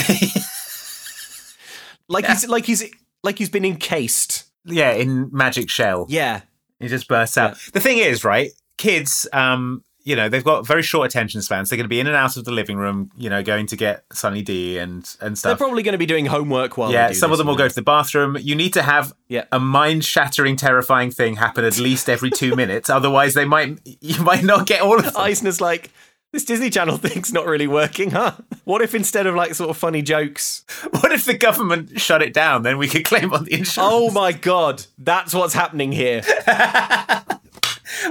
Speaker 3: like he's like he's like he's been encased.
Speaker 2: Yeah, in magic shell.
Speaker 3: Yeah.
Speaker 2: It just bursts out. The thing is, right? Kids, um, you know, they've got very short attention spans. They're going to be in and out of the living room, you know, going to get Sunny D and and
Speaker 3: They're
Speaker 2: stuff.
Speaker 3: probably going to be doing homework while
Speaker 2: yeah,
Speaker 3: they do
Speaker 2: some of
Speaker 3: this,
Speaker 2: them will go to the bathroom. You need to have
Speaker 3: Yeah.
Speaker 2: a mind-shattering, terrifying thing happen at least every two minutes. Otherwise, they might you might not get all of them.
Speaker 3: Eisner's like this Disney Channel thing's not really working, huh? What if instead of like sort of funny jokes?
Speaker 2: What if the government shut it down? Then we could claim on the insurance.
Speaker 3: Oh my god, that's what's happening here.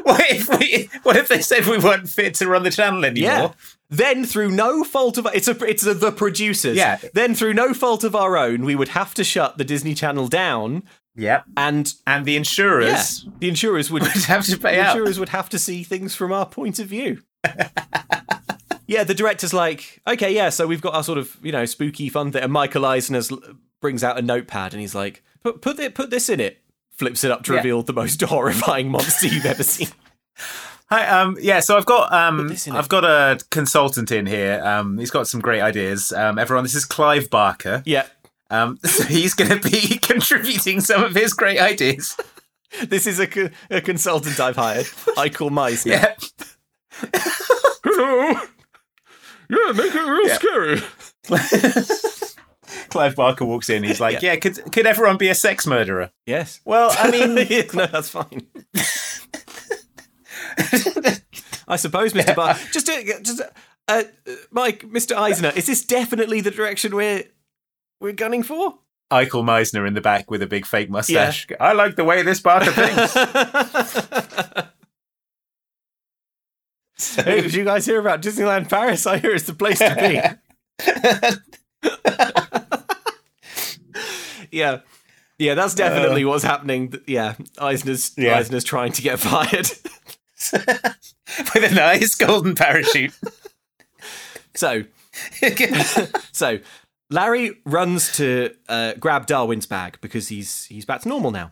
Speaker 2: What if we? What if they said we weren't fit to run the channel anymore?
Speaker 3: Yeah. Then through no fault of it's a it's a, the producers.
Speaker 2: Yeah.
Speaker 3: Then through no fault of our own, we would have to shut the Disney Channel down.
Speaker 2: Yep.
Speaker 3: And
Speaker 2: and the insurers
Speaker 3: Yeah, the insurers would,
Speaker 2: have to pay
Speaker 3: the
Speaker 2: out.
Speaker 3: Insurers would have to see things from our point of view. yeah, the director's like, okay, yeah, so we've got our sort of you know spooky fun thing, and Michael Eisner's brings out a notepad and he's like, put put it, put this in it. Flips it up to
Speaker 2: Yeah.
Speaker 3: reveal the most horrifying monster you've ever seen.
Speaker 2: Hi, um, yeah, so I've got um, I've got a consultant in here. Um, he's got some great ideas. Um, everyone, this is Clive Barker.
Speaker 3: Yeah.
Speaker 2: Um, so he's going to be contributing some of his great ideas.
Speaker 3: This is a, co- a consultant I've hired. I call Mice.
Speaker 2: Yeah.
Speaker 3: Hello. Yeah, make it real scary.
Speaker 2: Clive Barker walks in. He's like, "Yeah, could could everyone be a sex murderer?"
Speaker 3: Yes.
Speaker 2: Well, I mean,
Speaker 3: Yeah, no, that's fine. I suppose, Mr. Barker. Just, a, just a- Uh, Mike, Mr. Eisner, is this definitely the direction we're we're gunning for?
Speaker 2: Eichel Meisner in the back with a big fake mustache. I like the way this part of things.
Speaker 3: Hey, did you guys hear about Disneyland Paris? I hear it's the place to be. yeah, yeah, that's definitely what's happening. Th- Yeah, Eisner's
Speaker 2: Uh. Yeah.
Speaker 3: Eisner's trying to get fired.
Speaker 2: with a nice golden parachute.
Speaker 3: So, so Larry runs to uh, grab Darwin's bag because he's he's back to normal now.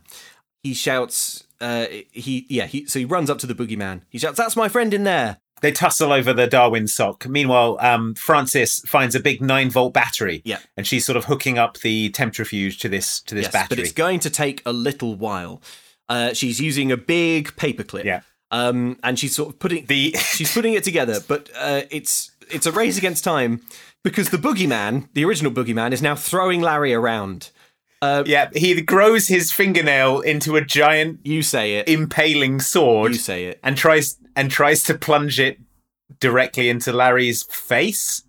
Speaker 3: He shouts, uh, he yeah, he so he runs up to the boogeyman. He shouts, "That's my friend in there."
Speaker 2: They tussle over the Darwin sock. Meanwhile, um, Francis finds a big nine volt battery,
Speaker 3: Yeah.
Speaker 2: and she's sort of hooking up the temprifuge to this to this
Speaker 3: Yes,
Speaker 2: battery.
Speaker 3: but it's going to take a little while. Uh, she's using a big paperclip. Yeah. Um, and she's sort of putting the she's putting it together, but uh, it's it's a race against time because the boogeyman, the original boogeyman, is now throwing Larry around. Uh,
Speaker 2: yeah, he grows his fingernail into a giant.
Speaker 3: You say it.
Speaker 2: Impaling sword.
Speaker 3: You say it.
Speaker 2: And tries and tries to plunge it directly into Larry's face,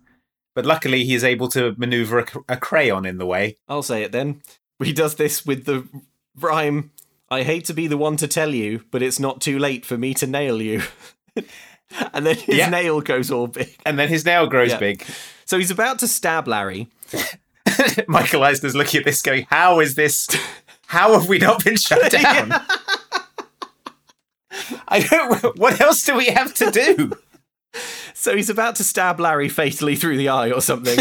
Speaker 2: but luckily he is able to maneuver a, cr- a crayon in the way.
Speaker 3: I'll say it then. He does this with the rhyme. I hate to be the one to tell you, but it's not too late for me to nail you. and then his nail goes all big.
Speaker 2: And then his nail grows big.
Speaker 3: So he's about to stab Larry.
Speaker 2: Michael Eisner's looking at this, going, "How is this? How have we not been shut down?" I don't. What else do we have to do?
Speaker 3: So he's about to stab Larry fatally through the eye or something.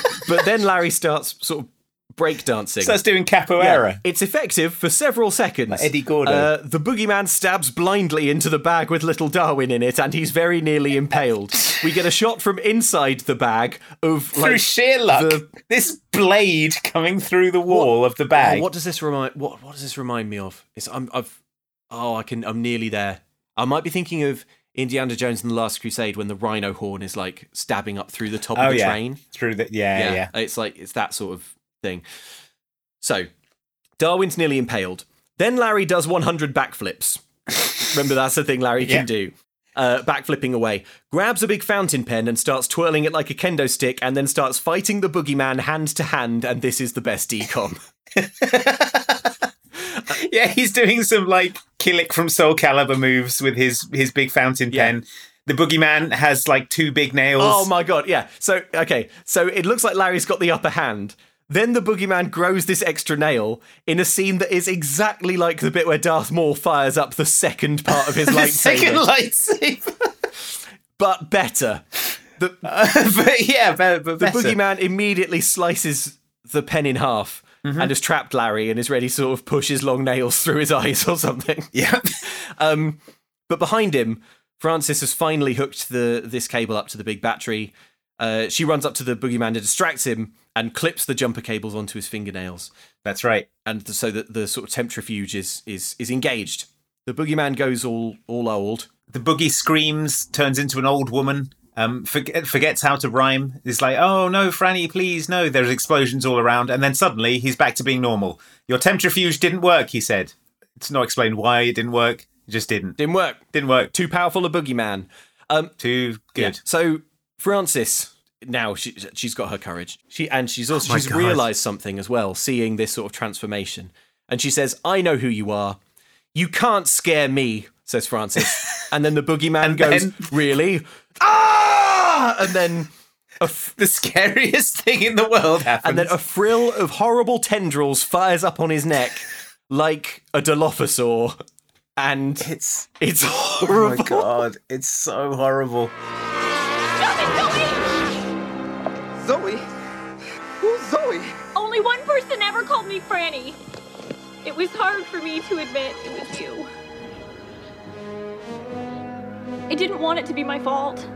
Speaker 3: but then Larry starts sort of breakdancing.
Speaker 2: Starts doing capoeira.
Speaker 3: Yeah. it's effective for several seconds.
Speaker 2: Like Eddie Gordo.
Speaker 3: Uh, the boogeyman stabs blindly into the bag with little Darwin in it, and he's very nearly impaled. we get a shot from inside the bag of like
Speaker 2: Through sheer luck,
Speaker 3: the-
Speaker 2: this blade coming through the wall of the bag.
Speaker 3: Oh, what does this remind? What What does this remind me of? It's I'm I've oh I can I'm nearly there. I might be thinking of Indiana Jones and the Last Crusade when the rhino horn is like stabbing up through the top
Speaker 2: Oh,
Speaker 3: of the
Speaker 2: yeah.
Speaker 3: train.
Speaker 2: Through the yeah, yeah.
Speaker 3: It's like it's that sort of thing. So Darwin's nearly impaled. Then Larry does 100 backflips. Remember that's the thing Larry can
Speaker 2: Yeah.
Speaker 3: do. Uh, backflipping away, grabs a big fountain pen and starts twirling it like a kendo stick, and then starts fighting the boogeyman hand to hand. And this is the best decom.
Speaker 2: Yeah, he's doing some like Killick from Soul Calibur moves with his his big fountain pen. The boogeyman has like two big nails.
Speaker 3: Oh my god, yeah. So okay, so it looks like Larry's got the upper hand. Then the boogeyman grows this extra nail in a scene that is exactly like the bit where Darth Maul fires up the second part of his lightsaber.
Speaker 2: second lightsaber.
Speaker 3: but better. The,
Speaker 2: but yeah, but, but
Speaker 3: the
Speaker 2: better.
Speaker 3: boogeyman immediately slices the pen in half and has trapped Larry and is ready to sort of push his long nails through his eyes or something.
Speaker 2: Yeah.
Speaker 3: um, but behind him, Francis has finally hooked the this cable up to the big battery. Uh, she runs up to the boogeyman to distract him and clips the jumper cables onto his fingernails.
Speaker 2: That's right.
Speaker 3: And so that the sort of temptrifuge is is is engaged. The boogeyman goes all all old.
Speaker 2: the boogie screams, turns into an old woman, um, forget, forgets how to rhyme. Is like, oh no, Franny, please, no. There's explosions all around, and then suddenly he's back to being normal. Your temptrifuge didn't work, he said. It's not explained why it didn't work. It just didn't.
Speaker 3: Didn't work.
Speaker 2: Didn't work.
Speaker 3: Too powerful a boogeyman. Um,
Speaker 2: Too good.
Speaker 3: Yeah. So Francis now she she's got her courage. She and she's also
Speaker 2: Oh my
Speaker 3: she's
Speaker 2: God.
Speaker 3: realized something as well, seeing this sort of transformation. And she says, "I know who you are. You can't scare me," says Francis. and then the boogeyman goes,
Speaker 2: then-
Speaker 3: "Really? Ah!" And then a f-
Speaker 2: the scariest thing in the world happens.
Speaker 3: and then a frill of horrible tendrils fires up on his neck like a Dilophosaur. And
Speaker 2: it's
Speaker 3: it's
Speaker 2: Oh my
Speaker 3: horrible.
Speaker 2: god, it's so horrible.
Speaker 13: Zoe? Who's Zoe?
Speaker 7: Only one person ever called me Franny. It was hard for me to admit it was you. I didn't want it to be my fault.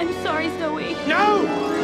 Speaker 7: I'm sorry, Zoe.
Speaker 11: No!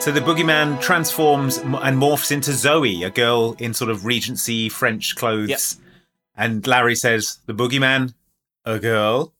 Speaker 2: So the boogeyman transforms m- and morphs into Zoe, a girl in sort of Regency French clothes. And Larry says, "The boogeyman, a girl."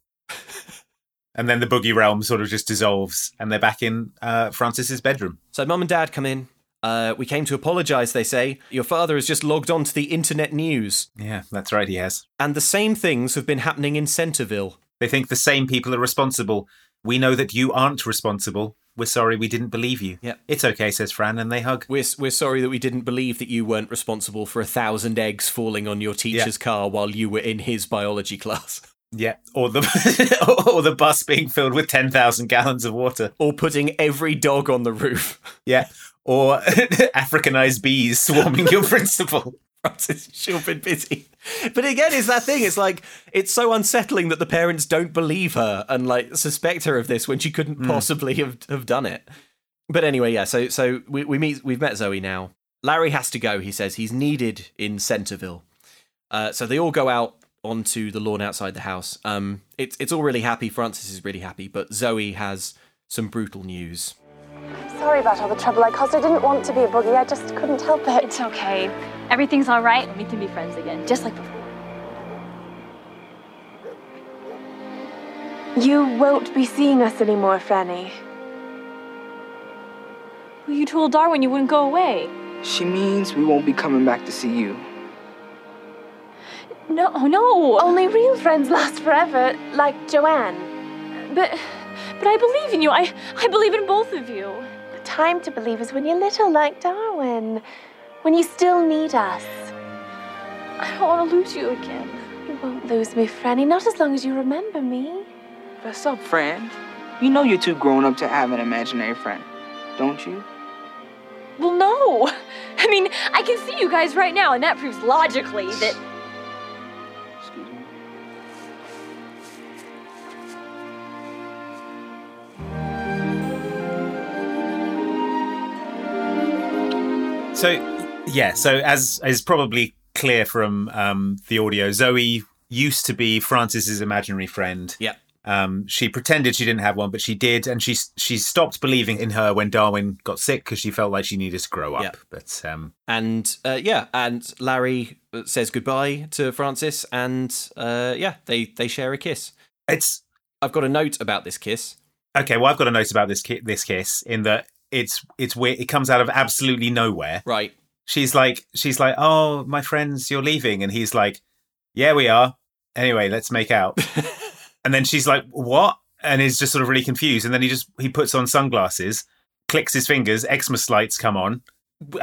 Speaker 2: and then the boogie realm sort of just dissolves, and they're back in uh, Francis's bedroom.
Speaker 3: So mum and dad come in. Uh, we came to apologise, they say. Your father has just logged on to the internet news.
Speaker 2: Yeah, that's right, he has.
Speaker 3: And the same things have been happening in Centerville.
Speaker 2: They think the same people are responsible. We know that you aren't responsible. We're sorry we didn't believe you.
Speaker 3: Yep.
Speaker 2: It's okay, says Fran, and they hug.
Speaker 3: We're, we're sorry that we didn't believe that you weren't responsible for a thousand eggs falling on your teacher's car while you were in his biology class.
Speaker 2: Yeah, or the or the bus being filled with ten thousand gallons of water,
Speaker 3: or putting every dog on the roof.
Speaker 2: Yeah, or Africanized bees swarming your principal.
Speaker 3: Francis, she'll been busy. But again, it's that thing. It's like it's so unsettling that the parents don't believe her and like suspect her of this when she couldn't possibly have, have done it. But anyway, yeah. So so we, we meet we've met Zoe now. Larry has to go. He says he's needed in Centerville. Uh, so they all go out onto the lawn outside the house. Um, it's it's all really happy. Francis is really happy, but Zoe has some brutal news.
Speaker 14: Sorry about all the trouble I caused. I didn't want to be a boogie. I just couldn't help it. It's
Speaker 10: okay. Everything's all right, and we can be friends again, just like before.
Speaker 14: You won't be seeing us anymore, Franny.
Speaker 10: Well, you told Darwin you wouldn't go away.
Speaker 11: She means we won't be coming back to see you.
Speaker 10: No, oh, no.
Speaker 14: Only real friends last forever, like Joanne.
Speaker 10: But but I believe in you. I I believe in both of you.
Speaker 14: The time to believe is when you're little, like Darwin. When you still need us.
Speaker 10: I don't want to lose you again.
Speaker 14: You won't lose me, Franny, not as long as you remember me.
Speaker 11: What's up, friend? You know you're too grown up to have an imaginary friend, don't you?
Speaker 10: Well, no. I mean, I can see you guys right now, and that proves logically that.
Speaker 2: So, yeah, so as is probably clear from um, the audio, Zoe used to be Francis's imaginary friend.
Speaker 3: Yeah.
Speaker 2: Um, she pretended she didn't have one, but she did, and she she stopped believing in her when Darwin got sick because she felt like she needed to grow up.
Speaker 3: Yeah.
Speaker 2: But um,
Speaker 3: And uh, yeah, and Larry uh, says goodbye to Francis, and uh, yeah, they they share a kiss.
Speaker 2: It's
Speaker 3: I've got a note about this kiss.
Speaker 2: okay, well, I've got a note about this ki- this kiss in that it's it's weird. It comes out of absolutely nowhere.
Speaker 3: Right.
Speaker 2: She's like she's like, oh, my friends, you're leaving, and he's like, yeah, we are. Anyway, let's make out. and then she's like, what? And is just sort of really confused. And then he just he puts on sunglasses, clicks his fingers, Xmas lights come on.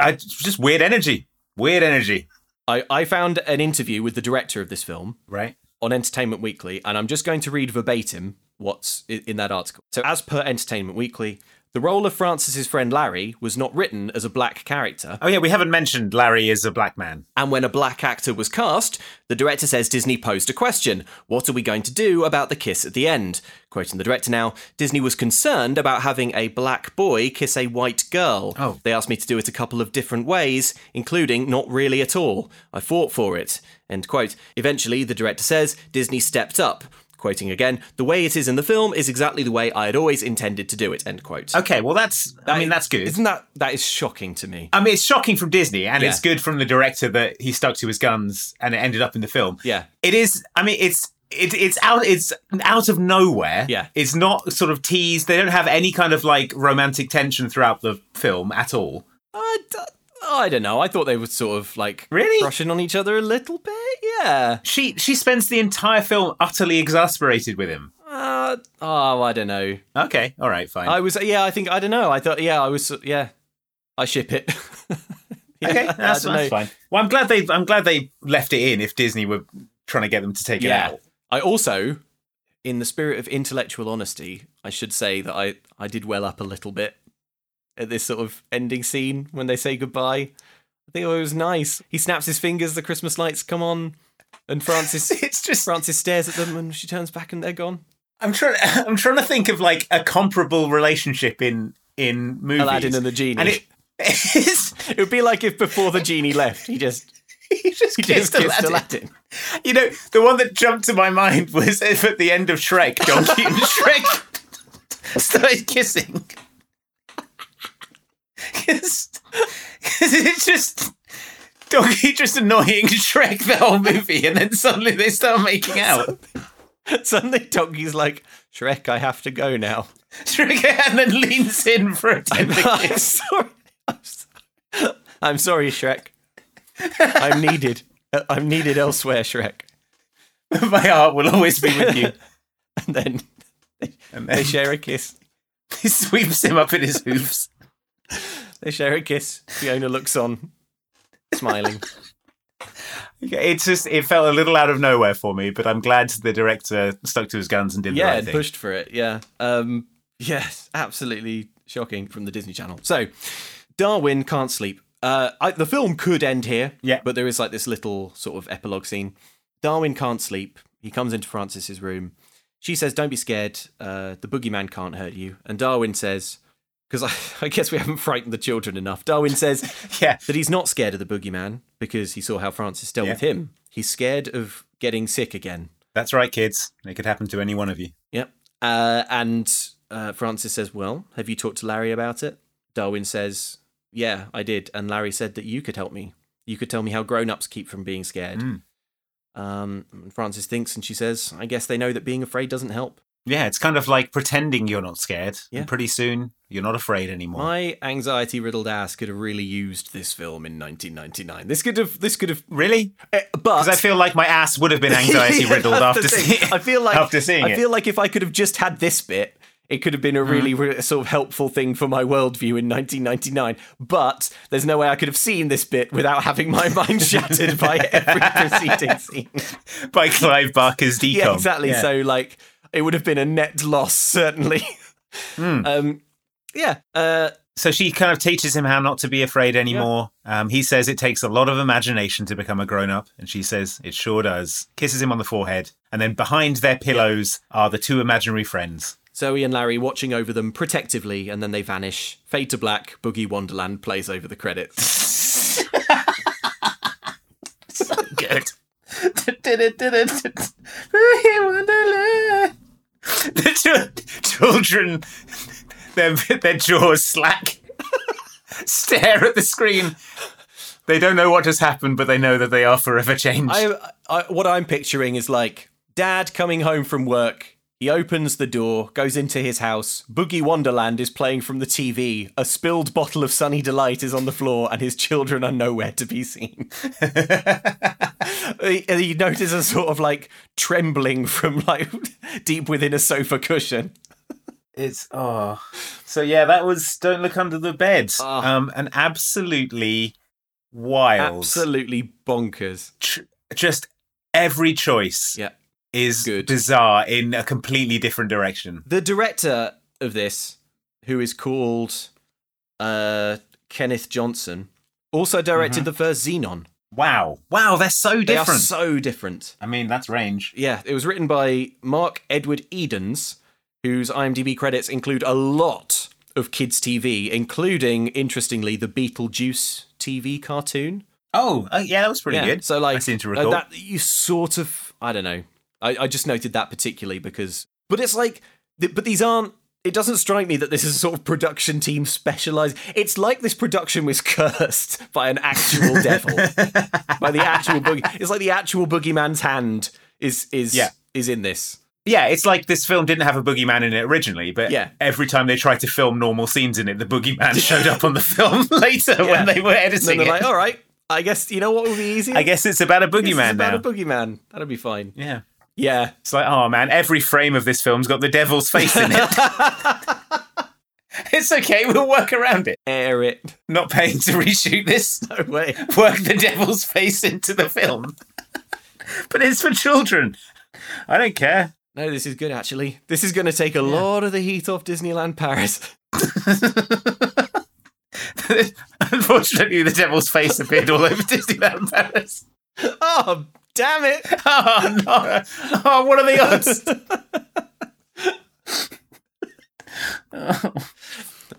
Speaker 2: I, just weird energy. Weird energy.
Speaker 3: I, I found an interview with the director of this film
Speaker 2: Right.
Speaker 3: on Entertainment Weekly, and I'm just going to read verbatim what's i- in that article. So, as per Entertainment Weekly, the role of Francis's friend Larry was not written as a black character.
Speaker 2: Oh yeah, we haven't mentioned Larry is a black man.
Speaker 3: And when a black actor was cast, the director says Disney posed a question What are we going to do about the kiss at the end? Quoting the director now, Disney was concerned about having a black boy kiss a white girl.
Speaker 2: Oh.
Speaker 3: They asked me to do it a couple of different ways, including not really at all. I fought for it. End quote. Eventually, the director says Disney stepped up. Quoting again, the way it is in the film is exactly the way I had always intended to do it. End quote.
Speaker 2: Okay, well that's I mean that's good.
Speaker 3: Isn't that that is shocking to me?
Speaker 2: I mean, it's shocking from Disney, and it's
Speaker 3: Yeah.
Speaker 2: good from the director that he stuck to his guns, and it ended up in the film.
Speaker 3: Yeah.
Speaker 2: It is. I mean, it's it, it's out. It's out of nowhere.
Speaker 3: Yeah.
Speaker 2: It's not sort of teased. They don't have any kind of like romantic tension throughout the film at all.
Speaker 3: I d- I don't know. I thought they were sort of like
Speaker 2: Really?
Speaker 3: brushing on each other a little bit. Yeah.
Speaker 2: She she spends the entire film utterly exasperated with him.
Speaker 3: Uh, oh, I don't know.
Speaker 2: Okay. All right. Fine.
Speaker 3: I was. Yeah, I think I don't know. I thought. Yeah, I was. Yeah, I ship it. Yeah,
Speaker 2: okay.
Speaker 3: I
Speaker 2: That's,
Speaker 3: don't
Speaker 2: that's
Speaker 3: know.
Speaker 2: fine. Well, I'm glad they I'm glad they left it in. If Disney were trying to get them to take
Speaker 3: Yeah.
Speaker 2: it out.
Speaker 3: I also, in the spirit of intellectual honesty, I should say that I I did well up a little bit at this sort of ending scene when they say goodbye. I think it was nice. He snaps his fingers. The Christmas lights come on, and Francis
Speaker 2: It's just
Speaker 3: Francis stares at them, and she turns back, and they're gone.
Speaker 2: I'm trying. I'm trying to think of like a comparable relationship in in movies.
Speaker 3: Aladdin and the genie.
Speaker 2: And it, it's,
Speaker 3: It would be like if before the genie left, he just
Speaker 2: he just
Speaker 3: he
Speaker 2: kissed,
Speaker 3: just kissed
Speaker 2: Aladdin.
Speaker 3: Aladdin.
Speaker 2: You know, the one that jumped to my mind was if at the end of Shrek, Donkey and Shrek started kissing. Because it's just doggy just annoying Shrek the whole movie, and then suddenly they start making out.
Speaker 3: Suddenly, Doggy's like, Shrek, I have to go now.
Speaker 2: Shrek and then leans in for a
Speaker 3: I'm, I'm sorry. I'm sorry, Shrek. I'm needed. Uh, I'm needed elsewhere, Shrek.
Speaker 2: My heart will always be with you.
Speaker 3: and then they share a kiss.
Speaker 2: He sweeps him up in his hooves.
Speaker 3: They share a kiss. Fiona looks on, smiling.
Speaker 2: It's just it felt a little out of nowhere for me, but I'm glad the director stuck to his guns and did
Speaker 3: yeah,
Speaker 2: the right
Speaker 3: and
Speaker 2: thing.
Speaker 3: pushed for it. Yeah. Um, yes, absolutely shocking from the Disney Channel. So, Darwin can't sleep. Uh, I, the film could end here, yeah, but there is like this little sort of epilogue scene. Darwin can't sleep. He comes into Francis's room. She says, "Don't be scared. Uh, the boogeyman can't hurt you." And Darwin says, "Because I, I guess we haven't frightened the children enough." Darwin says,
Speaker 2: "Yeah,
Speaker 3: that he's not scared of the boogeyman because he saw how Francis dealt
Speaker 2: Yeah.
Speaker 3: with him. He's scared of getting sick again."
Speaker 2: That's right, kids. It could happen to any one of you.
Speaker 3: Yep. Uh, and uh, Francis says, Well, have you talked to Larry about it? Darwin says, Yeah, I did. And Larry said that you could help me. You could tell me how grown ups keep from being scared.
Speaker 2: Mm.
Speaker 3: Um, and Francis thinks and she says, I guess they know that being afraid doesn't help.
Speaker 2: Yeah, it's kind of like pretending you're not scared,
Speaker 3: Yeah.
Speaker 2: and pretty soon you're not afraid anymore.
Speaker 3: My anxiety riddled ass could have really used this film in 1999. This could have, this could have
Speaker 2: really,
Speaker 3: but
Speaker 2: Because I feel like my ass would have been anxiety
Speaker 3: Yeah,
Speaker 2: riddled
Speaker 3: that's the
Speaker 2: after
Speaker 3: thing.
Speaker 2: seeing.
Speaker 3: I feel like
Speaker 2: after seeing
Speaker 3: I
Speaker 2: it.
Speaker 3: feel like if I could have just had this bit, it could have been a really
Speaker 2: Mm-hmm.
Speaker 3: re- sort of helpful thing for my worldview in 1999. But there's no way I could have seen this bit without having my mind shattered by every preceding scene.
Speaker 2: by Clive Barker's decom.
Speaker 3: Yeah, exactly.
Speaker 2: Yeah.
Speaker 3: So like, it would have been a net loss certainly.
Speaker 2: Hmm.
Speaker 3: Um, yeah. Uh,
Speaker 2: so she kind of teaches him how not to be afraid anymore. Um, he says it takes a lot of imagination to become a grown up, and she says it sure does. Kisses him on the forehead, and then behind their pillows are the two imaginary friends.
Speaker 3: Zoe and Larry watching over them protectively, and then they vanish. Fade to black. Boogie Wonderland plays over the credits.
Speaker 2: So good. the chil- children, their, their jaws slack, stare at the screen. They don't know what has happened, but they know that they are forever changed.
Speaker 3: I, I what I'm picturing is like dad coming home from work. He opens the door, goes into his house. Boogie Wonderland is playing from the TV. A spilled bottle of Sunny Delight is on the floor, and his children are nowhere to be seen. and you notice a sort of like trembling from like deep within a sofa cushion.
Speaker 2: It's oh, so yeah, that was "Don't Look Under the Bed,"
Speaker 3: Ah.
Speaker 2: um, an absolutely wild,
Speaker 3: Absolutely bonkers.
Speaker 2: Tr- just every choice
Speaker 3: Yeah.
Speaker 2: is bizarre in a completely different direction.
Speaker 3: The director of this, who is called uh, Kenneth Johnson, also directed
Speaker 2: Mhm.
Speaker 3: the first Xenon.
Speaker 2: Wow! Wow, they're so
Speaker 3: They are
Speaker 2: different.
Speaker 3: so different.
Speaker 2: I mean, that's range.
Speaker 3: Yeah, it was written by Mark Edward Edens, whose IMDb credits include a lot of kids' TV, including, interestingly, the Beetlejuice TV cartoon.
Speaker 2: Oh, uh, yeah, that was pretty
Speaker 3: Yeah,
Speaker 2: good.
Speaker 3: So, like,
Speaker 2: I seem to
Speaker 3: uh,
Speaker 2: recall.
Speaker 3: that you sort of, I don't know. I, I just noted that particularly because, but it's like, th- but these aren't. It doesn't strike me that this is a sort of production team specialized. It's like this production was cursed by an actual devil, by the actual boogie. It's like the actual boogeyman's hand is is
Speaker 2: Yeah.
Speaker 3: is in this.
Speaker 2: yeah, it's like this film didn't have a boogeyman in it originally, but
Speaker 3: Yeah.
Speaker 2: every time they tried to film normal scenes in it, the boogeyman showed up on the film later
Speaker 3: Yeah.
Speaker 2: when they were editing
Speaker 3: and then they're
Speaker 2: it.
Speaker 3: like, "Oh, all right, I guess you know what would be easy.
Speaker 2: I guess it's about a
Speaker 3: This is
Speaker 2: boogeyman
Speaker 3: about
Speaker 2: now.
Speaker 3: a boogeyman. That'll be fine.
Speaker 2: yeah.
Speaker 3: Yeah.
Speaker 2: It's like, oh man, every frame of this film's got the devil's face in it. it's okay, we'll work around it.
Speaker 3: Air it.
Speaker 2: Not paying to reshoot this.
Speaker 3: No way.
Speaker 2: Work the devil's face into the film. but it's for children. I don't care.
Speaker 3: No, this is good actually. This is going to take a lot of the heat off Disneyland Paris.
Speaker 2: Unfortunately, the devil's face appeared all over Disneyland Paris.
Speaker 3: Oh, damn it.
Speaker 2: Oh, no. Oh, what are the odds?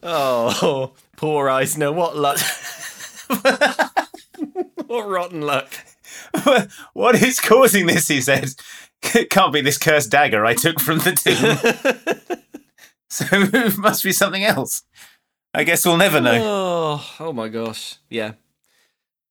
Speaker 3: Oh, poor Eisner. What luck. what rotten luck.
Speaker 2: what is causing this? He said. It can't be this cursed dagger I took from the tomb. so it must be something else. I guess we'll never know.
Speaker 3: Oh, oh my gosh. Yeah.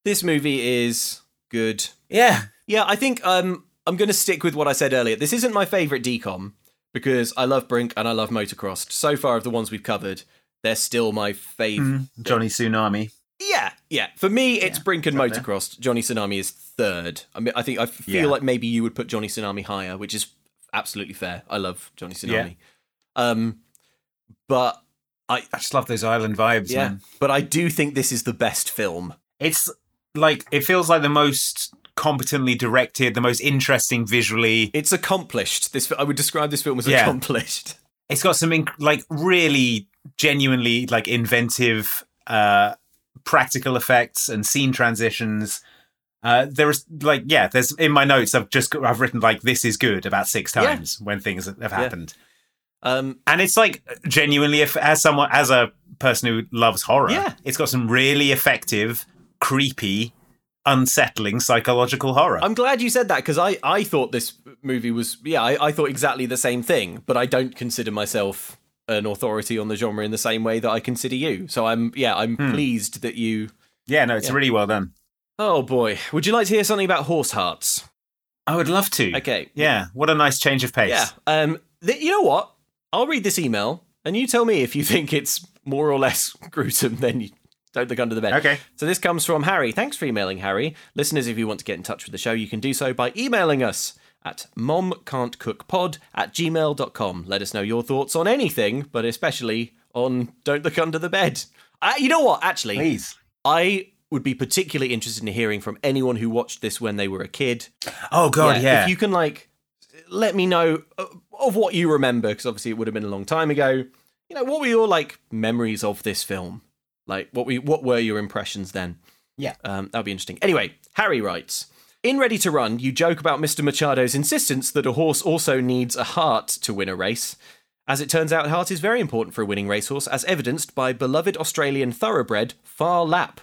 Speaker 3: This movie is good.
Speaker 2: Yeah.
Speaker 3: Yeah, I think um I'm going to stick with what I said earlier. This isn't my favorite decom because I love Brink and I love Motocross. So far of the ones we've covered, they're still my favorite.
Speaker 2: Mm, Johnny Tsunami.
Speaker 3: Yeah, yeah. For me, it's Brink and Motocross. Johnny Tsunami is third. I mean, I think I feel
Speaker 2: Yeah.
Speaker 3: like maybe you would put Johnny Tsunami higher, which is absolutely fair. I love Johnny
Speaker 2: Yeah.
Speaker 3: Tsunami. Um, but I,
Speaker 2: I just love those island vibes.
Speaker 3: yeah,
Speaker 2: man.
Speaker 3: but I do think this is the best film.
Speaker 2: It's like it feels like the most competently directed, the most interesting visually.
Speaker 3: It's accomplished. This I would describe this film as
Speaker 2: Yeah.
Speaker 3: accomplished.
Speaker 2: It's got some inc- like really genuinely like inventive uh practical effects and scene transitions. Uh, there is like yeah, there's in my notes I've just got, I've written like this is good about six
Speaker 3: Yeah.
Speaker 2: times when things have happened.
Speaker 3: Um,
Speaker 2: and it's like genuinely if as someone as a person who loves horror
Speaker 3: Yeah.
Speaker 2: it's got some really effective creepy unsettling psychological horror
Speaker 3: I'm glad you said that because I, I thought this movie was yeah I, I thought exactly the same thing, but I don't consider myself an authority on the genre in the same way that I consider you. So I'm yeah I'm
Speaker 2: Hmm.
Speaker 3: pleased that you.
Speaker 2: yeah no it's
Speaker 3: Yeah.
Speaker 2: really well done
Speaker 3: Oh boy, would you like to hear something about horse hearts?
Speaker 2: i would love to
Speaker 3: Okay,
Speaker 2: yeah what a nice change of pace
Speaker 3: yeah. Um, th- you know what? I'll read this email and you tell me if you think it's more or less gruesome than you. Don't look under the bed.
Speaker 2: Okay.
Speaker 3: So this comes from Harry. Thanks for emailing, Harry. Listeners, if you want to get in touch with the show, you can do so by emailing us at momcan'tcookpod at gmail.com. Let us know your thoughts on anything, but especially on Don't Look Under the Bed. Uh, you know what, actually?
Speaker 2: Please.
Speaker 3: I would be particularly interested in hearing from anyone who watched this when they were a kid.
Speaker 2: oh god yeah,
Speaker 3: If you can, like, let me know uh, of what you remember, because obviously it would have been a long time ago. You know, what were your like memories of this film? Like, what we what were your impressions then?
Speaker 2: Yeah.
Speaker 3: um, that'd be interesting. Anyway, Harry writes. In Ready to Run, you joke about Mr. Machado's insistence that a horse also needs a heart to win a race. As it turns out, heart is very important for a winning racehorse, as evidenced by beloved Australian thoroughbred Far Lap,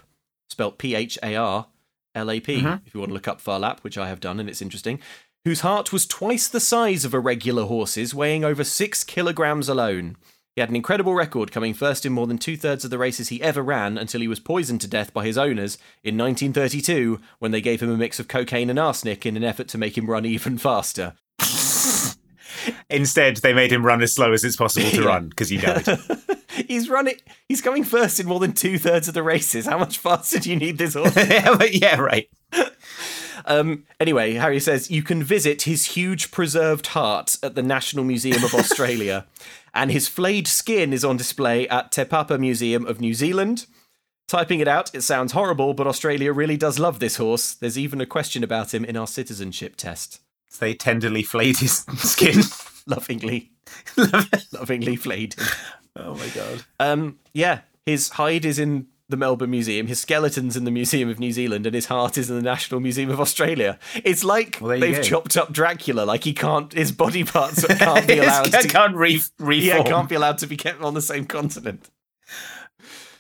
Speaker 3: spelt P H A R L A P,
Speaker 2: Mhm.
Speaker 3: if you want to look up Far Lap, which I have done and it's interesting, whose heart was twice the size of a regular horse's, weighing over six kilograms alone. He had an incredible record, coming first in more than two thirds of the races he ever ran until he was poisoned to death by his owners in 1932 when they gave him a mix of cocaine and arsenic in an effort to make him run even faster.
Speaker 2: instead they made him run as slow as it's possible to
Speaker 3: Yeah.
Speaker 2: run because he died
Speaker 3: He's running. He's coming first in more than two thirds of the races. How much faster do you need this horse?
Speaker 2: yeah, but- yeah right
Speaker 3: Um, anyway, Harry says you can visit his huge preserved heart at the National Museum of Australia, and his flayed skin is on display at Te Papa Museum of New Zealand. Typing it out, it sounds horrible, but Australia really does love this horse. There's even a question about him in our citizenship test.
Speaker 2: they tenderly flayed his skin
Speaker 3: Lovingly, lovingly flayed. him.
Speaker 2: oh my god
Speaker 3: Um, yeah, his hide is in the Melbourne Museum, his skeleton's in the Museum of New Zealand, and his heart is in the National Museum of Australia. It's like
Speaker 2: Well, there you go.
Speaker 3: they've chopped up Dracula, like he can't, his body parts can't be
Speaker 2: His
Speaker 3: allowed
Speaker 2: skin
Speaker 3: to.
Speaker 2: can't re- reform
Speaker 3: Yeah, can't be allowed to be kept on the same continent.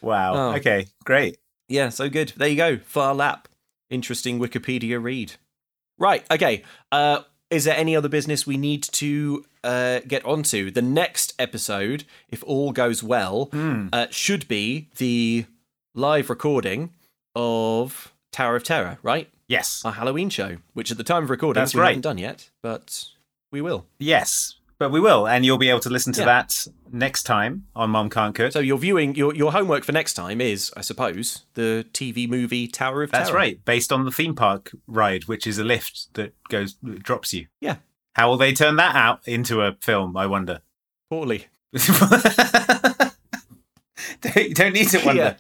Speaker 2: wow
Speaker 3: Oh.
Speaker 2: okay great
Speaker 3: Yeah, so good. There you go. Far lap. Interesting Wikipedia read. Right. Okay. Uh, is there any other business we need to uh, get onto? The next episode, if all goes well,
Speaker 2: Hmm.
Speaker 3: uh, should be the live recording of Tower of Terror, right?
Speaker 2: yes
Speaker 3: Our Halloween show, which at the time of recording
Speaker 2: That's
Speaker 3: we
Speaker 2: right.
Speaker 3: haven't done yet, but we will.
Speaker 2: Yes, but we will, and you'll be able to listen to
Speaker 3: Yeah.
Speaker 2: that next time on Mom Can't Cook.
Speaker 3: So your viewing, your your homework for next time is, I suppose, the TV movie Tower of
Speaker 2: That's
Speaker 3: Terror.
Speaker 2: right, based on the theme park ride, which is a lift that goes that drops you.
Speaker 3: Yeah.
Speaker 2: How will they turn that out into a film? I wonder.
Speaker 3: Poorly.
Speaker 2: don't, you don't need to wonder.
Speaker 3: Yeah.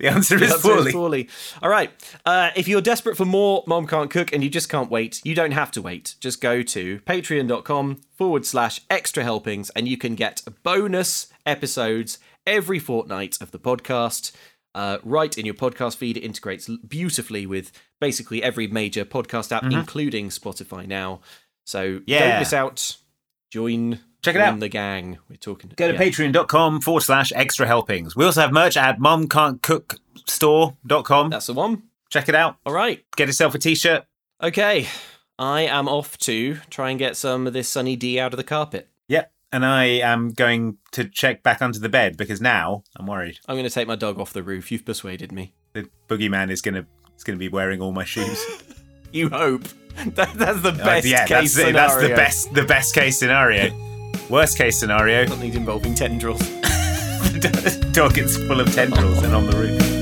Speaker 2: The answer
Speaker 3: The
Speaker 2: is
Speaker 3: answer is
Speaker 2: poorly.
Speaker 3: poorly. All right. Uh, if you're desperate for more Mom Can't Cook and you just can't wait, you don't have to wait. Just go to patreon.com forward slash extra helpings and you can get bonus episodes every fortnight of the podcast. Uh, right in your podcast feed, it integrates l- beautifully with basically every major podcast app,
Speaker 2: Mhm.
Speaker 3: including Spotify now. So
Speaker 2: Yeah.
Speaker 3: don't miss out. Join,
Speaker 2: Check it
Speaker 3: join
Speaker 2: out.
Speaker 3: the gang. We're talking.
Speaker 2: Go to
Speaker 3: yeah.
Speaker 2: patreon.com forward slash extra helpings. We also have merch at momcan'tcookstore.com.
Speaker 3: That's the one.
Speaker 2: Check it out.
Speaker 3: All right.
Speaker 2: Get yourself a t shirt.
Speaker 3: Okay, I am off to try and get some of this Sunny D out of the carpet.
Speaker 2: Yep. and I am going to check back under the bed because now I'm worried.
Speaker 3: I'm going to take my dog off the roof. You've persuaded me.
Speaker 2: The boogeyman is going to is going to be wearing all my shoes.
Speaker 3: you hope. That, that's the
Speaker 2: Uh,
Speaker 3: best
Speaker 2: yeah, that's,
Speaker 3: case
Speaker 2: the-
Speaker 3: scenario.
Speaker 2: that's the best the best case scenario. Worst case scenario,
Speaker 3: something involving tendrils.
Speaker 2: dog is full of tendrils and on the roof.